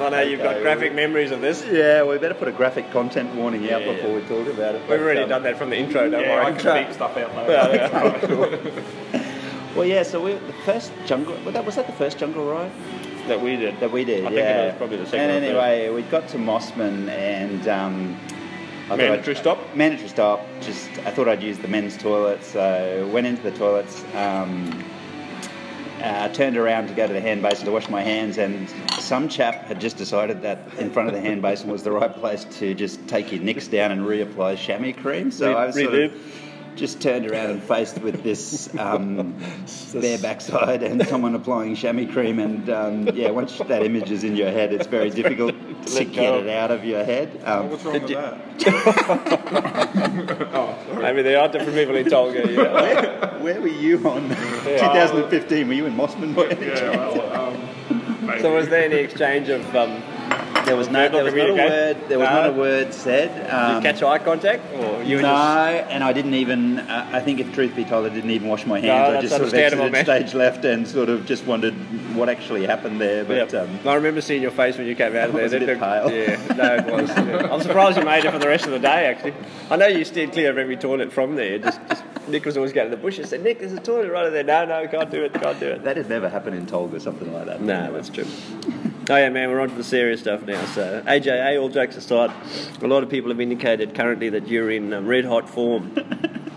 [SPEAKER 7] I know you've got
[SPEAKER 16] Okay,
[SPEAKER 7] graphic memories of this.
[SPEAKER 16] Yeah, we better put a graphic content warning out
[SPEAKER 7] Yeah, yeah.
[SPEAKER 16] before we talk about it.
[SPEAKER 7] We've
[SPEAKER 16] but,
[SPEAKER 7] already
[SPEAKER 16] um,
[SPEAKER 7] done that from the intro, don't
[SPEAKER 16] yeah,
[SPEAKER 7] worry.
[SPEAKER 16] I can beep
[SPEAKER 6] stuff out
[SPEAKER 7] Well,
[SPEAKER 6] *laughs*
[SPEAKER 7] yeah.
[SPEAKER 16] *laughs* Well, yeah. So we, the first jungle was that, was that the first jungle ride
[SPEAKER 7] that we did.
[SPEAKER 16] That we did.
[SPEAKER 7] I think it
[SPEAKER 16] yeah.
[SPEAKER 7] was probably the second
[SPEAKER 16] And
[SPEAKER 7] or third.
[SPEAKER 16] anyway, we got to Mossman and um, I thought
[SPEAKER 7] Mandatory
[SPEAKER 16] I'd- Mandatory stop. Just I thought I'd use the men's toilet, so went into the toilets. Um, uh, turned around to go to the hand basin to wash my hands, and some chap had just decided that in front of the hand basin was the right place to just take your nicks down and reapply chamois cream. So
[SPEAKER 7] Re-
[SPEAKER 16] I was sort
[SPEAKER 7] redo.
[SPEAKER 16] of just turned around and faced with *laughs* this um, bare backside and someone applying chamois cream. And um, yeah, once that image is in your head, it's very difficult
[SPEAKER 7] to
[SPEAKER 16] to
[SPEAKER 7] let
[SPEAKER 16] get
[SPEAKER 7] go.
[SPEAKER 16] it out of your head. Um,
[SPEAKER 7] What's wrong with
[SPEAKER 16] that? oh,
[SPEAKER 7] Maybe there are different people in Tolga, you know.
[SPEAKER 16] where, where were you on 2015? Were you in Mossman? by any chance? um,
[SPEAKER 7] So was there any exchange of? Um,
[SPEAKER 16] there was no, there was not a word. There was not a word said. Um,
[SPEAKER 7] Uh, Did you catch eye contact, or you
[SPEAKER 16] no,
[SPEAKER 7] were just?
[SPEAKER 16] and I didn't even. Uh, I think, if truth be told, I didn't even wash my
[SPEAKER 7] No,
[SPEAKER 16] hands. I
[SPEAKER 7] that's
[SPEAKER 16] just sort of
[SPEAKER 7] understandable,
[SPEAKER 16] exited
[SPEAKER 7] man.
[SPEAKER 16] stage left and sort of just wondered what actually happened there. But
[SPEAKER 7] Yeah.
[SPEAKER 16] um,
[SPEAKER 7] I remember seeing your face when you came out of
[SPEAKER 16] I
[SPEAKER 7] there.
[SPEAKER 16] was a
[SPEAKER 7] That
[SPEAKER 16] bit
[SPEAKER 7] looked-
[SPEAKER 16] pale.
[SPEAKER 7] Yeah, no, it
[SPEAKER 16] *laughs*
[SPEAKER 7] was. yeah. I'm surprised you made it for the rest of the day. Actually, I know you steered clear of every toilet from there. Just, just Nick was always going to the bushes. Said Nick, there's a toilet right over there. No, no, can't do it. Can't do it.
[SPEAKER 16] that had never happened in Tolga, something like that.
[SPEAKER 7] No, that's true. Oh yeah, man, we're on to the serious stuff now. So AJA, all jokes aside, a lot of people have indicated currently that you're in um, red hot form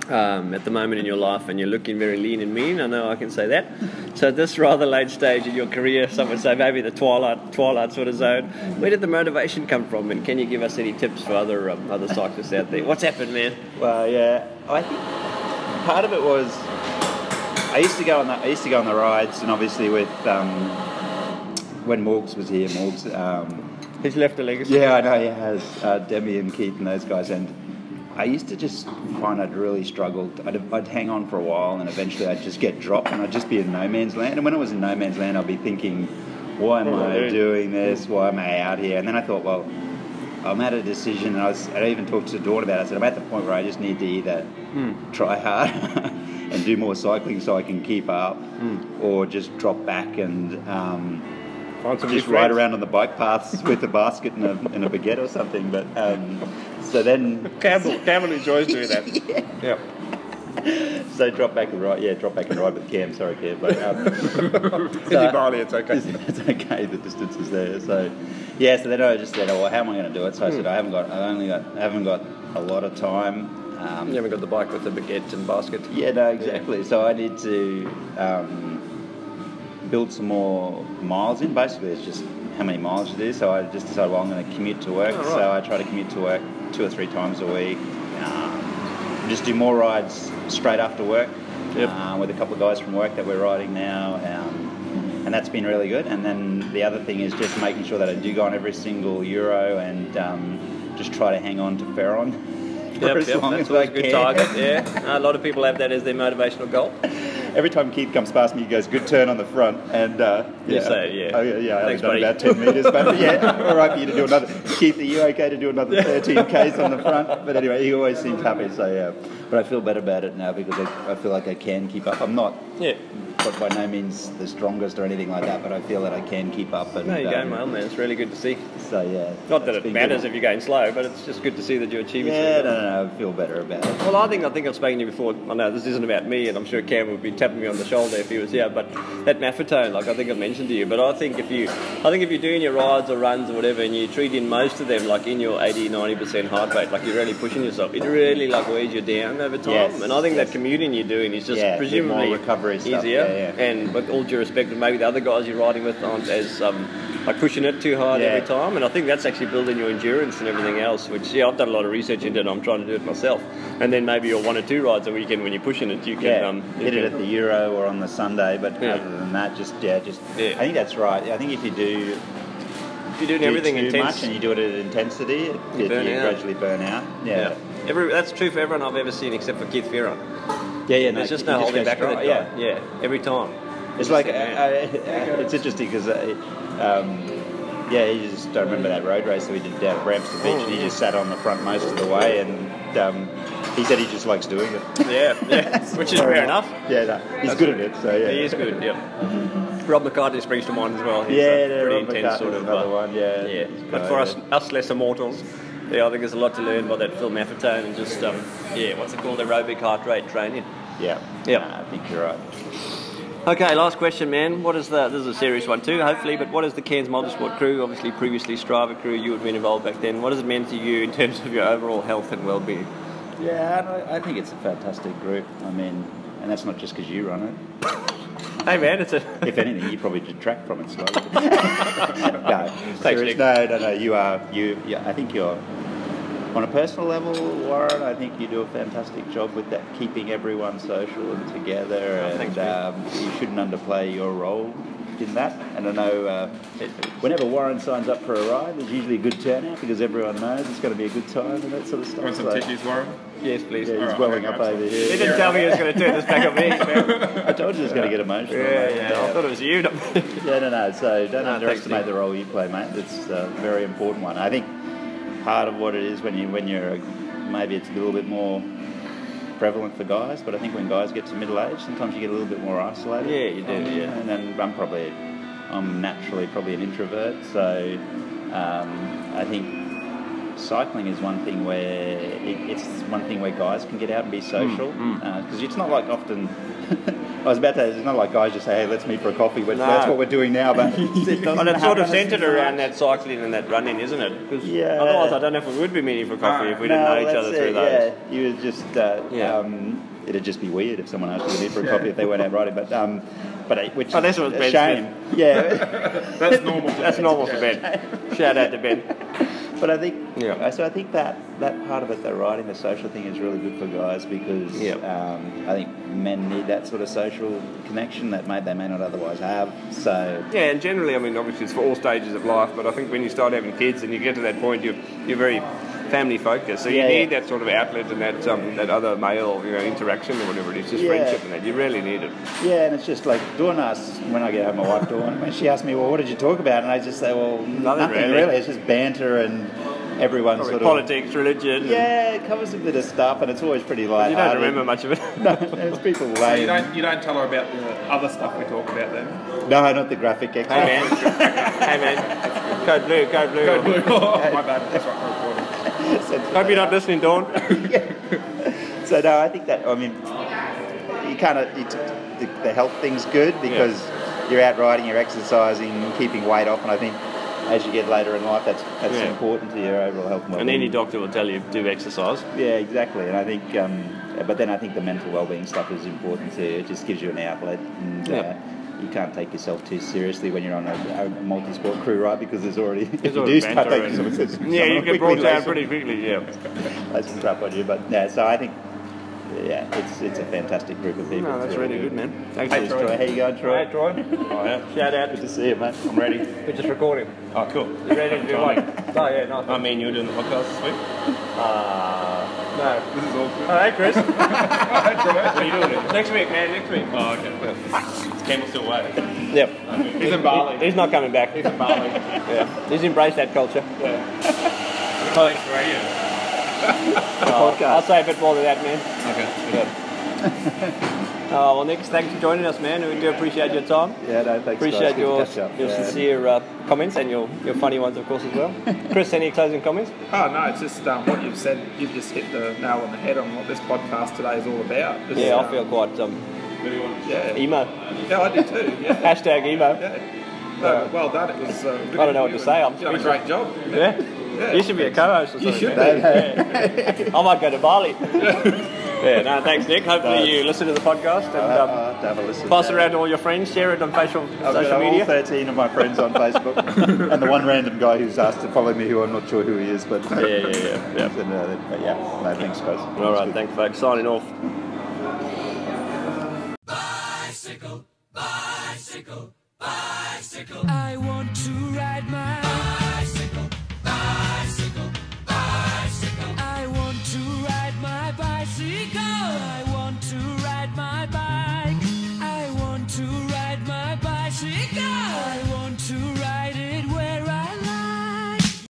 [SPEAKER 7] um, at the moment in your life, and you're looking very lean and mean. I know I can say that. So at this rather late stage in your career, some would say maybe the twilight, twilight sort of zone. Where did the motivation come from, and can you give us any tips for other um, other cyclists out there? What's happened, man?
[SPEAKER 16] Well, yeah, I think part of it was I used to go on the I used to go on the rides, and obviously with um, when Morgs was here, Morgs um,
[SPEAKER 7] He's left a legacy.
[SPEAKER 16] Yeah, I know he has. Uh, Demi and Keith and those guys. And I used to just find I'd really struggled. I'd, I'd hang on for a while and eventually I'd just get dropped and I'd just be in no man's land. And when I was in no man's land, I'd be thinking, why am
[SPEAKER 17] What am I
[SPEAKER 16] I
[SPEAKER 17] doing?
[SPEAKER 16] doing this? Why am I out here? And then I thought, well, I'm at a decision. And I, was, I even talked to Dawn about it. I said, I'm at the point where I just need to either
[SPEAKER 18] Mm.
[SPEAKER 16] try hard *laughs* and do more cycling so I can keep up,
[SPEAKER 18] Mm.
[SPEAKER 16] or just drop back and um,
[SPEAKER 7] some
[SPEAKER 16] just
[SPEAKER 7] new
[SPEAKER 16] ride
[SPEAKER 7] friends.
[SPEAKER 16] around on the bike paths *laughs* with a basket and a, and a baguette or something. But um, so then
[SPEAKER 7] Campbell, Campbell enjoys doing that.
[SPEAKER 16] *laughs* yeah. *laughs* So drop back and ride, yeah, drop back and ride with Cam. Sorry, Cam, but
[SPEAKER 7] *laughs*
[SPEAKER 16] um,
[SPEAKER 6] If you barley, it's okay.
[SPEAKER 16] *laughs* It's, okay. The distance is there. So yeah, so then I just said, oh, well, how am I going to do it? So I
[SPEAKER 7] Hmm.
[SPEAKER 16] said, I haven't got, I only got, I haven't got a lot of time. Um,
[SPEAKER 7] You haven't got the bike with the baguette and basket.
[SPEAKER 16] Yeah, no, exactly. So I need to um, build some more miles in. Basically, it's just how many miles you do. So I just decided, well, I'm going to commute to work.
[SPEAKER 7] Oh, right.
[SPEAKER 16] So I try to commute to work two or three times a week. Um, just do more rides straight after work um, with a couple of guys from work that we're riding now. Um, and that's been really good. And then the other thing is just making sure that I do go on every single euro and um, just try to hang on to Ferron *laughs* for
[SPEAKER 7] Yep,
[SPEAKER 16] as
[SPEAKER 7] yep,
[SPEAKER 16] long
[SPEAKER 7] that's
[SPEAKER 16] as I
[SPEAKER 7] always a good
[SPEAKER 16] can.
[SPEAKER 7] target. Yeah, a lot of people have that as their motivational goal.
[SPEAKER 16] Every time Keith comes past me, he goes, "Good turn on the front," and uh,
[SPEAKER 7] You say it, yeah.
[SPEAKER 16] oh, yeah, yeah. I Thanks,
[SPEAKER 7] Thanks,
[SPEAKER 16] done
[SPEAKER 7] buddy.
[SPEAKER 16] about ten meters, *laughs* but yeah, all right for you to do another. Keith, are you okay to do another thirteen k's on the front? But anyway, he always seems happy, so yeah. But I feel better about it now because I, I feel like I can keep up. I'm not,
[SPEAKER 7] Yeah.
[SPEAKER 16] but by no means the strongest or anything like that. But I feel that I can keep up. And,
[SPEAKER 7] No, you're
[SPEAKER 16] um,
[SPEAKER 7] going well, man. It's really good to see.
[SPEAKER 16] So yeah,
[SPEAKER 7] Not that
[SPEAKER 16] that's
[SPEAKER 7] it
[SPEAKER 16] been
[SPEAKER 7] matters
[SPEAKER 16] good.
[SPEAKER 7] if you're going slow, but it's just good to see that you're achieving.
[SPEAKER 16] Yeah,
[SPEAKER 7] something.
[SPEAKER 16] no, no, no, I feel better about it.
[SPEAKER 7] Well, I think I think I've spoken to you before. I know this isn't about me, and I'm sure Cam would be tapping me on the shoulder if he was here. But that Maffetone, like I think I mentioned to you, but I think if you, I think if you're doing your rides or runs or whatever, and you treat in most of them like in your 80, 90 percent heart rate, like you're really pushing yourself, it really like wears you down over time.
[SPEAKER 16] Yes,
[SPEAKER 7] and I think that commuting you're doing is just
[SPEAKER 16] Yeah, a bit
[SPEAKER 7] presumably
[SPEAKER 16] more recovery
[SPEAKER 7] easier.
[SPEAKER 16] stuff, yeah,
[SPEAKER 7] And with all due respect, maybe the other guys you're riding with aren't as um, like pushing it too hard
[SPEAKER 16] Yeah.
[SPEAKER 7] every time. And I think that's actually building your endurance and everything else. Which yeah, I've done a lot of research into, it and I'm trying to do it myself. And then maybe your one or two rides a weekend when you're pushing it, you can
[SPEAKER 16] yeah,
[SPEAKER 7] um, you
[SPEAKER 16] hit it
[SPEAKER 7] can-
[SPEAKER 16] at the Euro or on the Sunday, but
[SPEAKER 7] Yeah.
[SPEAKER 16] other than that, just yeah, just I think that's right. I think if you do,
[SPEAKER 7] if you're doing everything
[SPEAKER 16] too
[SPEAKER 7] intense-
[SPEAKER 16] much and you do it at intensity, it,
[SPEAKER 7] You
[SPEAKER 16] you,
[SPEAKER 7] burn out.
[SPEAKER 16] gradually burn out. Yeah,
[SPEAKER 7] Every, that's true for everyone I've ever seen except for Keith Fearon.
[SPEAKER 16] yeah, yeah.
[SPEAKER 7] There's just
[SPEAKER 16] it
[SPEAKER 7] no holding
[SPEAKER 16] goes
[SPEAKER 7] back with
[SPEAKER 16] strong,
[SPEAKER 7] it.
[SPEAKER 16] Yeah,
[SPEAKER 7] Yeah, yeah. Every time.
[SPEAKER 16] It's
[SPEAKER 7] Just
[SPEAKER 16] like
[SPEAKER 7] that,
[SPEAKER 16] I,
[SPEAKER 7] man.
[SPEAKER 16] I, it's interesting because um, yeah, you just don't remember that road race that we did down at Bramston Beach, and he just sat on the front most of the way, and um, he said he just likes doing it.
[SPEAKER 7] Yeah,
[SPEAKER 16] *laughs*
[SPEAKER 7] yeah. Which is fair enough.
[SPEAKER 16] Yeah, no, he's good at it. So yeah,
[SPEAKER 7] He is good. Yeah. Rob McCartney springs to mind as well. He's
[SPEAKER 16] Yeah,
[SPEAKER 7] a
[SPEAKER 16] no,
[SPEAKER 7] pretty
[SPEAKER 16] Rob
[SPEAKER 7] intense
[SPEAKER 16] McCartney's
[SPEAKER 7] sort of
[SPEAKER 16] another
[SPEAKER 7] uh,
[SPEAKER 16] one, yeah.
[SPEAKER 7] yeah.
[SPEAKER 16] He's
[SPEAKER 7] But
[SPEAKER 16] great,
[SPEAKER 7] for
[SPEAKER 16] yeah.
[SPEAKER 7] us, us lesser mortals, yeah, I think there's a lot to learn by that Phil Maffetone and just um, yeah, what's it called, aerobic heart rate training.
[SPEAKER 16] Yeah,
[SPEAKER 7] yeah.
[SPEAKER 16] I think you're right.
[SPEAKER 7] Okay, last question, man. What is the? This is a serious one too, hopefully. But what is the Cairns Multisport crew? Obviously, previously Strava crew, you had been involved back then. What has it meant to you in terms of your overall health and well-being?
[SPEAKER 16] Yeah, and I, I think it's a fantastic group. I mean, and that's not just because you run it.
[SPEAKER 7] hey man, it's a.
[SPEAKER 16] *laughs* If anything, you probably detract from it *laughs* slightly. no, serious- no, no, no. You are you. Yeah, I think you're on a personal level, Warren. I think you do a fantastic job with that, keeping everyone social and together. and um, you shouldn't underplay your role in that. And I know uh, whenever Warren signs up for a ride, there's usually a good turnout because everyone knows it's going to be a good time and that sort of stuff.
[SPEAKER 6] Want some tissues, Warren?
[SPEAKER 7] Yes, please.
[SPEAKER 16] Yeah, he's
[SPEAKER 6] Alright,
[SPEAKER 16] welling
[SPEAKER 6] okay,
[SPEAKER 16] up over
[SPEAKER 6] absolutely.
[SPEAKER 16] here.
[SPEAKER 6] He didn't tell me he was gonna turn
[SPEAKER 7] this
[SPEAKER 16] *laughs*
[SPEAKER 7] back on me,
[SPEAKER 16] I told you it was going to get emotional.
[SPEAKER 7] Yeah,
[SPEAKER 16] mate.
[SPEAKER 7] yeah, I thought it was you. yeah,
[SPEAKER 16] no, no. So don't
[SPEAKER 7] No, thanks,
[SPEAKER 16] underestimate the role you play, mate. It's a very important one. I think part of what it is when you when you're maybe it's a little bit more prevalent for guys, but I think when guys get to middle age, sometimes you get a little bit more isolated.
[SPEAKER 7] Yeah, you do,
[SPEAKER 16] Um,
[SPEAKER 7] yeah.
[SPEAKER 16] And then I'm probably I'm naturally probably an introvert, so um, I think. Cycling is one thing where it, it's one thing where guys can get out and be social
[SPEAKER 7] mm.
[SPEAKER 16] because it's not like often *laughs* I was about to. It's not like guys just say, "Hey, let's meet for a coffee." But
[SPEAKER 7] No.
[SPEAKER 16] That's what we're doing now.
[SPEAKER 7] *laughs*
[SPEAKER 16] But it
[SPEAKER 7] Well,
[SPEAKER 16] doesn't
[SPEAKER 7] it's
[SPEAKER 16] happen
[SPEAKER 7] sort of
[SPEAKER 16] as
[SPEAKER 7] centered
[SPEAKER 16] much.
[SPEAKER 7] around that cycling and that running, isn't it? 'Cause
[SPEAKER 16] Yeah. Ah,
[SPEAKER 7] Otherwise, I don't know if we would be meeting for coffee if we didn't
[SPEAKER 16] No,
[SPEAKER 7] know each
[SPEAKER 16] that's
[SPEAKER 7] other through
[SPEAKER 16] it,
[SPEAKER 7] those.
[SPEAKER 16] Yeah, you would just. Uh, um, it'd just be weird if someone asked you to meet for a coffee if they weren't out riding. But um, but I, which
[SPEAKER 7] Oh, that's what
[SPEAKER 16] is a
[SPEAKER 7] Ben
[SPEAKER 16] shame.
[SPEAKER 7] *laughs* Smith.
[SPEAKER 16] Yeah,
[SPEAKER 7] That's normal. That's normal for Ben. Shout out to Ben.
[SPEAKER 16] But I think uh, so. I think that that part of it, the riding the social thing, is really good for guys because um, I think men need that sort of social connection that may, they may not otherwise have. So
[SPEAKER 17] Yeah, and generally, I mean, obviously it's for all stages of life, but I think when you start having kids and you get to that point, you're, you're very family focused. So you
[SPEAKER 16] Yeah, yeah.
[SPEAKER 17] need that sort of outlet and that um, that other male you know, interaction or whatever it is, just
[SPEAKER 16] Yeah.
[SPEAKER 17] friendship and that. You really need it.
[SPEAKER 16] yeah, and it's just like Dawn asks when I get home, my wife Dawn, when she asks me, "Well, what did you talk about?" and I just say, "Well, nothing,
[SPEAKER 17] really."
[SPEAKER 16] really. It's just banter and everyone
[SPEAKER 17] Probably
[SPEAKER 16] sort of
[SPEAKER 17] politics, religion.
[SPEAKER 16] Yeah, it covers a bit of stuff, and it's always pretty light.
[SPEAKER 17] You don't remember much of it.
[SPEAKER 16] *laughs* no, it's people
[SPEAKER 6] So
[SPEAKER 16] lame.
[SPEAKER 6] you don't you don't tell her about the other stuff we talk about then.
[SPEAKER 16] No, not the graphic expert.
[SPEAKER 6] Hey, *laughs* man.
[SPEAKER 16] *laughs*
[SPEAKER 17] hey man, code blue, code blue.
[SPEAKER 6] Code blue. *laughs* Oh, my bad. That's right.
[SPEAKER 16] we're recording.
[SPEAKER 17] Hope you're not listening, Dawn.
[SPEAKER 16] *laughs* So no, I think that I mean, you kind of you t- the, the health thing's good because you're out riding, you're exercising, keeping weight off, and I think as you get later in life, that's that's
[SPEAKER 9] Yeah.
[SPEAKER 16] important to your overall health. And
[SPEAKER 9] And any
[SPEAKER 16] well-being.
[SPEAKER 9] doctor will tell you do exercise.
[SPEAKER 16] yeah, exactly. And I think, um, but then I think the mental well-being stuff is important too. It just gives you an outlet, and
[SPEAKER 9] Yeah.
[SPEAKER 16] uh, you can't take yourself too seriously when you're on a, a multi-sport crew, right? Because there's already *laughs* if
[SPEAKER 17] There's
[SPEAKER 16] you
[SPEAKER 17] always
[SPEAKER 16] do start
[SPEAKER 17] banter
[SPEAKER 16] taking
[SPEAKER 17] and-
[SPEAKER 16] some- some-
[SPEAKER 17] Yeah, you
[SPEAKER 16] some
[SPEAKER 17] get
[SPEAKER 16] quickly
[SPEAKER 17] brought down
[SPEAKER 16] lace-
[SPEAKER 17] pretty quickly, yeah.
[SPEAKER 16] *laughs* that's some crap on you, but yeah. So I think, yeah, it's it's a fantastic group of people.
[SPEAKER 17] No, that's
[SPEAKER 16] It's
[SPEAKER 17] really good, man. Thanks,
[SPEAKER 16] Thanks, hey, Troy.
[SPEAKER 17] Troy.
[SPEAKER 16] How you going, Troy?
[SPEAKER 17] Hey,
[SPEAKER 9] *laughs*
[SPEAKER 17] Troy.
[SPEAKER 16] Oh, yeah. Shout out. Good to see you, mate. I'm ready. We're just recording. Oh, cool.
[SPEAKER 17] You ready to do
[SPEAKER 16] Time.
[SPEAKER 17] like? Oh yeah, nice. I mean, you were doing the podcast this week. Uh, no, this is awkward. All right, Chris. what are you doing? Next week, man. Next week. Oh, okay. Campbell's still away.
[SPEAKER 9] *laughs* Yep.
[SPEAKER 17] He's in Bali.
[SPEAKER 9] He's not coming back.
[SPEAKER 17] He's in Bali.
[SPEAKER 9] *laughs* yeah. He's embraced that culture.
[SPEAKER 17] Yeah.
[SPEAKER 9] Oh, *laughs*
[SPEAKER 17] podcast.
[SPEAKER 9] I'll say a bit more than that, man.
[SPEAKER 17] Okay. *laughs*
[SPEAKER 9] Oh, well, Nick, thanks for joining us, man. We do appreciate your time.
[SPEAKER 16] Yeah, no, thanks. guys.
[SPEAKER 9] appreciate
[SPEAKER 16] Good to
[SPEAKER 9] your
[SPEAKER 16] catch up.
[SPEAKER 9] your
[SPEAKER 16] Yeah.
[SPEAKER 9] sincere uh, comments and your, your funny ones, of course, as
[SPEAKER 16] *laughs*
[SPEAKER 9] well. Chris, any closing comments?
[SPEAKER 6] Oh no, it's just um, what you've said. You've just hit the nail on the head on what this podcast today is all about. It's,
[SPEAKER 9] yeah,
[SPEAKER 6] um,
[SPEAKER 9] I feel quite um,
[SPEAKER 6] Yeah.
[SPEAKER 9] emo.
[SPEAKER 6] Yeah, I do
[SPEAKER 7] *laughs*
[SPEAKER 6] too. Yeah.
[SPEAKER 9] Hashtag emo.
[SPEAKER 6] No, well done. It was. Uh, good
[SPEAKER 9] I don't know what
[SPEAKER 6] interview
[SPEAKER 9] to say.
[SPEAKER 6] and
[SPEAKER 9] I'm
[SPEAKER 6] you done a great job.
[SPEAKER 9] Yeah. You should be a co-host or something.
[SPEAKER 6] You should
[SPEAKER 9] man. Yeah. I might go to
[SPEAKER 6] *laughs*
[SPEAKER 9] Bali. yeah, no, thanks, Nick. Hopefully
[SPEAKER 16] No.
[SPEAKER 9] you listen to the podcast and
[SPEAKER 16] I'll,
[SPEAKER 9] um,
[SPEAKER 16] I'll Uh-huh. have to have a listen.
[SPEAKER 9] pass it around to all your friends. Share it on facial,
[SPEAKER 16] I've
[SPEAKER 9] social
[SPEAKER 16] got
[SPEAKER 9] media.
[SPEAKER 16] all 13 of my friends on
[SPEAKER 6] *laughs*
[SPEAKER 16] Facebook, and the one random guy who's asked to follow me, who I'm not sure who he is, but yeah, yeah, yeah, *laughs* yeah. But, uh, but yeah, no, thanks, guys.
[SPEAKER 9] All right, thanks, folks. Signing off.
[SPEAKER 19] Bicycle, bicycle, bicycle. I want to ride my bicycle, bicycle, bicycle. I want to ride my bicycle. I want to ride my bike. I want to ride my bicycle. I want to ride it where I like.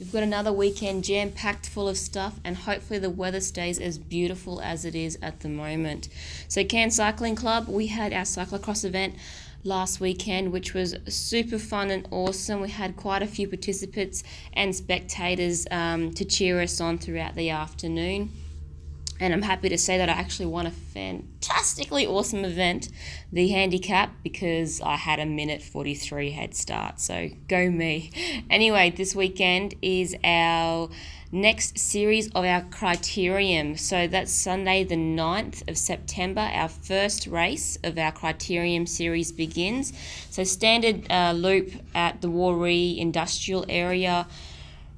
[SPEAKER 20] We've got another weekend jam packed full of stuff, and hopefully the weather stays as beautiful as it is at the moment. So, Cairns Cycling Club, we had our cyclocross event last weekend, which was super fun and awesome. We had quite a few participants and spectators um, to cheer us on throughout the afternoon. And I'm happy to say that I actually won a fantastically awesome event, the handicap, because I had a minute 43 head start. So go me. Anyway, this weekend is our next series of our criterium. So that's Sunday, the 9th of September. Our first race of our criterium series begins. So, standard uh, loop at the Warree Industrial Area.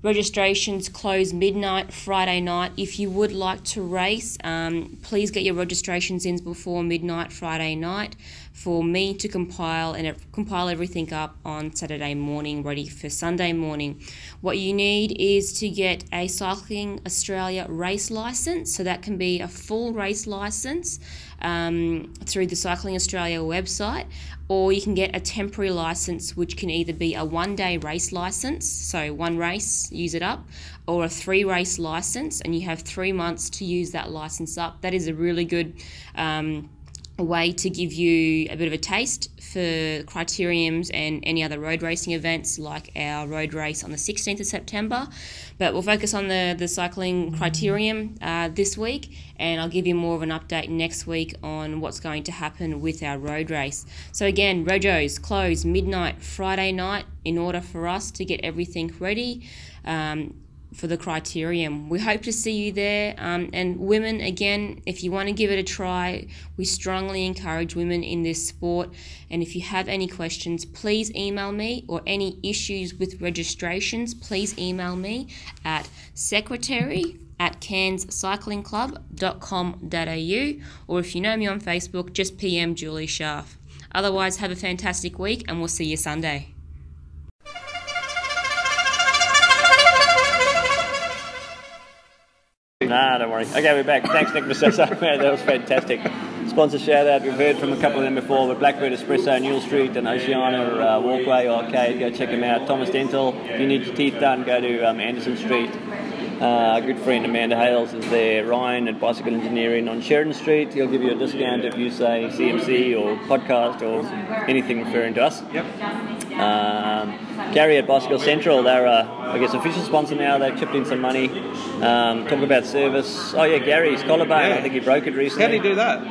[SPEAKER 20] Registrations close midnight Friday night. If you would like to race, um, please get your registrations in before midnight Friday night for me to compile and ev- compile everything up on Saturday morning, ready for Sunday morning. What you need is to get a Cycling Australia race license, so that can be a full race license um, through the Cycling Australia website, or you can get a temporary license, which can either be a one day race license, so one race, use it up, or a three race license, and you have three months to use that license up. That is a really good. Um, way to give you a bit of a taste for criteriums and any other road racing events like our road race on the 16th of September. But we'll focus on the, the cycling criterium uh, this week and I'll give you more of an update next week on what's going to happen with our road race. So, again, Rejo's close midnight Friday night in order for us to get everything ready. Um, for the criterium. We hope to see you there. Um, and women, again, if you want to give it a try, we strongly encourage women in this sport. And if you have any questions, please email me or any issues with registrations, please email me at secretary at cairnscyclingclub.com.au or if you know me on Facebook, just PM Julie Schaff. Otherwise, have a fantastic week and we'll see you Sunday.
[SPEAKER 7] Nah, don't worry. Okay, we're back. Thanks, Nick *laughs* Massessa. Man, that was fantastic. Sponsor shout out. We've heard from a couple of them before, but Blackbird Espresso, Newell Street, and Oceana uh, Walkway Arcade. Go check them out. Thomas Dental. If you need your teeth done, go to um, Anderson Street. Uh, our good friend Amanda Hales is there. Ryan at Bicycle Engineering on Sheridan Street. He'll give you a discount if you say CMC or podcast or anything referring to us. Yep. Um, Gary at Bicycle Central, they're, uh, I guess, official sponsor now. They've chipped in some money. Um, talk about service. Oh, yeah, Gary's collarbone. I think he broke it recently.
[SPEAKER 6] How did he do that?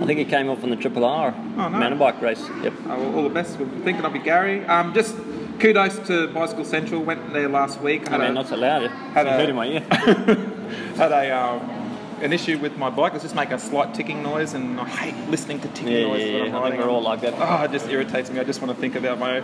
[SPEAKER 7] I think he came off on the Triple R
[SPEAKER 6] Oh, no.
[SPEAKER 7] mountain bike race. Yep.
[SPEAKER 6] Oh, well, all the best. We're thinking of you, Gary. Um, just kudos to Bicycle Central. Went there last week.
[SPEAKER 7] I mean, not so loud.
[SPEAKER 6] Had a,
[SPEAKER 7] It's hurt in my ear.
[SPEAKER 6] had a um, an issue with my bike. It's just making a slight ticking noise, and I hate listening to ticking
[SPEAKER 7] Yeah,
[SPEAKER 6] noise.
[SPEAKER 7] yeah,
[SPEAKER 6] when I'm
[SPEAKER 7] yeah. I think
[SPEAKER 6] riding
[SPEAKER 7] we're
[SPEAKER 6] on.
[SPEAKER 7] all like that.
[SPEAKER 6] Oh, it just irritates me. I just want to think about my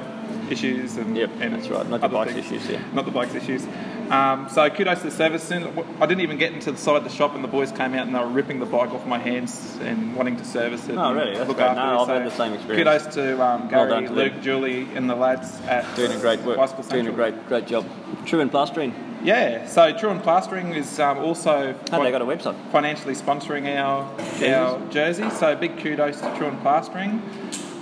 [SPEAKER 6] issues and yep, and that's right. Not
[SPEAKER 7] the bike's issues, yeah.
[SPEAKER 6] Not the bike's issues. Um, so kudos to the service. Soon I didn't even get into the side of the shop, and the boys came out and they were ripping the bike off my hands and wanting to service it.
[SPEAKER 7] Oh,
[SPEAKER 6] and
[SPEAKER 7] really? That's
[SPEAKER 6] look
[SPEAKER 7] great.
[SPEAKER 6] after
[SPEAKER 7] No,
[SPEAKER 6] it.
[SPEAKER 7] I've
[SPEAKER 6] So
[SPEAKER 7] had the same experience.
[SPEAKER 6] Kudos to um,
[SPEAKER 7] Well
[SPEAKER 6] Gary,
[SPEAKER 7] done to them.
[SPEAKER 6] Luke, Julie, and the lads at
[SPEAKER 7] Doing a great work.
[SPEAKER 6] Bicycle
[SPEAKER 7] Doing a
[SPEAKER 6] Central.
[SPEAKER 7] great, great job. True and plastering.
[SPEAKER 6] Yeah, so True and Plastering is um, also
[SPEAKER 7] Oh, they got a website.
[SPEAKER 6] financially sponsoring our our jersey. So big kudos to True and Plastering.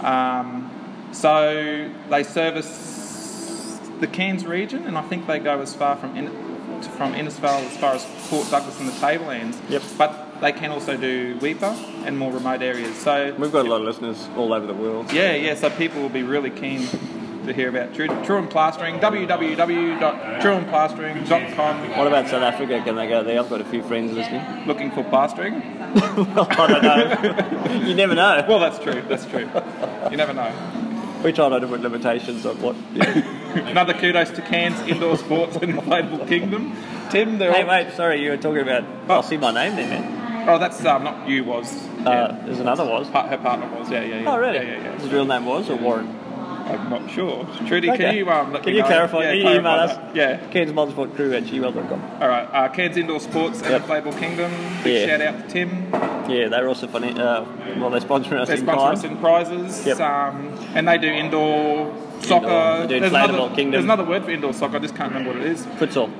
[SPEAKER 6] Um, so they service the Cairns region, and I think they go as far from in, to- from Innisfail as far as Port Douglas and the Tablelands. Yep. But they can also do Weeper and more remote areas. So
[SPEAKER 7] We've got a lot of listeners all over the world.
[SPEAKER 6] yeah, yeah. So people will be really keen to hear about True, True and Plastering. www.trueandplastering.com.
[SPEAKER 7] What about South Africa? Can they go there? I've got a few friends listening.
[SPEAKER 6] Looking for plastering?
[SPEAKER 7] you never know.
[SPEAKER 6] Well, that's true. That's true. You never know.
[SPEAKER 7] We try not to put limitations on what.
[SPEAKER 6] *laughs* Another kudos to Cairns Indoor Sports and Inflatable Kingdom. Tim, they're
[SPEAKER 7] Hey,
[SPEAKER 6] all-
[SPEAKER 7] mate, sorry, you were talking about. I'll see my name there, man.
[SPEAKER 6] Oh, that's um, not you, was.
[SPEAKER 7] Uh, there's another was.
[SPEAKER 6] Her partner was, yeah, yeah, yeah.
[SPEAKER 7] Oh, really?
[SPEAKER 6] Yeah, yeah, yeah.
[SPEAKER 7] His real name was or Warren?
[SPEAKER 6] I'm not sure. Trudy, can
[SPEAKER 7] Okay.
[SPEAKER 6] you um, let
[SPEAKER 7] Can
[SPEAKER 6] me
[SPEAKER 7] you
[SPEAKER 6] know?
[SPEAKER 7] clarify?
[SPEAKER 6] Yeah,
[SPEAKER 7] Can you
[SPEAKER 6] clarify
[SPEAKER 7] email
[SPEAKER 6] that?
[SPEAKER 7] us?
[SPEAKER 6] Yeah.
[SPEAKER 7] Cairns Motorsport Crew at gmail.com.
[SPEAKER 6] All right. Uh, Cairns Indoor Sports and
[SPEAKER 7] Yep.
[SPEAKER 6] Inflatable Kingdom. Big
[SPEAKER 7] Yeah.
[SPEAKER 6] shout out to Tim.
[SPEAKER 7] Yeah, they're also funny. Uh, well, they're sponsoring us
[SPEAKER 6] They
[SPEAKER 7] in
[SPEAKER 6] sponsor us
[SPEAKER 7] kind.
[SPEAKER 6] in prizes.
[SPEAKER 7] Yep.
[SPEAKER 6] Um, and they do indoor soccer.
[SPEAKER 7] Indoor. They do
[SPEAKER 6] There's
[SPEAKER 7] Inflatable
[SPEAKER 6] another-
[SPEAKER 7] Kingdom.
[SPEAKER 6] There's another word for indoor soccer. I just can't remember what it is.
[SPEAKER 7] Futsal.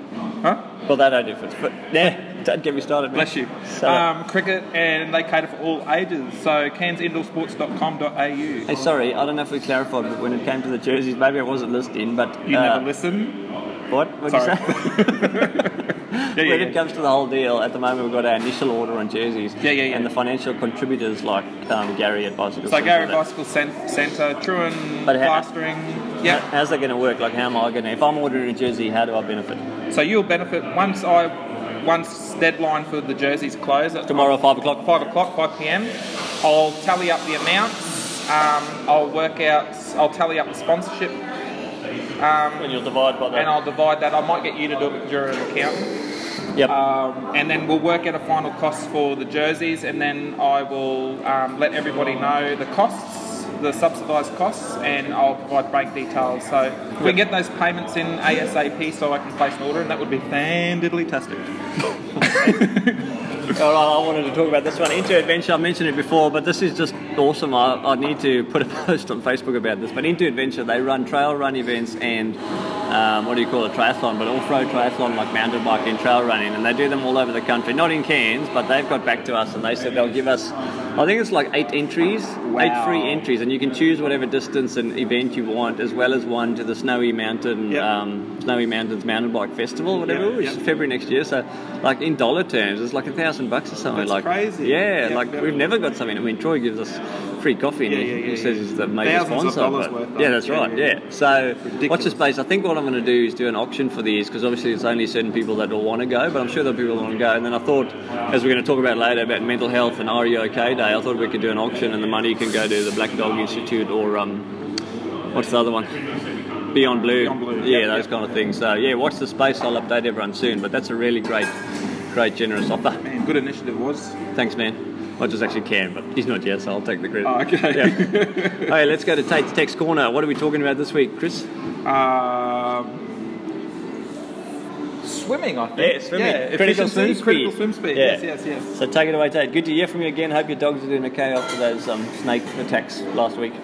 [SPEAKER 6] Huh?
[SPEAKER 7] Well, they don't do foot. Yeah, don't get me started, man.
[SPEAKER 6] Bless you.
[SPEAKER 7] So,
[SPEAKER 6] Um, cricket, and they cater for all ages. So cairnsindoorsports.com.au.
[SPEAKER 7] hey, sorry, I don't know if we clarified, but when it came to the jerseys, maybe I wasn't listening, but.
[SPEAKER 6] You never
[SPEAKER 7] listen? What? What'd
[SPEAKER 6] *laughs* Sorry.
[SPEAKER 7] you say? *laughs* when it comes to the whole deal, at the moment we've got our initial order on jerseys. Yeah, yeah, yeah. And the financial contributors like um, Gary at Bicycle
[SPEAKER 6] So
[SPEAKER 7] Centre,
[SPEAKER 6] Gary
[SPEAKER 7] that-
[SPEAKER 6] Bicycle Cen- Centre, Truan
[SPEAKER 7] But how-
[SPEAKER 6] Plastering. Yeah.
[SPEAKER 7] How- How's that going to work? Like, how am I going to? If I'm ordering a jersey, how do I benefit?
[SPEAKER 6] So you'll benefit once I once deadline for the jerseys close at
[SPEAKER 7] Tomorrow, five o'clock.
[SPEAKER 6] Five o'clock, five pm. I'll tally up the amounts. Um, I'll work out. I'll tally up the sponsorship. Um,
[SPEAKER 7] and you'll divide by that.
[SPEAKER 6] And I'll divide that. I might get you to do it during an account.
[SPEAKER 7] Yep.
[SPEAKER 6] Um, and then we'll work out a final cost for the jerseys, and then I will um, let everybody know the costs, the subsidised costs, and I'll provide bank details. So if we can get those payments in ASAP, so I can place an order, and that would be *laughs* fandiddly-tastic.
[SPEAKER 7] *laughs* All right, I wanted to talk about this one. Into Adventure, I mentioned it before, but this is just awesome. I, I need to put a *laughs* post on Facebook about this. But Into Adventure, they run trail run events and um, what do you call it, triathlon, but off road triathlon like mountain biking, trail running, and they do them all over the country. Not in Cairns, but they've got back to us and they said they'll give us, I think it's like eight entries, eight free entries, and you can choose whatever distance and event you want, as well as one to the Snowy Mountain, um, Snowy Mountains Mountain Bike Festival, whatever,
[SPEAKER 6] Yeah,
[SPEAKER 7] which is February next year. So, like in dollar terms, it's like a thousand bucks or something something
[SPEAKER 6] That's
[SPEAKER 7] like
[SPEAKER 6] crazy.
[SPEAKER 7] Yeah,
[SPEAKER 6] Yeah,
[SPEAKER 7] like
[SPEAKER 6] yeah.
[SPEAKER 7] we've never got something. I mean, Troy gives us free coffee, and
[SPEAKER 6] Yeah,
[SPEAKER 7] he,
[SPEAKER 6] yeah,
[SPEAKER 7] he
[SPEAKER 6] yeah,
[SPEAKER 7] says
[SPEAKER 6] yeah.
[SPEAKER 7] he's the major
[SPEAKER 6] Thousands of
[SPEAKER 7] sponsor.
[SPEAKER 6] dollars
[SPEAKER 7] but-
[SPEAKER 6] worth,
[SPEAKER 7] yeah,
[SPEAKER 6] though.
[SPEAKER 7] that's
[SPEAKER 6] Yeah,
[SPEAKER 7] right.
[SPEAKER 6] yeah,
[SPEAKER 7] Yeah. So watch the space. I think what I'm going to do is do an auction for these because obviously it's only certain people that will want to go, but I'm sure there'll be people that want to go. And then I thought, as we're going to talk about later about mental health and REOK Day, I thought we could do an auction, and the money can go to the Black Dog Institute or um, what's the other one? Beyond Blue.
[SPEAKER 6] Beyond Blue,
[SPEAKER 7] Yeah,
[SPEAKER 6] yep,
[SPEAKER 7] those kind of things. So yeah, watch the space. I'll update everyone soon. But that's a really great, great generous offer. Man,
[SPEAKER 6] good initiative was.
[SPEAKER 7] Thanks, man. Well, it was actually Cam, but he's not here, so I'll take the credit.
[SPEAKER 6] Oh, okay.
[SPEAKER 7] Yeah. hey, let's go to Tate's Tech's Corner. What are we talking about this week, Chris?
[SPEAKER 6] Um, swimming, I think.
[SPEAKER 7] Yeah, swimming.
[SPEAKER 6] critical swim speed. Critical
[SPEAKER 7] speed.
[SPEAKER 6] swim speed.
[SPEAKER 7] Yeah.
[SPEAKER 6] Yes, yes, yes.
[SPEAKER 7] So take it away, Tate. Good to hear from you again. Hope your dogs are doing okay after those um, snake attacks last week.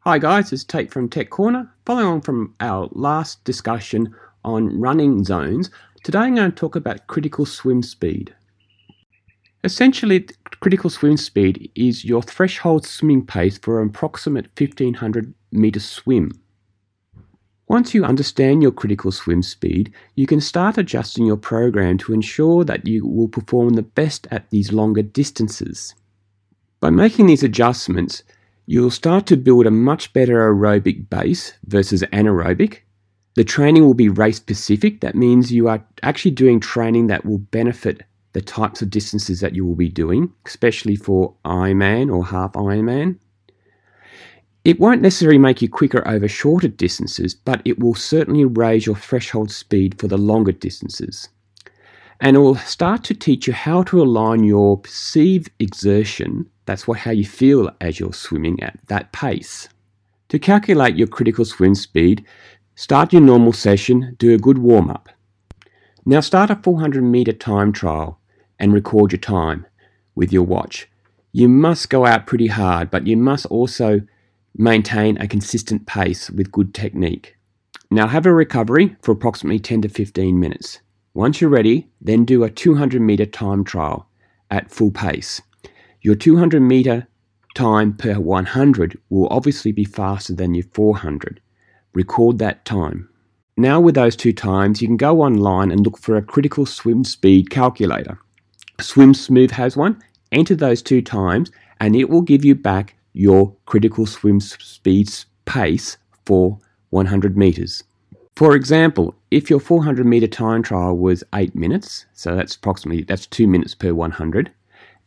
[SPEAKER 21] Hi guys, it's Tate from Tech Corner. Following on from our last discussion on running zones, today I'm going to talk about critical swim speed. Essentially, critical swim speed is your threshold swimming pace for an approximate 1500 meter swim. Once you understand your critical swim speed, you can start adjusting your program to ensure that you will perform the best at these longer distances. By making these adjustments, you'll start to build a much better aerobic base versus anaerobic. The training will be race specific. That means you are actually doing training that will benefit the types of distances that you will be doing, especially for Ironman or half Ironman. It won't necessarily make you quicker over shorter distances, but it will certainly raise your threshold speed for the longer distances. And it will start to teach you how to align your perceived exertion, that's what, how you feel as you're swimming at that pace. To calculate your critical swim speed, start your normal session, do a good warm up. Now start a 400 meter time trial and record your time with your watch. You must go out pretty hard, but you must also maintain a consistent pace with good technique. Now have a recovery for approximately 10 to 15 minutes. Once you're ready, then do a 200 meter time trial at full pace. Your 200 meter time per 100 will obviously be faster than your 400. Record that time. Now, with those two times, you can go online and look for a critical swim speed calculator. Swim Smooth has one. Enter those two times, and it will give you back your critical swim s- speed s- pace for 100 meters. For example, if your 400 meter time trial was 8 minutes, so that's approximately that's 2 minutes per 100,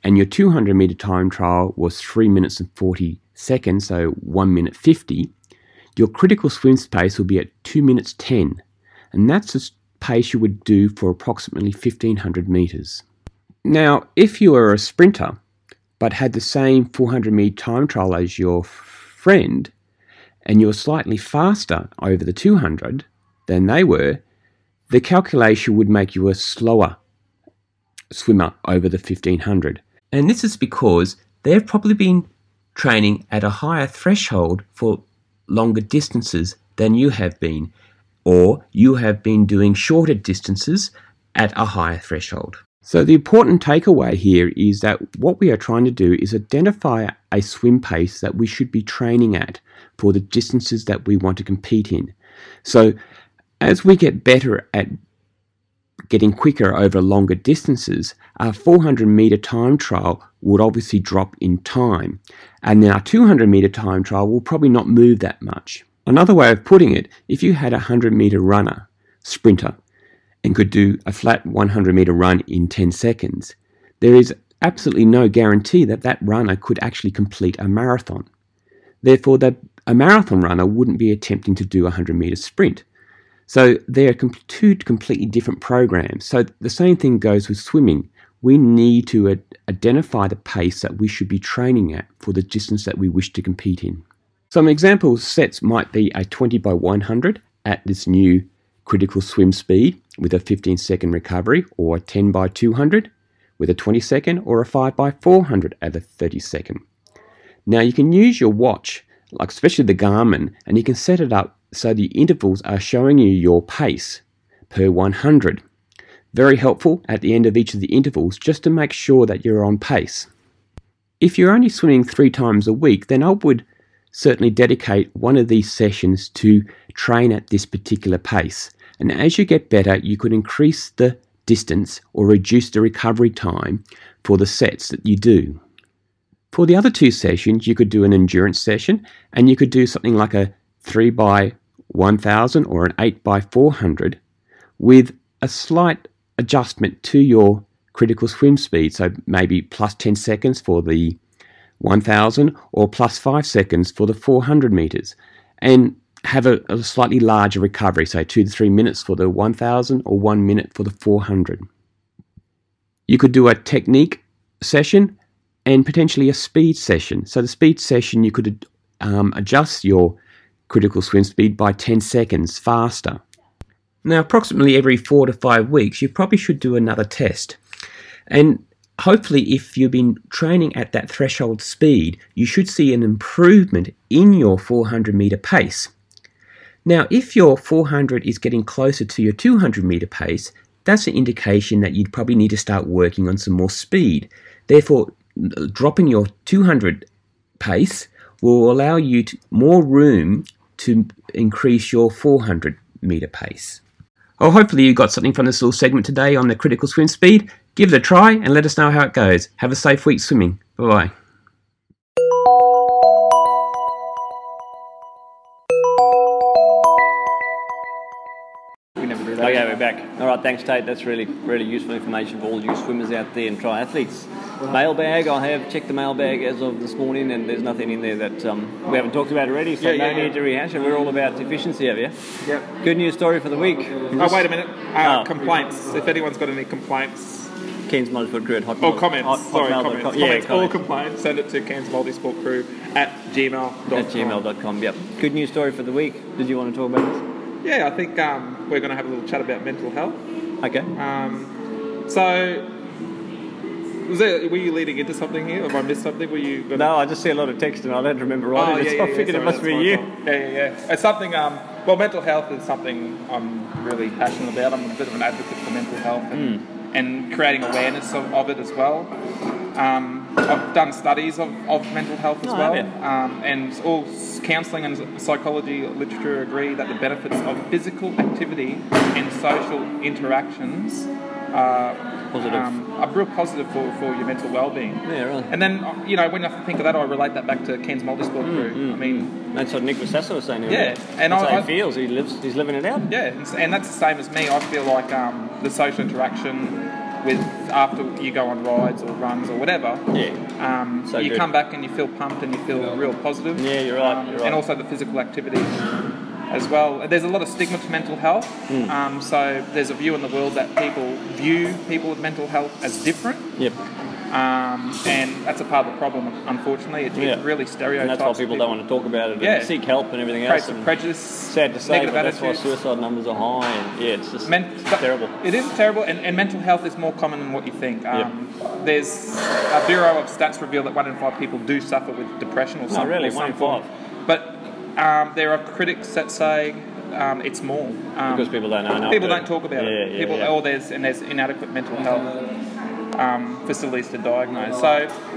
[SPEAKER 21] and your 200 meter time trial was 3 minutes and 40 seconds, so 1 minute 50, your critical swim pace will be at 2 minutes 10, and that's the s- pace you would do for approximately 1500 meters. Now, if you are a sprinter but had the same 400 meter time trial as your f- friend, and you're slightly faster over the 200 than they were, the calculation would make you a slower swimmer over the 1500. And this is because they've probably been training at a higher threshold for longer distances than you have been, or you have been doing shorter distances at a higher threshold. So, the important takeaway here is that what we are trying to do is identify a swim pace that we should be training at for the distances that we want to compete in. So, as we get better at getting quicker over longer distances, our 400 meter time trial would obviously drop in time, and then our 200 meter time trial will probably not move that much. Another way of putting it, if you had a 100 meter runner, sprinter, and could do a flat 100 meter run in 10 seconds, there is absolutely no guarantee that that runner could actually complete a marathon. Therefore, that a marathon runner wouldn't be attempting to do a 100 meter sprint. So they are com- two completely different programs. So the same thing goes with swimming. We need to ad- identify the pace that we should be training at for the distance that we wish to compete in. Some example sets might be a 20 by 100 at this new critical swim speed with a 15 second recovery, or a 10 by 200 with a 20 second, or a 5 by 400 at a 30 second. Now you can use your watch, like especially the Garmin, and you can set it up so the intervals are showing you your pace per 100. Very helpful at the end of each of the intervals just to make sure that you're on pace. If you're only swimming three times a week, then I would certainly dedicate one of these sessions to train at this particular pace. And as you get better, you could increase the distance or reduce the recovery time for the sets that you do. For the other two sessions, you could do an endurance session and you could do something like a 3 by 1000 or an 8 by 400 with a slight adjustment to your critical swim speed. So maybe plus 10 seconds for the 1000 or plus 5 seconds for the 400 meters. And have a, a slightly larger recovery, say 2 to 3 minutes for the 1000 or 1 minute for the 400. You could do a technique session and potentially a speed session. So the speed session, you could um, adjust your critical swim speed by 10 seconds faster. Now, approximately every four to five weeks, you probably should do another test. And hopefully, if you've been training at that threshold speed, you should see an improvement in your 400 meter pace. Now, if your 400 is getting closer to your 200 meter pace, that's an indication that you'd probably need to start working on some more speed. Therefore, dropping your 200 pace will allow you to, more room to increase your 400 meter pace. Well, hopefully, you got something from this little segment today on the critical swim speed. Give it a try and let us know how it goes. Have a safe week swimming. Bye bye.
[SPEAKER 6] We never do that.
[SPEAKER 7] Okay, Oh, we're back. All right, thanks, Tate. That's really, really useful information for all you swimmers out there and triathletes. Mailbag, I have checked the mailbag as of this morning, and there's nothing in there that um, we haven't talked about already, so
[SPEAKER 6] Yeah, yeah,
[SPEAKER 7] no
[SPEAKER 6] yeah.
[SPEAKER 7] need to rehash it. We're all about efficiency over here.
[SPEAKER 6] Yep.
[SPEAKER 7] Good news story for the week.
[SPEAKER 6] Oh, wait a minute. Uh,
[SPEAKER 7] Oh.
[SPEAKER 6] complaints. If anyone's got any complaints.
[SPEAKER 7] Keen's Motorsport Crew at Hotmail.
[SPEAKER 6] Or Oh, comments.
[SPEAKER 7] Hot-
[SPEAKER 6] Sorry,
[SPEAKER 7] hotmail dot
[SPEAKER 6] comments.
[SPEAKER 7] com.
[SPEAKER 6] comments.
[SPEAKER 7] Yeah,
[SPEAKER 6] All
[SPEAKER 7] comments.
[SPEAKER 6] complaints. Send it to Cairns Multisport Crew at gmail.com.
[SPEAKER 7] At gmail.com, yep. Good news story for the week. Did you want to talk about this?
[SPEAKER 6] Yeah, I think um, we're going to have a little chat about mental health.
[SPEAKER 7] Okay.
[SPEAKER 6] Um, so, was there, were you leading into something here? Or Have I missed something? Were you Oh, going
[SPEAKER 7] No, I just see a lot of text and I don't remember writing it, so I figured it
[SPEAKER 6] sorry,
[SPEAKER 7] must
[SPEAKER 6] that's
[SPEAKER 7] be
[SPEAKER 6] my
[SPEAKER 7] you.
[SPEAKER 6] fault. Yeah, yeah, yeah. It's something. Um, well, mental health is something I'm really passionate about. I'm a bit of an advocate for mental health and,
[SPEAKER 7] Hmm.
[SPEAKER 6] and creating awareness of, of it as well. Um, I've done studies of, of mental health as
[SPEAKER 7] Oh,
[SPEAKER 6] well,
[SPEAKER 7] have you?
[SPEAKER 6] um, and all counselling and psychology literature agree that the benefits of physical activity and social interactions are
[SPEAKER 7] Positive.
[SPEAKER 6] um, are real positive for, for your mental well-being.
[SPEAKER 7] Yeah, really.
[SPEAKER 6] And then, uh, you know, when I think of that, I relate that back to Ken's multisport crew. I mean,
[SPEAKER 7] Mm, That's what Nick Vasasso was saying earlier.
[SPEAKER 6] yeah, and
[SPEAKER 7] That's
[SPEAKER 6] I,
[SPEAKER 7] how
[SPEAKER 6] I
[SPEAKER 7] he feels. He lives. He's living it out.
[SPEAKER 6] Yeah, and, s- and that's the same as me. I feel like um, the social interaction with after you go on rides or runs or whatever.
[SPEAKER 7] Yeah.
[SPEAKER 6] Um,
[SPEAKER 7] So
[SPEAKER 6] you
[SPEAKER 7] good.
[SPEAKER 6] come back and you feel pumped and you feel real positive. Yeah,
[SPEAKER 7] you're right, you're right.
[SPEAKER 6] And also the physical activity as well. There's a lot of stigma to mental health.
[SPEAKER 7] Mm.
[SPEAKER 6] Um, so there's a view in the world that people view people with mental health as different.
[SPEAKER 7] Yep.
[SPEAKER 6] Um, and that's a part of the problem, unfortunately. It, it
[SPEAKER 7] Yeah.
[SPEAKER 6] really stereotypes.
[SPEAKER 7] And that's why people don't want to talk about it. and
[SPEAKER 6] Yeah.
[SPEAKER 7] Seek help and everything
[SPEAKER 6] Creates
[SPEAKER 7] else.
[SPEAKER 6] some
[SPEAKER 7] and
[SPEAKER 6] prejudice.
[SPEAKER 7] Sad to say, but
[SPEAKER 6] negative
[SPEAKER 7] that's why
[SPEAKER 6] attitudes.
[SPEAKER 7] suicide numbers are high. And yeah, it's just terrible.
[SPEAKER 6] It is terrible, and, and mental health is more common than what you think. Um, There's a Bureau of Stats reveal that one in five people do suffer with depression or
[SPEAKER 7] Oh,
[SPEAKER 6] something.
[SPEAKER 7] really?
[SPEAKER 6] or
[SPEAKER 7] One in
[SPEAKER 6] some form. But um, there are critics that say um, it's more um,
[SPEAKER 7] Because people don't know enough,
[SPEAKER 6] People
[SPEAKER 7] do
[SPEAKER 6] don't
[SPEAKER 7] they?
[SPEAKER 6] talk about it.
[SPEAKER 7] Yeah, yeah,
[SPEAKER 6] people,
[SPEAKER 7] yeah.
[SPEAKER 6] or there's and there's inadequate mental health um, facilities to diagnose. So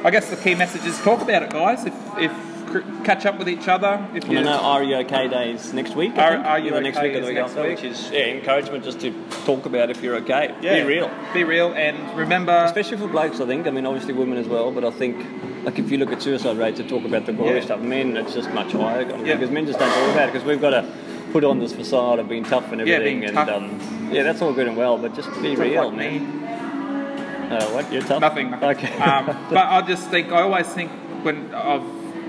[SPEAKER 6] I guess the key message is talk about it, guys. If, if cr- catch up with each other. If
[SPEAKER 7] And
[SPEAKER 6] you
[SPEAKER 7] I know REOK Day is next week. I
[SPEAKER 6] Are-
[SPEAKER 7] think,
[SPEAKER 6] Are You
[SPEAKER 7] either next
[SPEAKER 6] OK
[SPEAKER 7] week or the
[SPEAKER 6] is
[SPEAKER 7] week
[SPEAKER 6] next
[SPEAKER 7] after,
[SPEAKER 6] week.
[SPEAKER 7] which is yeah, encouragement just to talk about if you're okay. Be real.
[SPEAKER 6] Be real, and remember.
[SPEAKER 7] Especially for blokes, I think. I mean, obviously women as well, but I think, like, if you look at suicide rates to talk about the gory
[SPEAKER 6] Yeah.
[SPEAKER 7] stuff, men, it's just much higher. I mean,
[SPEAKER 6] Yeah.
[SPEAKER 7] Because men just don't talk about it, because we've got to put on this facade of being tough and
[SPEAKER 6] Yeah,
[SPEAKER 7] everything.
[SPEAKER 6] being
[SPEAKER 7] and
[SPEAKER 6] tough.
[SPEAKER 7] Um, yeah, that's all good and well, but just be
[SPEAKER 6] Tough
[SPEAKER 7] real,
[SPEAKER 6] like me.
[SPEAKER 7] man. Uh, what? You're tough?
[SPEAKER 6] Nothing.
[SPEAKER 7] Okay.
[SPEAKER 6] Um,
[SPEAKER 7] *laughs*
[SPEAKER 6] but I just think I always think when of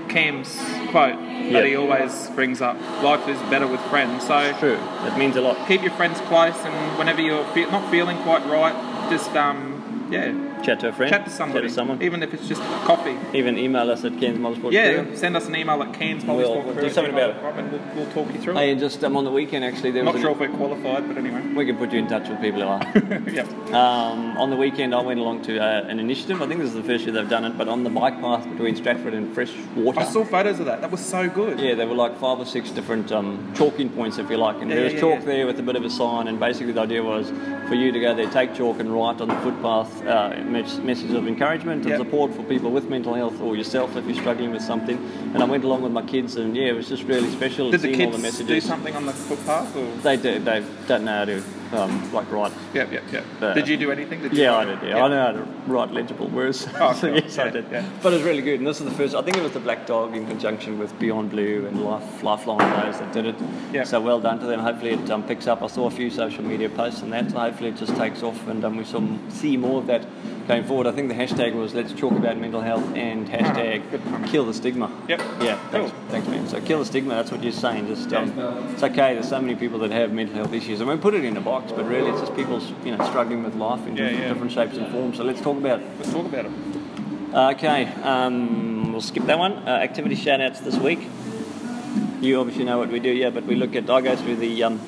[SPEAKER 6] Cam's quote
[SPEAKER 7] Yeah.
[SPEAKER 6] that he always brings up, life is better with friends. So
[SPEAKER 7] true. That means a lot.
[SPEAKER 6] Keep your friends close, and whenever you're fe- not feeling quite right, just um, yeah,
[SPEAKER 7] Chat to a friend.
[SPEAKER 6] chat to somebody,
[SPEAKER 7] someone.
[SPEAKER 6] even if it's just coffee.
[SPEAKER 7] Even email us at Ken's Motorsport
[SPEAKER 6] yeah,
[SPEAKER 7] Crew.
[SPEAKER 6] send us an email at Cam's
[SPEAKER 7] We'll- we'll do something about it.
[SPEAKER 6] and we'll, we'll talk you through
[SPEAKER 7] Hey,
[SPEAKER 6] it.
[SPEAKER 7] and just um, on the weekend, actually, there
[SPEAKER 6] Not
[SPEAKER 7] was
[SPEAKER 6] sure
[SPEAKER 7] an-
[SPEAKER 6] if we're qualified, but anyway.
[SPEAKER 7] We can put you in touch with people who are.
[SPEAKER 6] *laughs*
[SPEAKER 7] um, on the weekend, I went along to uh, an initiative. I think this is the first year they've done it, but on the bike path between Stratford and Freshwater.
[SPEAKER 6] I saw photos of that. That was so good.
[SPEAKER 7] Yeah, there were like five or six different um, chalking points, if you like. And
[SPEAKER 6] Yeah,
[SPEAKER 7] there
[SPEAKER 6] yeah,
[SPEAKER 7] was
[SPEAKER 6] yeah,
[SPEAKER 7] chalk
[SPEAKER 6] yeah.
[SPEAKER 7] there with a bit of a sign, and basically the idea was for you to go there, take chalk, and write on the footpath uh, a mes- message of encouragement and
[SPEAKER 6] Yep.
[SPEAKER 7] support for people with mental health or yourself if you're struggling with something. And I went along with my kids, and yeah, it was just really special
[SPEAKER 6] Did the
[SPEAKER 7] seeing all the
[SPEAKER 6] kids
[SPEAKER 7] messages.
[SPEAKER 6] do something on the footpath? Or?
[SPEAKER 7] They do. They don't know how to um, like right.
[SPEAKER 6] Yep, yep, yep.
[SPEAKER 7] Uh,
[SPEAKER 6] Did you do anything? Did you
[SPEAKER 7] yeah, I
[SPEAKER 6] write Oh, it?
[SPEAKER 7] did. Yeah. I know how to write legible words. so *laughs* yes, I did. But it was really good, and this is the first. I think it was the Black Dog in conjunction with Beyond Blue and Life, Lifelong Players that did it. So well done to them. Hopefully it um, picks up. I saw a few social media posts and that. So hopefully it just takes off, and um, we shall see more of that going forward. I think the hashtag was "Let's talk about mental health" and hashtag "Kill the stigma."
[SPEAKER 6] Yep.
[SPEAKER 7] Yeah. Thanks, thanks, man. So kill the stigma. That's what you're saying. Just um, it's okay. There's so many people that have mental health issues, and we put it in a box. But really, it's just people, you know, struggling with life in
[SPEAKER 6] Yeah,
[SPEAKER 7] different,
[SPEAKER 6] yeah.
[SPEAKER 7] different shapes and forms. So let's talk about it.
[SPEAKER 6] Let's talk about it.
[SPEAKER 7] Okay. Um, we'll skip that one. Uh, activity shoutouts this week. You obviously know what we do, yeah. But we look at. I go through the. Um,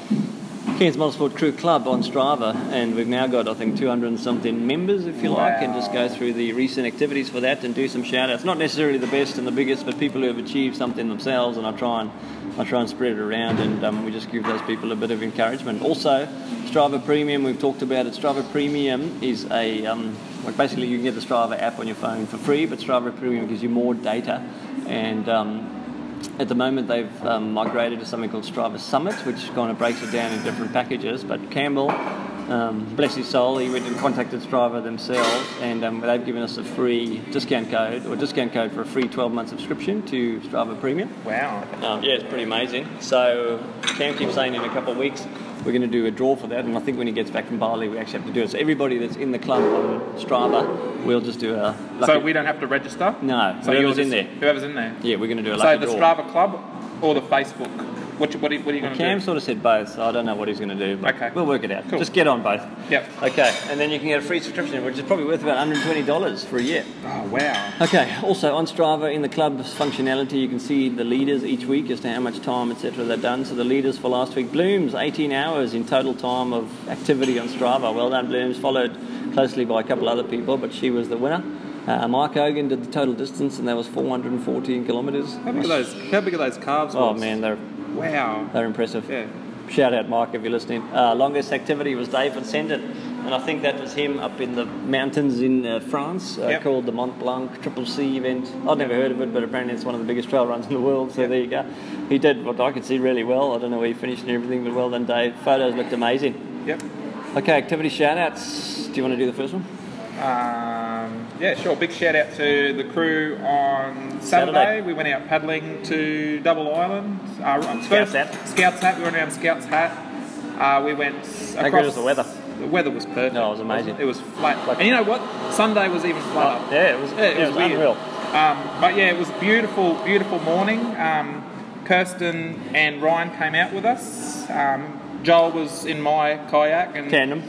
[SPEAKER 7] Cairns Motorsport Crew Club on Strava, and we've now got, I think, 200 and something members, if you like, and just go through the recent activities for that and do some shout outs. Not necessarily the best and the biggest, but people who have achieved something themselves, and I try and I try and spread it around, and um, we just give those people a bit of encouragement. Also, Strava Premium, we've talked about it. Strava Premium is a, um, like basically, you can get the Strava app on your phone for free, but Strava Premium gives you more data and um, at the moment, they've um, migrated to something called Strava Summit, which kind of breaks it down in different packages. But Campbell, um, bless his soul, he went and contacted Strava themselves, and um, they've given us a free discount code or discount code for a free 12 month subscription to Strava Premium.
[SPEAKER 6] Wow.
[SPEAKER 7] Um, yeah, it's pretty amazing. So Cam keeps saying in a couple of weeks we're going to do a draw for that, and I think when he gets back from Bali, we actually have to do it. So everybody that's in the club on Strava, we'll just do a.
[SPEAKER 6] So we don't have to register.
[SPEAKER 7] No,
[SPEAKER 6] So
[SPEAKER 7] whoever's
[SPEAKER 6] you're just-
[SPEAKER 7] in there.
[SPEAKER 6] Whoever's in there.
[SPEAKER 7] Yeah, we're going to do a
[SPEAKER 6] So
[SPEAKER 7] lucky
[SPEAKER 6] the
[SPEAKER 7] draw.
[SPEAKER 6] Strava Club or the Facebook? What, you- what, are, you- what are you going to
[SPEAKER 7] Cam
[SPEAKER 6] do?
[SPEAKER 7] sort of said both, so I don't know what he's going to do, but we'll work it out.
[SPEAKER 6] Cool.
[SPEAKER 7] Just get on both.
[SPEAKER 6] Yep.
[SPEAKER 7] Okay, and then you can get a free subscription, which is probably worth about $120 for a year.
[SPEAKER 6] Oh, wow.
[SPEAKER 7] Okay, also on Strava, in the club's functionality, you can see the leaders each week as to how much time, etc., they've done. So the leaders for last week, Blooms, 18 hours in total time of activity on Strava. Well done, Blooms, followed closely by a couple other people, but she was the winner. Uh, Mike Hogan did the total distance, and that was 414 kilometres.
[SPEAKER 6] How big are those? How big are those calves?
[SPEAKER 7] Oh
[SPEAKER 6] Ross?
[SPEAKER 7] man, they're
[SPEAKER 6] Wow.
[SPEAKER 7] They're impressive. Yeah. Shout out, Mike, if you're listening. Uh, longest activity was David Sendit, and I think that was him up in the mountains in uh, France, uh,
[SPEAKER 6] Yep.
[SPEAKER 7] called the Mont Blanc Triple C event. I'd never heard of it, but apparently it's one of the biggest trail runs in the world. So there you go. He did what I could see really well. I don't know where he finished and everything, but well done, Dave. Photos looked amazing.
[SPEAKER 6] Yep.
[SPEAKER 7] Okay, activity shout outs. Do you want to do the first one?
[SPEAKER 6] Um, yeah, sure. Big shout out to the crew on Saturday.
[SPEAKER 7] Saturday.
[SPEAKER 6] We went out paddling to Double Island. Uh, Scouts Hat. Scouts Hat. We went around Scouts Hat. Uh, we went across.
[SPEAKER 7] good was the weather?
[SPEAKER 6] The weather was perfect. No, it was
[SPEAKER 7] amazing. Oh,
[SPEAKER 6] It was flat. and you know what? Sunday was even flatter.
[SPEAKER 7] yeah, it was-
[SPEAKER 6] Yeah, it,
[SPEAKER 7] yeah, it
[SPEAKER 6] was,
[SPEAKER 7] was
[SPEAKER 6] weird.
[SPEAKER 7] unreal.
[SPEAKER 6] Um, but yeah, it was beautiful, beautiful morning. Um, Kirsten and Ryan came out with us. Um, Joel was in my kayak and
[SPEAKER 7] Tandem.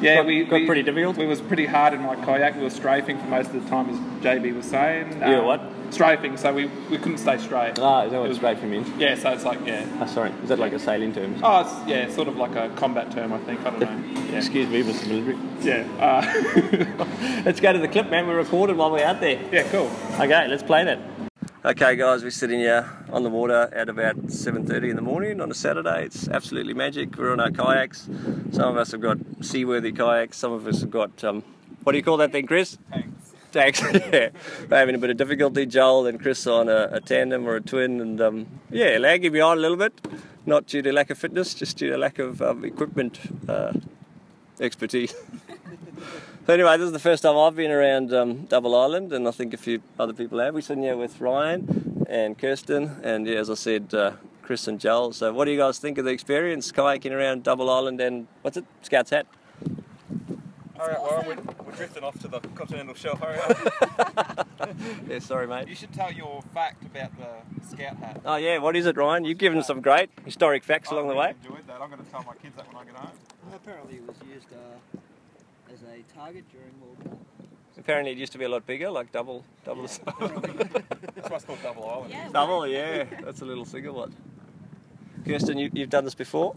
[SPEAKER 6] Yeah,
[SPEAKER 7] Got-
[SPEAKER 6] we
[SPEAKER 7] got
[SPEAKER 6] we-
[SPEAKER 7] pretty difficult.
[SPEAKER 6] It was pretty hard in my kayak. We were strafing for most of the time, as JB was saying. Um,
[SPEAKER 7] You were what?
[SPEAKER 6] Strafing, so we, we couldn't stay straight.
[SPEAKER 7] Ah, is that what strafing means?
[SPEAKER 6] Yeah, so it's like yeah.
[SPEAKER 7] Oh, sorry, is that like a sailing term?
[SPEAKER 6] Oh, it's, yeah, sort of like a combat term, I think. I don't know. Yeah.
[SPEAKER 7] Excuse me, Mr. Military.
[SPEAKER 6] *laughs* Yeah.
[SPEAKER 7] Uh. let's go to the clip, man. We recorded while we we're out there.
[SPEAKER 6] Yeah, cool.
[SPEAKER 7] Okay, let's play that.
[SPEAKER 2] Okay, guys, we're sitting here on the water at about 7:30 in the morning on a Saturday. It's absolutely magic. We're on our kayaks. Some of us have got seaworthy kayaks. Some of us have got um, what do you call that thing, Chris? Tanks. *laughs* Tanks. yeah, we're having a bit of difficulty. Joel and Chris are on a, a tandem or a twin, and um, yeah, lagging behind a little bit. Not due to lack of fitness, just due to lack of um, equipment uh, expertise. *laughs* So anyway, this is the first time I've been around um, Double Island, and I think a few other people have. We're sitting here with Ryan and Kirsten, and yeah, as I said, uh, Chris and Joel. So, what do you guys think of the experience kayaking around Double Island and what's it, Scout's Hat?
[SPEAKER 7] All right, well, we're, we're drifting off to the continental shelf. Hurry up. *laughs* yeah, sorry, mate.
[SPEAKER 6] You should tell your fact about the scout hat.
[SPEAKER 2] Oh yeah, what is it, Ryan? You've given some great historic facts along the way.
[SPEAKER 6] Enjoyed that. I'm going to tell my kids that when I get home.
[SPEAKER 16] Apparently, it was used uh, as a target during World War.
[SPEAKER 2] Apparently, it used to be a lot bigger, like double, double
[SPEAKER 4] *laughs*
[SPEAKER 2] the size. *laughs*
[SPEAKER 6] That's why it's called
[SPEAKER 16] *laughs*
[SPEAKER 6] Double Island.
[SPEAKER 2] double, yeah. That's a little single one. Kirsten, you, you've done this before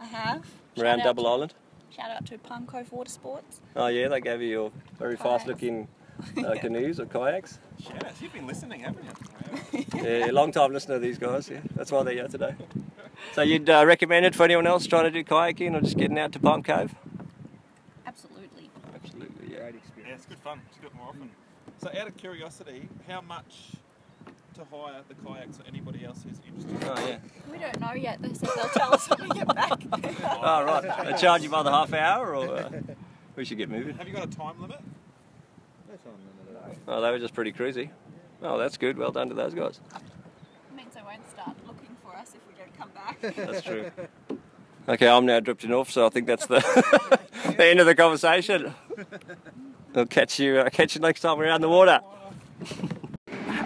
[SPEAKER 4] I have.
[SPEAKER 2] around
[SPEAKER 4] out
[SPEAKER 2] Double
[SPEAKER 4] to-
[SPEAKER 2] Island.
[SPEAKER 4] Shout out to Palm Cove Water Sports.
[SPEAKER 2] Oh yeah, they gave you your very fast-looking
[SPEAKER 4] *laughs*
[SPEAKER 2] uh, canoes or kayaks.
[SPEAKER 22] Yes, you've been listening, haven't you?
[SPEAKER 2] Yeah, long-time listener to these guys. Yeah, that's why they're here today.
[SPEAKER 7] *laughs*
[SPEAKER 2] So you'd uh, recommend it for anyone else trying to do kayaking or just getting out to Palm Cove?
[SPEAKER 4] Absolutely.
[SPEAKER 2] Absolutely,
[SPEAKER 6] yeah. Great experience. Yeah, it's good fun. Just do it more often. So, out of curiosity, how much to hire the kayaks for anybody else who's interested.
[SPEAKER 7] Oh, yeah.
[SPEAKER 18] We don't know yet. They said they'll tell us when we get
[SPEAKER 22] *laughs*
[SPEAKER 18] back.
[SPEAKER 7] *laughs* Oh, right. They charge you by the half hour, or uh, we should get moving.
[SPEAKER 6] Have you got a time limit?
[SPEAKER 7] Oh, they were just pretty cruisy. Oh, that's good. Well done to those guys.
[SPEAKER 18] It means they won't start looking for us if we don't come back.
[SPEAKER 7] That's true.
[SPEAKER 18] *laughs*
[SPEAKER 7] Okay, I'm now drifting off, so I think that's the, *laughs* the end of the conversation. I'll catch you. I'll catch you next time we're out in the water. okay,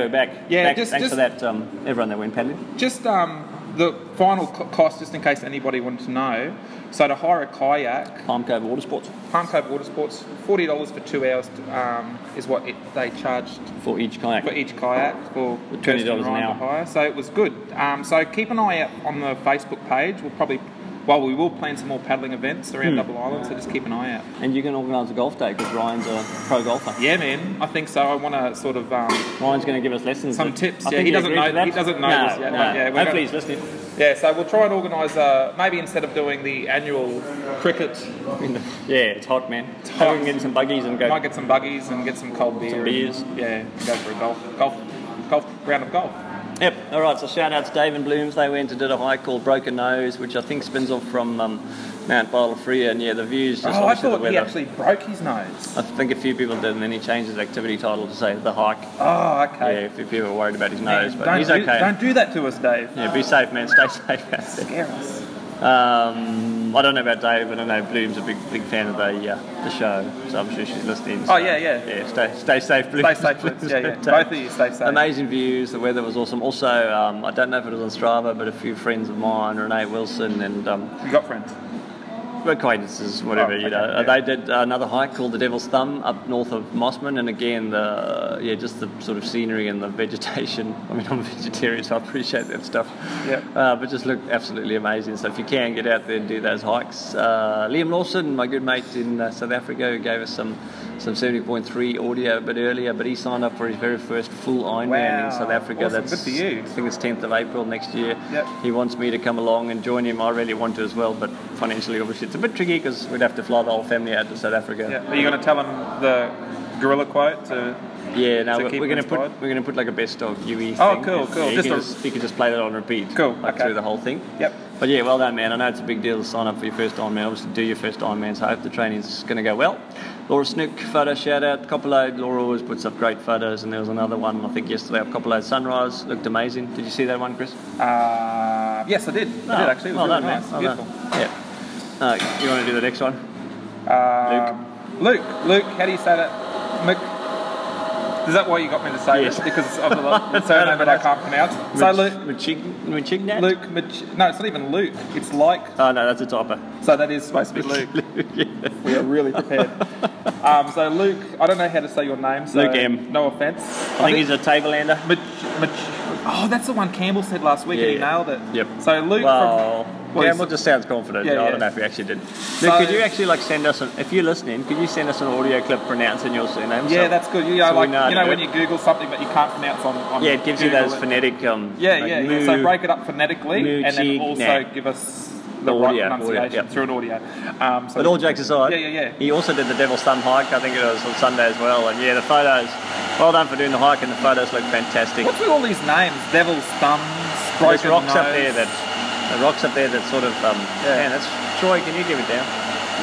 [SPEAKER 7] we're back.
[SPEAKER 6] Yeah,
[SPEAKER 7] Back-
[SPEAKER 6] just-
[SPEAKER 7] thanks
[SPEAKER 6] just-
[SPEAKER 7] for that. Um, everyone that went paddling.
[SPEAKER 6] Just um, the final co- cost, just in case anybody wanted to know. So to hire a kayak,
[SPEAKER 7] Palm Cove Water Sports.
[SPEAKER 6] Palm Cove Water Sports, forty dollars for two hours um, is what it, they charged
[SPEAKER 7] for each kayak.
[SPEAKER 6] For each kayak for
[SPEAKER 7] With $20
[SPEAKER 6] person
[SPEAKER 7] an
[SPEAKER 6] riding
[SPEAKER 7] hour.
[SPEAKER 6] to hire. So it was good. Um, so keep an eye out on the Facebook page. We'll probably, well, we will plan some more paddling events around
[SPEAKER 7] Hmm.
[SPEAKER 6] Double Island. So just keep an eye out.
[SPEAKER 7] And you can organise a golf day because Ryan's a pro golfer.
[SPEAKER 6] Yeah, man. I think so. I want to sort of. Um,
[SPEAKER 7] Ryan's going to give us lessons.
[SPEAKER 6] Some
[SPEAKER 7] but
[SPEAKER 6] tips.
[SPEAKER 7] I
[SPEAKER 6] Yeah,
[SPEAKER 7] think
[SPEAKER 6] he
[SPEAKER 7] you
[SPEAKER 6] doesn't
[SPEAKER 7] agree to
[SPEAKER 6] know.
[SPEAKER 7] that?
[SPEAKER 6] He doesn't know
[SPEAKER 7] No,
[SPEAKER 6] this yet.
[SPEAKER 7] no.
[SPEAKER 6] but yeah, we're
[SPEAKER 7] Hopefully
[SPEAKER 6] gonna-
[SPEAKER 7] he's listening.
[SPEAKER 6] Yeah, so we'll try and organise. Uh, maybe instead of doing the annual cricket.
[SPEAKER 7] yeah, it's hot, man. It's hot. We can get some buggies and go.
[SPEAKER 6] Might get some buggies and get some cold beer.
[SPEAKER 7] Some
[SPEAKER 6] and-
[SPEAKER 7] beers.
[SPEAKER 6] yeah, go for a golf golf golf round of golf.
[SPEAKER 7] Yep. All right. So shout out to Dave and Blooms. They went and did a hike called Broken Nose, which I think spins off from um, Mount Bartlefria, and yeah, the views. Just
[SPEAKER 6] oh, I
[SPEAKER 7] obviously the
[SPEAKER 6] thought he
[SPEAKER 7] weather.
[SPEAKER 6] actually broke his nose.
[SPEAKER 7] I think a few people did, and then he changed his activity title to say the hike.
[SPEAKER 6] Oh, okay.
[SPEAKER 7] Yeah, if people were worried about his nose, but
[SPEAKER 6] don't
[SPEAKER 7] he's
[SPEAKER 6] do-
[SPEAKER 7] okay.
[SPEAKER 6] don't
[SPEAKER 7] *laughs*
[SPEAKER 6] do that to us, Dave.
[SPEAKER 7] Yeah, be safe, man. Stay safe. Out there.
[SPEAKER 6] Scare us.
[SPEAKER 7] Um, I don't know about Dave, but I know Bloom's a big, big fan of the uh, the show, so I'm sure she's listening.
[SPEAKER 6] Oh
[SPEAKER 7] so-
[SPEAKER 6] yeah, yeah.
[SPEAKER 7] Yeah, stay, stay safe, Bloom.
[SPEAKER 6] Stay safe, Bloom. Yeah, yeah. Both of you stay safe.
[SPEAKER 7] Amazing views. The weather was awesome. Also, um, I don't know if it was on Strava, but a few friends of mine, Renee Wilson, and um,
[SPEAKER 6] you got friends,
[SPEAKER 7] acquaintances, whatever
[SPEAKER 6] Oh,
[SPEAKER 7] you know.
[SPEAKER 6] okay,
[SPEAKER 7] Uh, They did another hike called the Devil's Thumb up north of Mossman, and again, the yeah, just the sort of scenery and the vegetation. *laughs* I mean, I'm a vegetarian, so I appreciate that stuff.
[SPEAKER 6] Yep.
[SPEAKER 7] Uh, but just looked absolutely amazing. So if you can get out there and do those hikes, uh, Liam Lawson, my good mate in uh, South Africa, who gave us some some 70.3 audio a bit earlier, but he signed up for his very first full Ironman
[SPEAKER 6] Wow.
[SPEAKER 7] in South Africa.
[SPEAKER 6] Awesome.
[SPEAKER 7] That's
[SPEAKER 6] Good for you.
[SPEAKER 7] I think it's 10th of April next year.
[SPEAKER 6] Yep.
[SPEAKER 7] He wants me to come along and join him. I really want to as well, but financially, obviously, it's a bit tricky because we'd have to fly the whole family out to South Africa.
[SPEAKER 6] Yeah. Are you going to tell him the gorilla quote to?
[SPEAKER 7] Yeah, no,
[SPEAKER 6] to
[SPEAKER 7] we're,
[SPEAKER 6] keep
[SPEAKER 7] we're
[SPEAKER 6] him
[SPEAKER 7] gonna put
[SPEAKER 6] inspired?
[SPEAKER 7] we're gonna put like a best of UE.
[SPEAKER 6] Oh,
[SPEAKER 7] thing.
[SPEAKER 6] cool,
[SPEAKER 7] Yeah,
[SPEAKER 6] cool.
[SPEAKER 7] you,
[SPEAKER 6] Just
[SPEAKER 7] can
[SPEAKER 6] a-
[SPEAKER 7] just, you can just play that on repeat.
[SPEAKER 6] Cool,
[SPEAKER 7] like
[SPEAKER 6] okay.
[SPEAKER 7] through the whole thing.
[SPEAKER 6] Yep.
[SPEAKER 7] But yeah, well done, man. I know it's a big deal to sign up for your first Ironman. Obviously, do your first Ironman. So I hope the training's going to go well. Laura Snook, photo shout out. Copperload, Laura always puts up great photos. And there was another one, I think, yesterday of Copperload Sunrise. Looked amazing. Did you see that one, Chris?
[SPEAKER 6] Uh, yes, I did.
[SPEAKER 7] No,
[SPEAKER 6] I did actually. It was
[SPEAKER 7] Oh,
[SPEAKER 6] really
[SPEAKER 7] well done, man.
[SPEAKER 6] nice.
[SPEAKER 7] Well
[SPEAKER 6] Beautiful.
[SPEAKER 7] Yeah. Uh, you want to do the next one?
[SPEAKER 6] Um, Luke. Luke. how do you say that? Mc. Is that why you got me to say
[SPEAKER 7] Yes.
[SPEAKER 6] this? Because of the
[SPEAKER 7] *laughs*
[SPEAKER 6] the surname that I can't pronounce. So
[SPEAKER 7] Mich-
[SPEAKER 6] Luke.
[SPEAKER 7] Michignat?
[SPEAKER 6] Luke. Mich- no, it's not even Luke. It's like.
[SPEAKER 7] Oh no, that's a typo.
[SPEAKER 6] So that is supposed to be Luke.
[SPEAKER 7] *laughs*
[SPEAKER 6] We are really prepared. um, so Luke, I don't know how to say your name. So
[SPEAKER 7] Luke M.
[SPEAKER 6] No offense.
[SPEAKER 7] I think he's a tablelander.
[SPEAKER 6] Oh, that's the one Campbell said last week, and he
[SPEAKER 7] Yeah.
[SPEAKER 6] nailed it.
[SPEAKER 7] Yep.
[SPEAKER 6] So Luke
[SPEAKER 7] Well,
[SPEAKER 6] from well,
[SPEAKER 7] Gamble
[SPEAKER 6] he's-
[SPEAKER 7] just sounds confident.
[SPEAKER 6] Yeah,
[SPEAKER 7] I
[SPEAKER 6] yeah.
[SPEAKER 7] don't know if he actually did. Luke,
[SPEAKER 6] So-
[SPEAKER 7] could you actually like send us an, if you're listening, could you send us an audio clip pronouncing your surname?
[SPEAKER 6] yeah,
[SPEAKER 7] So-
[SPEAKER 6] that's good. You know,
[SPEAKER 7] so we
[SPEAKER 6] like
[SPEAKER 7] how
[SPEAKER 6] you
[SPEAKER 7] to
[SPEAKER 6] know
[SPEAKER 7] do
[SPEAKER 6] when
[SPEAKER 7] it?
[SPEAKER 6] you Google something but you can't pronounce on. on
[SPEAKER 7] yeah, it gives you
[SPEAKER 6] Google
[SPEAKER 7] those
[SPEAKER 6] it.
[SPEAKER 7] phonetic. Um,
[SPEAKER 6] Yeah,
[SPEAKER 7] like,
[SPEAKER 6] yeah, yeah.
[SPEAKER 7] moo-
[SPEAKER 6] So break it up phonetically,
[SPEAKER 7] moo,
[SPEAKER 6] and then
[SPEAKER 7] cheek,
[SPEAKER 6] also
[SPEAKER 7] nat.
[SPEAKER 6] give us the,
[SPEAKER 7] The
[SPEAKER 6] right
[SPEAKER 7] audio,
[SPEAKER 6] pronunciation
[SPEAKER 7] audio, yep.
[SPEAKER 6] through an audio. Um, so
[SPEAKER 7] But all jokes aside,
[SPEAKER 6] Yeah, yeah, yeah.
[SPEAKER 7] He also did the Devil's Thumb hike. I think it was on Sunday as well. And yeah, the photos. Well done for doing the hike, and the photos look fantastic.
[SPEAKER 6] What's with all these names? Devil's thumbs,
[SPEAKER 7] There's
[SPEAKER 6] broken
[SPEAKER 7] rocks up
[SPEAKER 6] nose.
[SPEAKER 7] there that the rocks up there that sort of um, man, that's Troy. Can you give it down?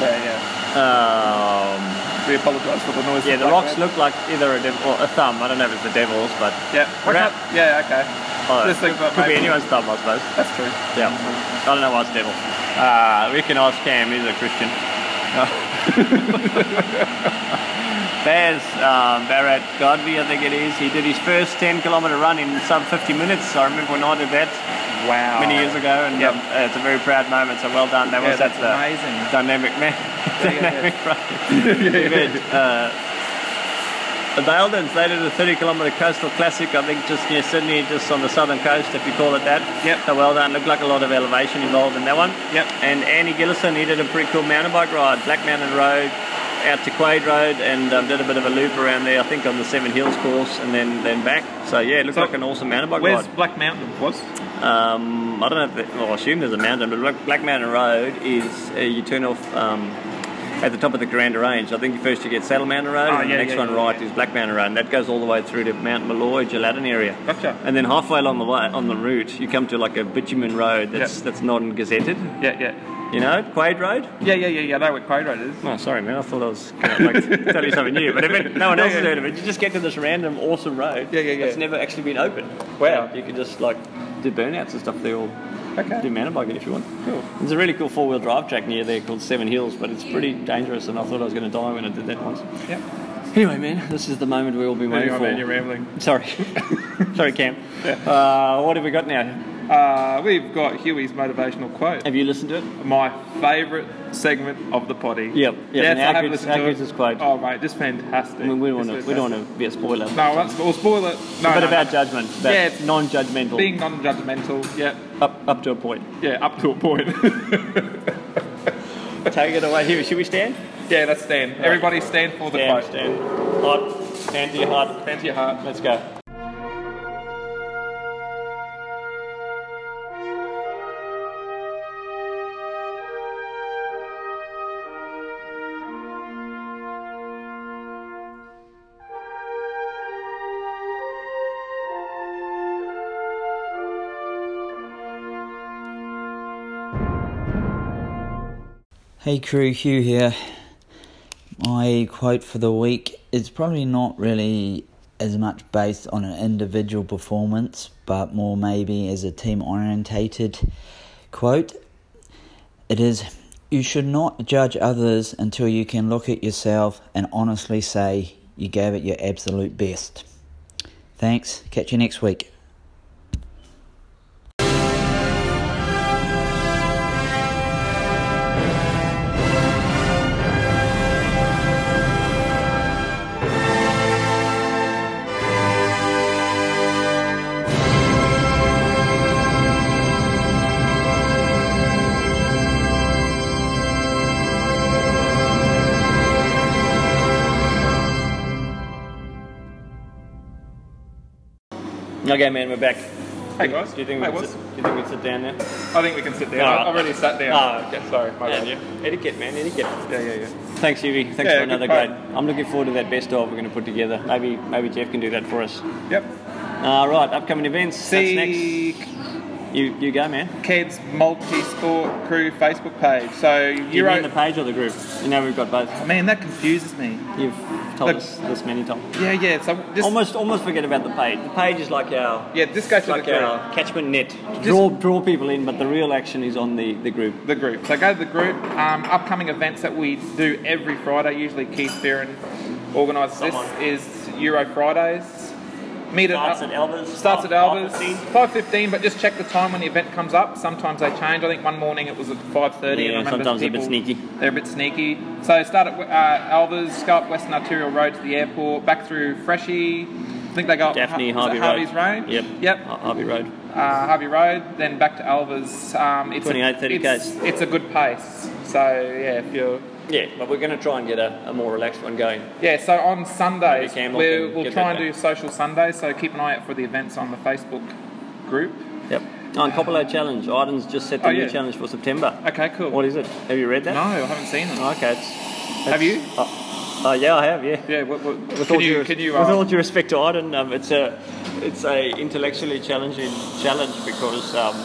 [SPEAKER 6] Yeah, yeah.
[SPEAKER 7] Um,
[SPEAKER 6] we apologise for the noise.
[SPEAKER 7] Yeah,
[SPEAKER 6] of
[SPEAKER 7] the
[SPEAKER 6] the
[SPEAKER 7] rocks
[SPEAKER 6] background.
[SPEAKER 7] look like either a, devil, or a thumb. I don't know if it's the devil's, but
[SPEAKER 6] Yeah. What
[SPEAKER 7] Rap-
[SPEAKER 6] kind- yeah. Okay.
[SPEAKER 7] oh,
[SPEAKER 6] Just think about
[SPEAKER 7] could be
[SPEAKER 6] maybe-
[SPEAKER 7] anyone's thumb, I suppose.
[SPEAKER 6] That's true.
[SPEAKER 7] Yeah, I don't know why it's devil. Uh, we can ask Cam. He's a Christian. *laughs* Bears, um, Barrett Godby, I think it is. He did his first 10 kilometre run in sub 50 minutes. I remember when I did that.
[SPEAKER 6] Wow.
[SPEAKER 7] Many years ago, and
[SPEAKER 6] Yep.
[SPEAKER 7] um, uh, it's a very proud moment. So well done. That
[SPEAKER 6] Yeah,
[SPEAKER 7] was at
[SPEAKER 6] that's
[SPEAKER 7] the
[SPEAKER 6] amazing.
[SPEAKER 7] dynamic *laughs* man.
[SPEAKER 6] Yeah, yeah,
[SPEAKER 7] dynamic
[SPEAKER 6] *laughs* Yeah, yeah,
[SPEAKER 7] run. Good. Uh, the Aldens, they did a 30 kilometre coastal classic, I think just near Sydney, just on the southern coast, if you call it that. Yep. So well done. Looked like a lot of elevation involved in that one. Yep. And Andy Gillison, he did a pretty cool mountain bike ride, Black Mountain Road, out to Quade Road, and um, did a bit of a loop around there, I think on the Seven Hills course, and then, then back. So yeah, it looked like an awesome mountain bike
[SPEAKER 6] Where's
[SPEAKER 7] ride.
[SPEAKER 6] Black Mountain? Was
[SPEAKER 7] Um, I don't know if, they, well, I assume there's a mountain, but Black, Black Mountain Road is, uh, you turn off um, at the top of the Garanda Range. I think you first you get Saddle Mountain Road,
[SPEAKER 9] Oh,
[SPEAKER 7] and
[SPEAKER 9] yeah,
[SPEAKER 7] the next
[SPEAKER 9] yeah,
[SPEAKER 7] one
[SPEAKER 9] yeah,
[SPEAKER 7] right is Black Mountain Road, and that goes all the way through to Mount Malloy, Gelatin area. Gotcha. And then halfway along the way, on the route, you come to like a bitumen road that's that's not gazetted.
[SPEAKER 6] Yeah, yeah.
[SPEAKER 7] You know, Quade Road.
[SPEAKER 6] Yeah, yeah, yeah, yeah. I know what Quade Road is.
[SPEAKER 7] Oh, sorry, man. I thought I was gonna, like,
[SPEAKER 6] *laughs*
[SPEAKER 7] tell you something new, but if it, no one
[SPEAKER 9] Yeah,
[SPEAKER 7] else has
[SPEAKER 9] yeah.
[SPEAKER 7] heard of it, you just get to this random awesome road. Yeah, yeah, yeah. That's never actually been opened. Wow. you can just like do burnouts and stuff there, or do mountain biking if you want. Cool. There's a really cool four wheel drive track near there called Seven Hills, but it's pretty dangerous, and I thought I was going to die when I did that once.
[SPEAKER 6] Yep.
[SPEAKER 7] Anyway, man, this is the moment we all been waiting
[SPEAKER 6] Anyway,
[SPEAKER 7] for.
[SPEAKER 6] man, you're rambling. *laughs*
[SPEAKER 7] Sorry, sorry, Cam. Uh, what have we got now?
[SPEAKER 6] Uh, we've got Huey's motivational quote.
[SPEAKER 7] Have you listened to it?
[SPEAKER 6] My favourite segment of the potty.
[SPEAKER 7] Yep. yep.
[SPEAKER 6] Yes,
[SPEAKER 7] and
[SPEAKER 6] I
[SPEAKER 7] how
[SPEAKER 6] have
[SPEAKER 7] good's-
[SPEAKER 6] listened
[SPEAKER 7] how
[SPEAKER 6] to
[SPEAKER 7] good's
[SPEAKER 6] it.
[SPEAKER 7] this quote?
[SPEAKER 6] Oh, mate, just fantastic.
[SPEAKER 7] I mean, we don't want
[SPEAKER 6] Just
[SPEAKER 7] to. We don't want to be a spoiler.
[SPEAKER 6] No, that's, we'll spoil it. No,
[SPEAKER 7] but
[SPEAKER 6] no,
[SPEAKER 7] about
[SPEAKER 6] no.
[SPEAKER 7] judgment. About
[SPEAKER 6] Yeah,
[SPEAKER 7] yeah,
[SPEAKER 6] it's
[SPEAKER 7] non-judgmental.
[SPEAKER 6] Being non-judgmental. Yeah.
[SPEAKER 7] Up, up to a point.
[SPEAKER 6] Yeah, up to a point. *laughs*
[SPEAKER 7] Take it away. Here, should we stand?
[SPEAKER 6] Yeah, let's stand. Everybody stand for the quote.
[SPEAKER 7] Stand. Hot. Stand to your heart.
[SPEAKER 6] Stand to your heart.
[SPEAKER 7] Let's go.
[SPEAKER 1] Hey crew, Hugh here. My quote for the week is probably not really as much based on an individual performance, but more maybe as a team orientated quote. It is You should not judge others until you can look at yourself and honestly say you gave it your absolute best. Thanks, catch you next week.
[SPEAKER 7] Okay, man, we're back.
[SPEAKER 6] Hey guys.
[SPEAKER 7] do you think
[SPEAKER 6] Hey,
[SPEAKER 7] we
[SPEAKER 6] what's-
[SPEAKER 7] sit, do you think we sit down now?
[SPEAKER 6] I think we can sit down.
[SPEAKER 7] All right.
[SPEAKER 6] I've already sat down.
[SPEAKER 7] Ah,
[SPEAKER 6] okay. Sorry, my
[SPEAKER 7] Yeah,
[SPEAKER 6] bad.
[SPEAKER 7] Etiquette, man, etiquette.
[SPEAKER 6] Yeah, yeah, yeah.
[SPEAKER 7] Thanks, Evie. Thanks
[SPEAKER 6] Yeah,
[SPEAKER 7] for
[SPEAKER 6] good
[SPEAKER 7] another
[SPEAKER 6] quote.
[SPEAKER 7] great. I'm looking forward to that best of we're going to put together. Maybe maybe Jeff can do that for us.
[SPEAKER 6] Yep.
[SPEAKER 7] All right, upcoming events.
[SPEAKER 6] See-
[SPEAKER 7] That's next. You you go, man.
[SPEAKER 6] Kids Multisport Crew Facebook page. So
[SPEAKER 7] Do
[SPEAKER 6] you
[SPEAKER 7] you mean
[SPEAKER 6] wrote
[SPEAKER 7] the page or the group? You know we've got both.
[SPEAKER 6] Man, that confuses me.
[SPEAKER 7] You've told us this many times.
[SPEAKER 6] Yeah, yeah. So
[SPEAKER 7] almost almost forget about the page. The page is like our
[SPEAKER 6] yeah, this goes to
[SPEAKER 7] like
[SPEAKER 6] the group.
[SPEAKER 7] our catchment net. Draw draw people in, but the real action is on the the group.
[SPEAKER 6] The group. So go to the group. Um, upcoming events that we do every Friday, usually Keith Barron organises this,
[SPEAKER 7] Someone.
[SPEAKER 6] is Euro Fridays. Meet
[SPEAKER 7] Starts
[SPEAKER 6] at,
[SPEAKER 7] at Elbers.
[SPEAKER 6] Starts at
[SPEAKER 7] Five-
[SPEAKER 6] Elbers. 5.15, but just check the time when the event comes up. Sometimes they change. I think one morning it was at 5.30. and I
[SPEAKER 7] Yeah,
[SPEAKER 6] remember
[SPEAKER 7] sometimes they're a
[SPEAKER 6] people,
[SPEAKER 7] bit sneaky.
[SPEAKER 6] They're a bit sneaky. So start at uh, Alvers, go up Western Arterial Road to the airport, back through Freshie. I think they go up
[SPEAKER 7] Daphne
[SPEAKER 6] is it
[SPEAKER 7] Harvey
[SPEAKER 6] Harvey's
[SPEAKER 7] Road.
[SPEAKER 6] Range.
[SPEAKER 7] Yep.
[SPEAKER 6] Yep.
[SPEAKER 7] Har- Harvey Road.
[SPEAKER 6] uh, Harvey Road, then back to Alvers. Um, it's a-
[SPEAKER 7] 28, 30
[SPEAKER 6] it's,
[SPEAKER 7] Ks.
[SPEAKER 6] it's a good pace. So yeah, if you're
[SPEAKER 7] Yeah, but we're going to try and get a, a more relaxed one going.
[SPEAKER 6] yeah, so on Sundays
[SPEAKER 7] Maybe Campbell
[SPEAKER 6] we'll,
[SPEAKER 7] can
[SPEAKER 6] we'll
[SPEAKER 7] get
[SPEAKER 6] try and
[SPEAKER 7] that
[SPEAKER 6] do social Sundays. So keep an eye out for the events on the Facebook group.
[SPEAKER 7] Yep. Oh, and Coppola Challenge. Arden's just set the
[SPEAKER 6] Oh,
[SPEAKER 7] new
[SPEAKER 6] yeah.
[SPEAKER 7] challenge for September.
[SPEAKER 6] Okay, cool.
[SPEAKER 7] What is it? Have you read that?
[SPEAKER 6] No, I haven't seen it.
[SPEAKER 7] Oh, okay. It's,
[SPEAKER 6] Have you?
[SPEAKER 7] Oh, oh, yeah, I have. Yeah.
[SPEAKER 6] Yeah. What, what,
[SPEAKER 7] With
[SPEAKER 6] can
[SPEAKER 7] all
[SPEAKER 6] you-
[SPEAKER 7] due,
[SPEAKER 6] can you,
[SPEAKER 7] with
[SPEAKER 6] uh,
[SPEAKER 7] all due respect to Arden, um, it's a it's a intellectually challenging challenge because um,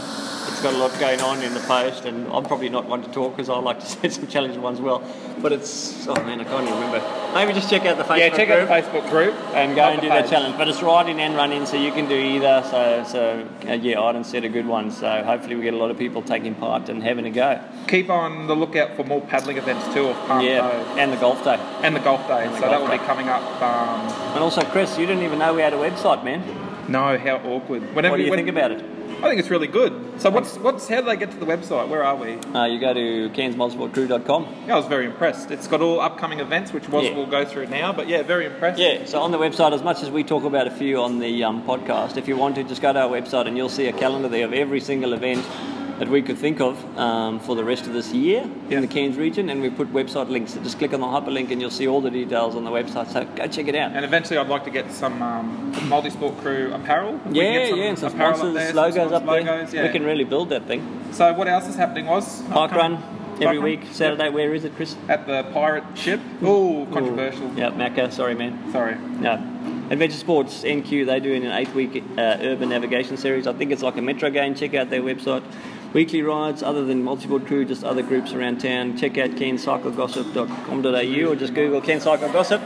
[SPEAKER 7] it's got a lot going on in the post, and I'm probably not one to talk because I like to *laughs* set some challenging ones well. But it's oh man, I can't even remember. Maybe just check out the Facebook
[SPEAKER 6] Yeah, check out
[SPEAKER 7] group
[SPEAKER 6] the Facebook group
[SPEAKER 7] and go
[SPEAKER 6] Not
[SPEAKER 7] and
[SPEAKER 6] the
[SPEAKER 7] do that
[SPEAKER 6] page.
[SPEAKER 7] challenge. But it's riding and running, so you can do either. So so uh, yeah, Arden said a good one. So hopefully we get a lot of people taking part and having a go.
[SPEAKER 6] Keep on the lookout for more paddling events too. Off Palm
[SPEAKER 7] yeah,
[SPEAKER 6] Cove.
[SPEAKER 7] and the golf day.
[SPEAKER 6] and the golf day.
[SPEAKER 7] the
[SPEAKER 6] so
[SPEAKER 7] golf
[SPEAKER 6] that will be
[SPEAKER 7] day.
[SPEAKER 6] coming up. Um,
[SPEAKER 7] And also, Chris, you didn't even know we had a website, man.
[SPEAKER 6] No, how awkward. Whenever
[SPEAKER 7] what do you
[SPEAKER 6] when-
[SPEAKER 7] think about it?
[SPEAKER 6] I think it's really good. So what's what's how do they get to the website? Where are we?
[SPEAKER 7] Uh, you go to cairnsmultisportcrew.com.
[SPEAKER 6] Yeah, I was very impressed. It's got all upcoming events, which was
[SPEAKER 7] Yeah.
[SPEAKER 6] we'll go through now. But yeah, very impressed.
[SPEAKER 7] Yeah, so on the website, as much as we talk about a few on the um, podcast, if you want to, just go to our website and you'll see a calendar there of every single event that we could think of um, for the rest of this year in the Cairns region. And we put website links. So just click on the hyperlink and you'll see all the details on the website. So go check it out.
[SPEAKER 6] And eventually, I'd like to get some um, multi-sport crew apparel. If we can
[SPEAKER 7] yeah,
[SPEAKER 6] get some
[SPEAKER 7] yeah, and some
[SPEAKER 6] apparel up
[SPEAKER 7] sponsors,
[SPEAKER 6] there, some
[SPEAKER 7] logos
[SPEAKER 6] sponsors
[SPEAKER 7] up there.
[SPEAKER 6] logos, yeah.
[SPEAKER 7] We can really build that thing.
[SPEAKER 6] So what else is happening was
[SPEAKER 7] Park
[SPEAKER 6] upcoming-
[SPEAKER 7] run. every week, Saturday. Where is it, Chris?
[SPEAKER 6] At the Pirate Ship. Oh, controversial.
[SPEAKER 7] Yeah, Macca. Sorry, man.
[SPEAKER 6] Sorry.
[SPEAKER 7] No. Adventure Sports NQ, they do an eight week uh, urban navigation series. I think it's like a metro game. Check out their website. Weekly rides, other than multiboard crew, just other groups around town. Check out cairnscyclegossip.com.au or just Google Cairns Cycle Gossip.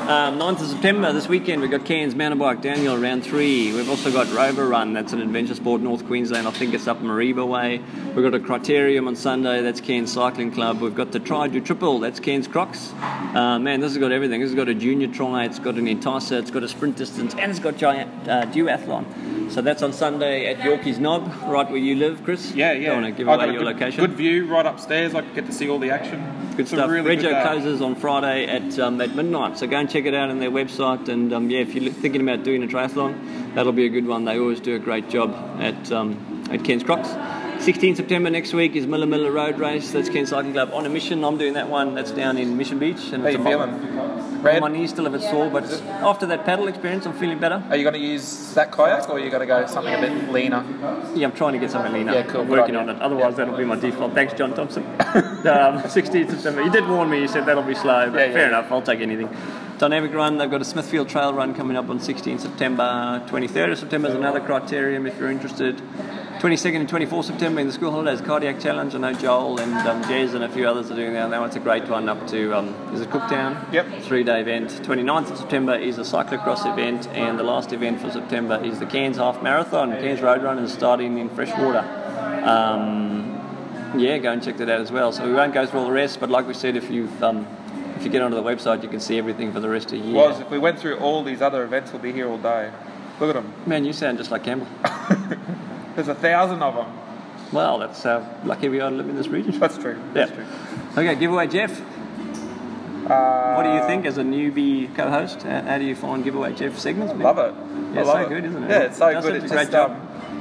[SPEAKER 7] Um, 9th of September, this weekend, we've got Cairns Mountain Bike Daniel round three. We've also got Rover Run, that's an adventure sport, North Queensland. I think it's up Mariba Way. We've got a Criterium on Sunday, that's Cairns Cycling Club. We've got the Tri Do Triple, that's Cairns Crocs. Uh, man, this has got everything. This has got a junior try, it's got an enticer, it's got a sprint distance, and it's got giant uh, duathlon. So that's on Sunday at Yorkies Knob, right where you live, Chris.
[SPEAKER 6] Yeah, yeah.
[SPEAKER 7] Don't want to give
[SPEAKER 6] I've
[SPEAKER 7] away
[SPEAKER 6] got a
[SPEAKER 7] your
[SPEAKER 6] good,
[SPEAKER 7] location.
[SPEAKER 6] Good view right upstairs. I get to see all the action.
[SPEAKER 7] Good
[SPEAKER 6] It's a
[SPEAKER 7] stuff.
[SPEAKER 6] Really
[SPEAKER 7] Reggio
[SPEAKER 6] good day.
[SPEAKER 7] Cozas on Friday at, um, at midnight. So go and check it out on their website. And um, yeah, if you're thinking about doing a triathlon, that'll be a good one. They always do a great job at, um, at Ken's Crocs. 16 September next week is Miller Miller Road Race. That's Ken Cycling Club on a mission. I'm doing that one. That's down in Mission Beach. And
[SPEAKER 6] How
[SPEAKER 7] it's
[SPEAKER 6] you
[SPEAKER 7] a
[SPEAKER 6] feeling?
[SPEAKER 7] My knee's still a bit sore, but after that paddle experience, I'm feeling better.
[SPEAKER 6] Are you going to use that kayak or are you going to go something a bit leaner?
[SPEAKER 7] Yeah, I'm trying to get something leaner.
[SPEAKER 6] Yeah, cool.
[SPEAKER 7] I'm
[SPEAKER 6] Good
[SPEAKER 7] working on
[SPEAKER 6] idea.
[SPEAKER 7] it. Otherwise, that'll be my default. Thanks, John Thompson. um, *laughs* 16th September. You did warn me. You said that'll be slow, but
[SPEAKER 6] yeah,
[SPEAKER 7] fair
[SPEAKER 6] yeah.
[SPEAKER 7] enough. I'll take anything. Dynamic Run. They've got a Smithfield Trail Run coming up on 16th September. 23rd of September is another criterium if you're interested. 22nd and 24th September in the school holidays cardiac challenge. I know Joel and um, Jez and a few others are doing that. That one's a great one up to um, is it Cooktown? Yep. Three day event. 29th of September is a cyclocross event, and the last event for September is the Cairns Half Marathon. Cairns Road Run is starting in Freshwater. Um, yeah, go and check that out as well. So we won't go through all the rest, but like we said, if you've um, if you get onto the website, you can see everything for the rest of the year.
[SPEAKER 6] Was if we went through all these other events, we'll be here all day. Look at them.
[SPEAKER 7] Man, you sound just like Campbell.
[SPEAKER 6] *laughs* There's a thousand of them.
[SPEAKER 7] Well, that's uh, lucky we are to live in this region.
[SPEAKER 6] That's true.
[SPEAKER 7] That's true. Okay, giveaway, Jeff.
[SPEAKER 6] Uh,
[SPEAKER 7] what do you think as a newbie co-host? How, how do you find giveaway, Jeff? Segments? Love
[SPEAKER 6] it.
[SPEAKER 7] Yeah,
[SPEAKER 6] I love
[SPEAKER 7] it's so
[SPEAKER 6] it.
[SPEAKER 7] good, isn't it?
[SPEAKER 6] Yeah, it's so
[SPEAKER 7] Does
[SPEAKER 6] good.
[SPEAKER 7] such
[SPEAKER 6] It's
[SPEAKER 7] a great
[SPEAKER 6] just, um,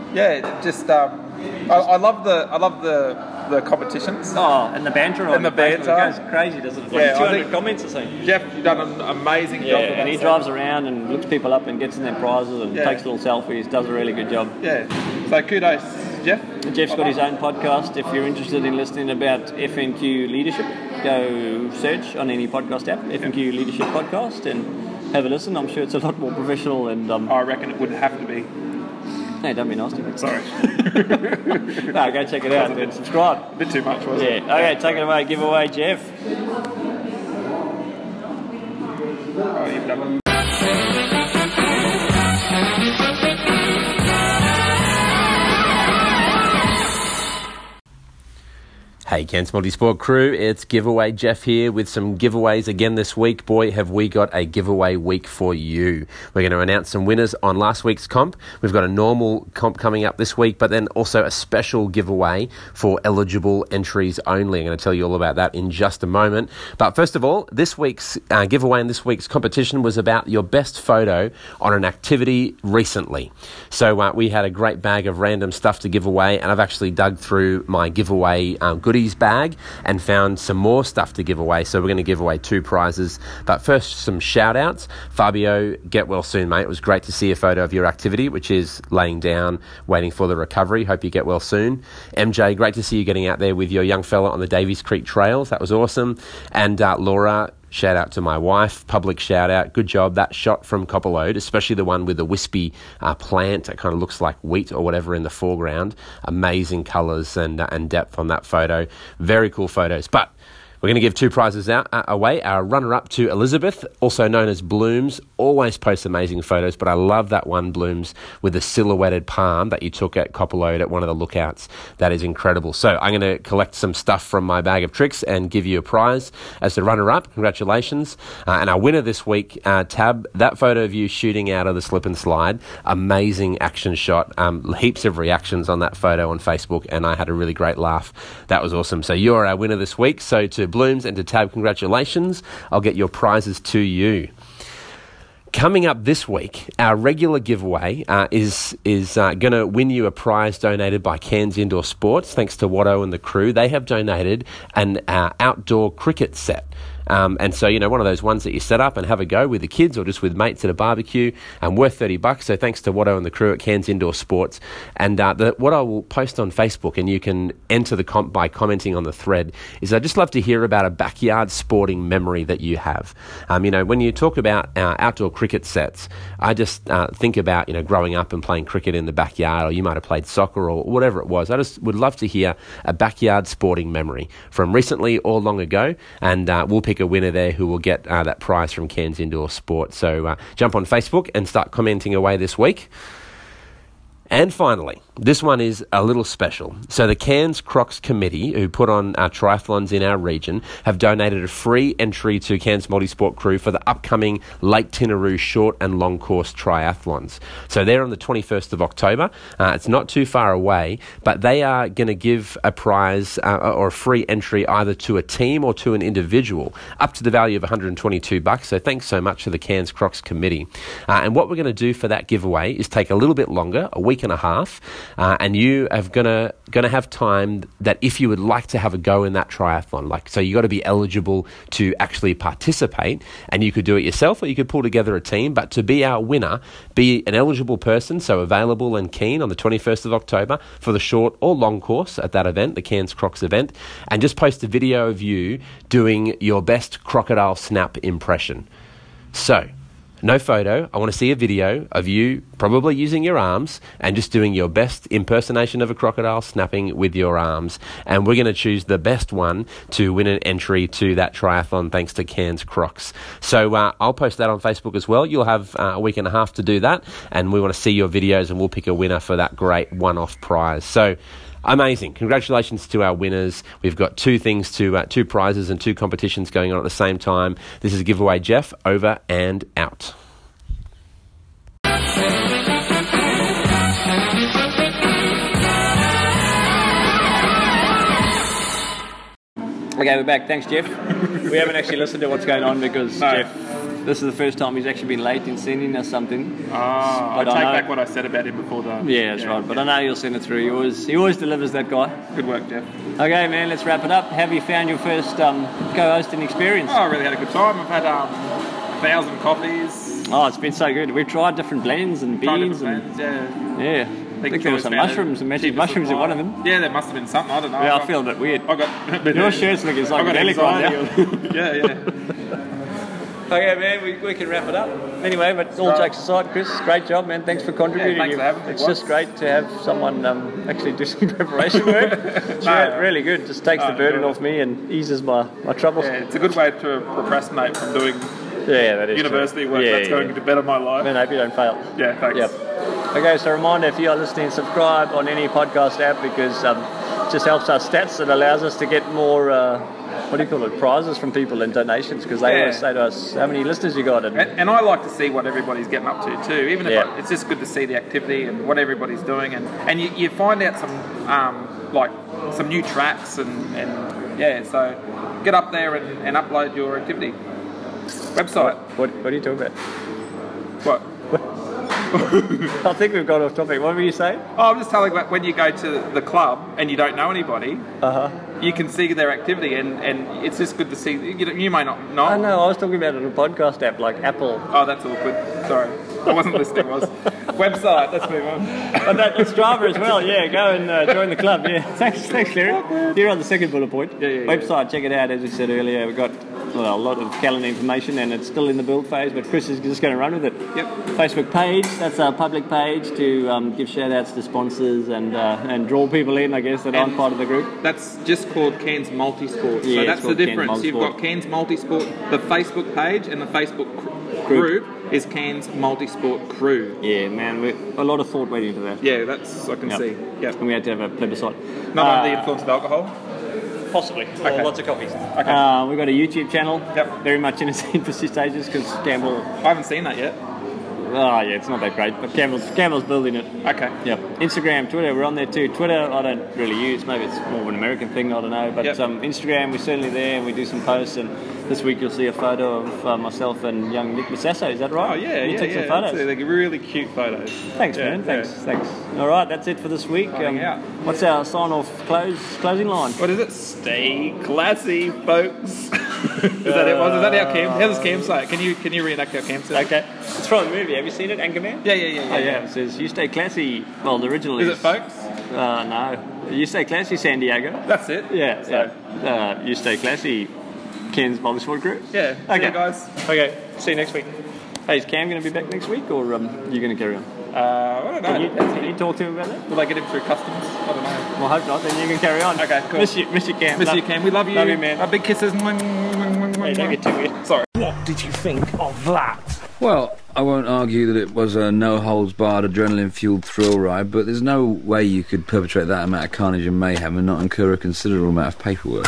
[SPEAKER 7] job.
[SPEAKER 6] yeah, it just um, I, I love the I love the the competitions.
[SPEAKER 7] Oh, and the banter on
[SPEAKER 6] and the
[SPEAKER 7] Facebook.
[SPEAKER 6] banter.
[SPEAKER 7] It goes crazy, doesn't it? Like 200 comments or something.
[SPEAKER 6] Jeff, you've done an amazing
[SPEAKER 7] Yeah,
[SPEAKER 6] job. with
[SPEAKER 7] and
[SPEAKER 6] that
[SPEAKER 7] he
[SPEAKER 6] stuff.
[SPEAKER 7] drives around and looks people up and gets in their prizes and
[SPEAKER 6] Yeah.
[SPEAKER 7] takes little selfies. Does a really good job.
[SPEAKER 6] Yeah. So kudos, Jeff.
[SPEAKER 7] Jeff's got his own podcast. If you're interested in listening about FNQ leadership, go search on any podcast app, FNQ Leadership Podcast, and have a listen. I'm sure it's a lot more professional and. Um, I
[SPEAKER 6] reckon it would have to be.
[SPEAKER 7] Hey, don't be nasty. Sorry. *laughs* no, go check it out and subscribe.
[SPEAKER 6] bit too much, wasn't
[SPEAKER 7] yeah.
[SPEAKER 6] it?
[SPEAKER 7] Okay, take it away. Give away, Jeff.
[SPEAKER 6] Oh, you've done it.
[SPEAKER 2] Hey, Cairns Multisport crew, it's giveaway Jeff here with some giveaways again this week. Boy, have we got a giveaway week for you. We're going to announce some winners on last week's comp. We've got a normal comp coming up this week, but then also a special giveaway for eligible entries only. I'm going to tell you all about that in just a moment. But first of all, this week's uh, giveaway and this week's competition was about your best photo on an activity recently. So uh, we had a great bag of random stuff to give away, and I've actually dug through my giveaway um, goodies bag and found some more stuff to give away. So we're going to give away two prizes. But first, some shout outs. Fabio, get well soon, mate. It was great to see a photo of your activity, which is laying down, waiting for the recovery. Hope you get well soon. MJ, great to see you getting out there with your young fella on the Davies Creek Trails. That was awesome. And uh, Laura, Shout out to my wife, public shout out. Good job. That shot from Copperlode, especially the one with the wispy uh, plant that kind of looks like wheat or whatever in the foreground. Amazing colors and, uh, and depth on that photo. Very cool photos. But we're going to give two prizes out uh, away. Our runner up to Elizabeth, also known as Blooms, always posts amazing photos, but I love that one, Blooms, with the silhouetted palm that you took at Copperlode at one of the lookouts. That is incredible. So I'm going to collect some stuff from my bag of tricks and give you a prize as the runner up. Congratulations. Uh, and our winner this week, uh, Tab, that photo of you shooting out of the slip and slide, amazing action shot. Um, heaps of reactions on that photo on Facebook, and I had a really great laugh. That was awesome. So you're our winner this week. So to Blooms and to Tab, congratulations. I'll get your prizes to you. Coming up this week, our regular giveaway uh, is is uh, going to win you a prize donated by Cairns Indoor Sports. Thanks to Watto and the crew, they have donated an uh, outdoor cricket set. Um, and so, you know, one of those ones that you set up and have a go with the kids or just with mates at a barbecue, um, worth 30 bucks. So thanks to Watto and the crew at Cairns Indoor Sports. And uh, the, what I will post on Facebook, and you can enter the comp by commenting on the thread, is I'd just love to hear about a backyard sporting memory that you have. Um, you know, when you talk about uh, outdoor cricket sets, I just uh, think about, you know, growing up and playing cricket in the backyard, or you might have played soccer or whatever it was. I just would love to hear a backyard sporting memory from recently or long ago. And uh, we'll pick a winner there who will get uh, that prize from Cairns Indoor Sports. So uh, jump on Facebook and start commenting away this week. And finally, this one is a little special. So, the Cairns Crocs Committee, who put on our triathlons in our region, have donated a free entry to Cairns Multisport Crew for the upcoming Lake Tinaroo short and long course triathlons. So, they're on the 21st of October. Uh, it's not too far away, but they are going to give a prize uh, or a free entry either to a team or to an individual up to the value of 122 bucks. So, thanks so much to the Cairns Crocs Committee. Uh, and what we're going to do for that giveaway is take a little bit longer, a week and a half, uh, and you are gonna gonna have time that if you would like to have a go in that triathlon, like so, you got to be eligible to actually participate, and you could do it yourself or you could pull together a team. But to be our winner, be an eligible person, so available and keen on the 21st of October for the short or long course at that event, the Cairns Crocs event, and just post a video of you doing your best crocodile snap impression. So. No photo. I want to see a video of you probably using your arms and just doing your best impersonation of a crocodile snapping with your arms. And we're going to choose the best one to win an entry to that triathlon thanks to Cairns Crocs. So uh, I'll post that on Facebook as well. You'll have uh, a week and a half to do that. And we want to see your videos and we'll pick a winner for that great one off prize. So amazing. Congratulations to our winners. We've got two things to uh, two prizes and two competitions going on at the same time. This is giveaway Jeff over and out.
[SPEAKER 7] Okay, we're back. Thanks, Jeff. we haven't actually listened to what's going on because Jeff, this is the first time he's actually been late in sending us something.
[SPEAKER 6] Ah, I
[SPEAKER 7] But I
[SPEAKER 6] take
[SPEAKER 7] know-
[SPEAKER 6] back what I said about him before the.
[SPEAKER 7] Yeah, that's right. But I know you'll send it through. He always he always delivers that guy.
[SPEAKER 6] Good work, Jeff.
[SPEAKER 7] Okay, man, let's wrap it up. Have you found your first um, co-hosting experience?
[SPEAKER 6] Oh, I really had a good time. I've had um, a thousand coffees.
[SPEAKER 7] Oh, it's been so good. We've tried different blends and
[SPEAKER 6] Tried
[SPEAKER 7] beans
[SPEAKER 6] different
[SPEAKER 7] and
[SPEAKER 6] blends, yeah.
[SPEAKER 7] yeah. I think there were some mushrooms, some magic mushrooms in one of them.
[SPEAKER 6] Yeah, there must have been something. I don't know.
[SPEAKER 7] Yeah, I
[SPEAKER 6] I've-
[SPEAKER 7] feel a bit weird.
[SPEAKER 6] I got
[SPEAKER 7] Your shirt's looking
[SPEAKER 6] I got
[SPEAKER 7] psychedelic right
[SPEAKER 6] anxiety. *laughs* yeah, yeah.
[SPEAKER 7] Okay, man, we, we can wrap it up. Anyway, but all
[SPEAKER 6] Right.
[SPEAKER 7] jokes aside, Chris, great job, man. Thanks for contributing.
[SPEAKER 6] thanks for having me.
[SPEAKER 7] it's just great to have someone um, actually do some *laughs* preparation work.
[SPEAKER 6] *laughs*
[SPEAKER 7] It's
[SPEAKER 6] No,
[SPEAKER 7] re- really good. Just takes
[SPEAKER 6] no,
[SPEAKER 7] the burden
[SPEAKER 6] no.
[SPEAKER 7] off me and eases my, my troubles.
[SPEAKER 6] Yeah, it's a good way to procrastinate from doing
[SPEAKER 7] Yeah, that is
[SPEAKER 6] university
[SPEAKER 7] true.
[SPEAKER 6] work.
[SPEAKER 7] Yeah,
[SPEAKER 6] That's
[SPEAKER 7] yeah,
[SPEAKER 6] going to better my life.
[SPEAKER 7] Man, I hope you don't fail.
[SPEAKER 6] Yeah, thanks.
[SPEAKER 7] Yep. Okay, so reminder if you are listening, subscribe on any podcast app because um, it just helps our stats. It allows us to get more, uh, what do you call it, prizes from people and donations because they
[SPEAKER 6] Yeah.
[SPEAKER 7] always say to us, how many listeners you got? And,
[SPEAKER 6] And, and I like to see what everybody's getting up to too. Even if
[SPEAKER 7] Yeah.
[SPEAKER 6] I, it's just good to see the activity and what everybody's doing, and, and you, you find out some um, like some new tracks and, and yeah. So get up there and, and upload your activity website.
[SPEAKER 7] What, what are you talking about?
[SPEAKER 6] What?
[SPEAKER 7] *laughs* I think we've got off topic. What were you saying?
[SPEAKER 6] Oh, I'm just telling you, when you go to the club and you don't know anybody,
[SPEAKER 7] Uh-huh.
[SPEAKER 6] you can see their activity, and, and it's just good to see. You, know, you may not know.
[SPEAKER 7] I know, I was talking about it on a podcast app like Apple.
[SPEAKER 6] Oh, that's awkward. Sorry, I wasn't listening. Was website. Let's move on.
[SPEAKER 7] But that, that's Strava as well, yeah. Go and uh, join the club, yeah. *laughs* Thanks, thanks, Larry. You're on the second bullet point. Website, check it out. As we said earlier, we've got well, a lot of calendar information and it's still in the build phase, but Chris is just going to run with it.
[SPEAKER 6] Yep.
[SPEAKER 7] Facebook page, that's our public page to um, give shout outs to sponsors and, uh, and draw people in, I guess, that aren't
[SPEAKER 6] And-
[SPEAKER 7] part of the group.
[SPEAKER 6] That's just called Cairns Multisport.
[SPEAKER 7] Yeah,
[SPEAKER 6] so that's
[SPEAKER 7] it's
[SPEAKER 6] the
[SPEAKER 7] called Cairns
[SPEAKER 6] difference. You've
[SPEAKER 7] Multisport.
[SPEAKER 6] got Cairns Multisport, the Facebook page, and the Facebook cr-
[SPEAKER 7] Group.
[SPEAKER 6] group. is Cairns Multisport Crew.
[SPEAKER 7] Yeah, man, we a lot of thought went into that.
[SPEAKER 6] Yeah, that's I can
[SPEAKER 7] Yep.
[SPEAKER 6] see. Yep.
[SPEAKER 7] And we had to have a plebiscite.
[SPEAKER 6] Not
[SPEAKER 7] Uh,
[SPEAKER 6] under the influence of alcohol.
[SPEAKER 7] Possibly.
[SPEAKER 6] Okay.
[SPEAKER 7] lots of coffees.
[SPEAKER 6] Okay.
[SPEAKER 7] Uh, we've got a YouTube channel. Yep. Very much in its *laughs* infancy stages because Campbell. I
[SPEAKER 6] haven't seen that yet.
[SPEAKER 7] Oh yeah, it's not that great, but Campbell's Campbell's building it.
[SPEAKER 6] Okay.
[SPEAKER 7] Yep. Instagram, Twitter, we're on there too. Twitter, I don't really use. Maybe it's more of an American thing. I don't know. But um, Instagram, we're certainly there. and We do some posts, and this week you'll see a photo of uh, myself and young Nick Massasso. Is that right?
[SPEAKER 6] Oh yeah,
[SPEAKER 7] You
[SPEAKER 6] yeah,
[SPEAKER 7] took
[SPEAKER 6] yeah.
[SPEAKER 7] some photos.
[SPEAKER 6] That's- They're really cute photos.
[SPEAKER 7] Thanks,
[SPEAKER 6] Yeah,
[SPEAKER 7] man.
[SPEAKER 6] yeah.
[SPEAKER 7] Thanks, thanks. All right, that's it for this week. Um,
[SPEAKER 6] Signing out.
[SPEAKER 7] what's our sign-off close closing line?
[SPEAKER 6] What is it? Stay classy, folks. *laughs* Is that it? Was is that our camp? How's this campsite? Uh, Can you can you reenact our campsite? Okay, it's from a movie. Have you seen it, Anchorman? Yeah, yeah, yeah, yeah.
[SPEAKER 7] Oh, yeah, it says you stay classy. Well, the original
[SPEAKER 6] Is
[SPEAKER 7] is,
[SPEAKER 6] it folks?
[SPEAKER 7] Uh, no, you stay classy, San Diego.
[SPEAKER 6] That's it.
[SPEAKER 7] Yeah,
[SPEAKER 6] So-
[SPEAKER 7] yeah. Uh, you stay classy, Ken's Multi Sport Group.
[SPEAKER 6] Yeah. See
[SPEAKER 7] Okay.
[SPEAKER 6] you guys. Okay. See you next week.
[SPEAKER 7] Hey, is Cam going to be back next week, or um, you going to carry on?
[SPEAKER 6] Uh, I don't know.
[SPEAKER 7] Can you-
[SPEAKER 6] can you talk to him about that? Will I get him through customs? I don't know.
[SPEAKER 7] Well, I hope not. Then you can carry on.
[SPEAKER 6] Okay, cool.
[SPEAKER 7] Miss you- miss you, Cam.
[SPEAKER 6] Miss
[SPEAKER 7] Love-
[SPEAKER 6] you, Cam. We love you.
[SPEAKER 7] love you, man.
[SPEAKER 6] Uh, big kisses. Hey,
[SPEAKER 7] don't get too weird.
[SPEAKER 6] Sorry.
[SPEAKER 23] What did you think of that?
[SPEAKER 24] Well, I won't argue that it was a no holds barred adrenaline fueled thrill ride, but there's no way you could perpetrate that amount of carnage and mayhem and not incur a considerable amount of paperwork.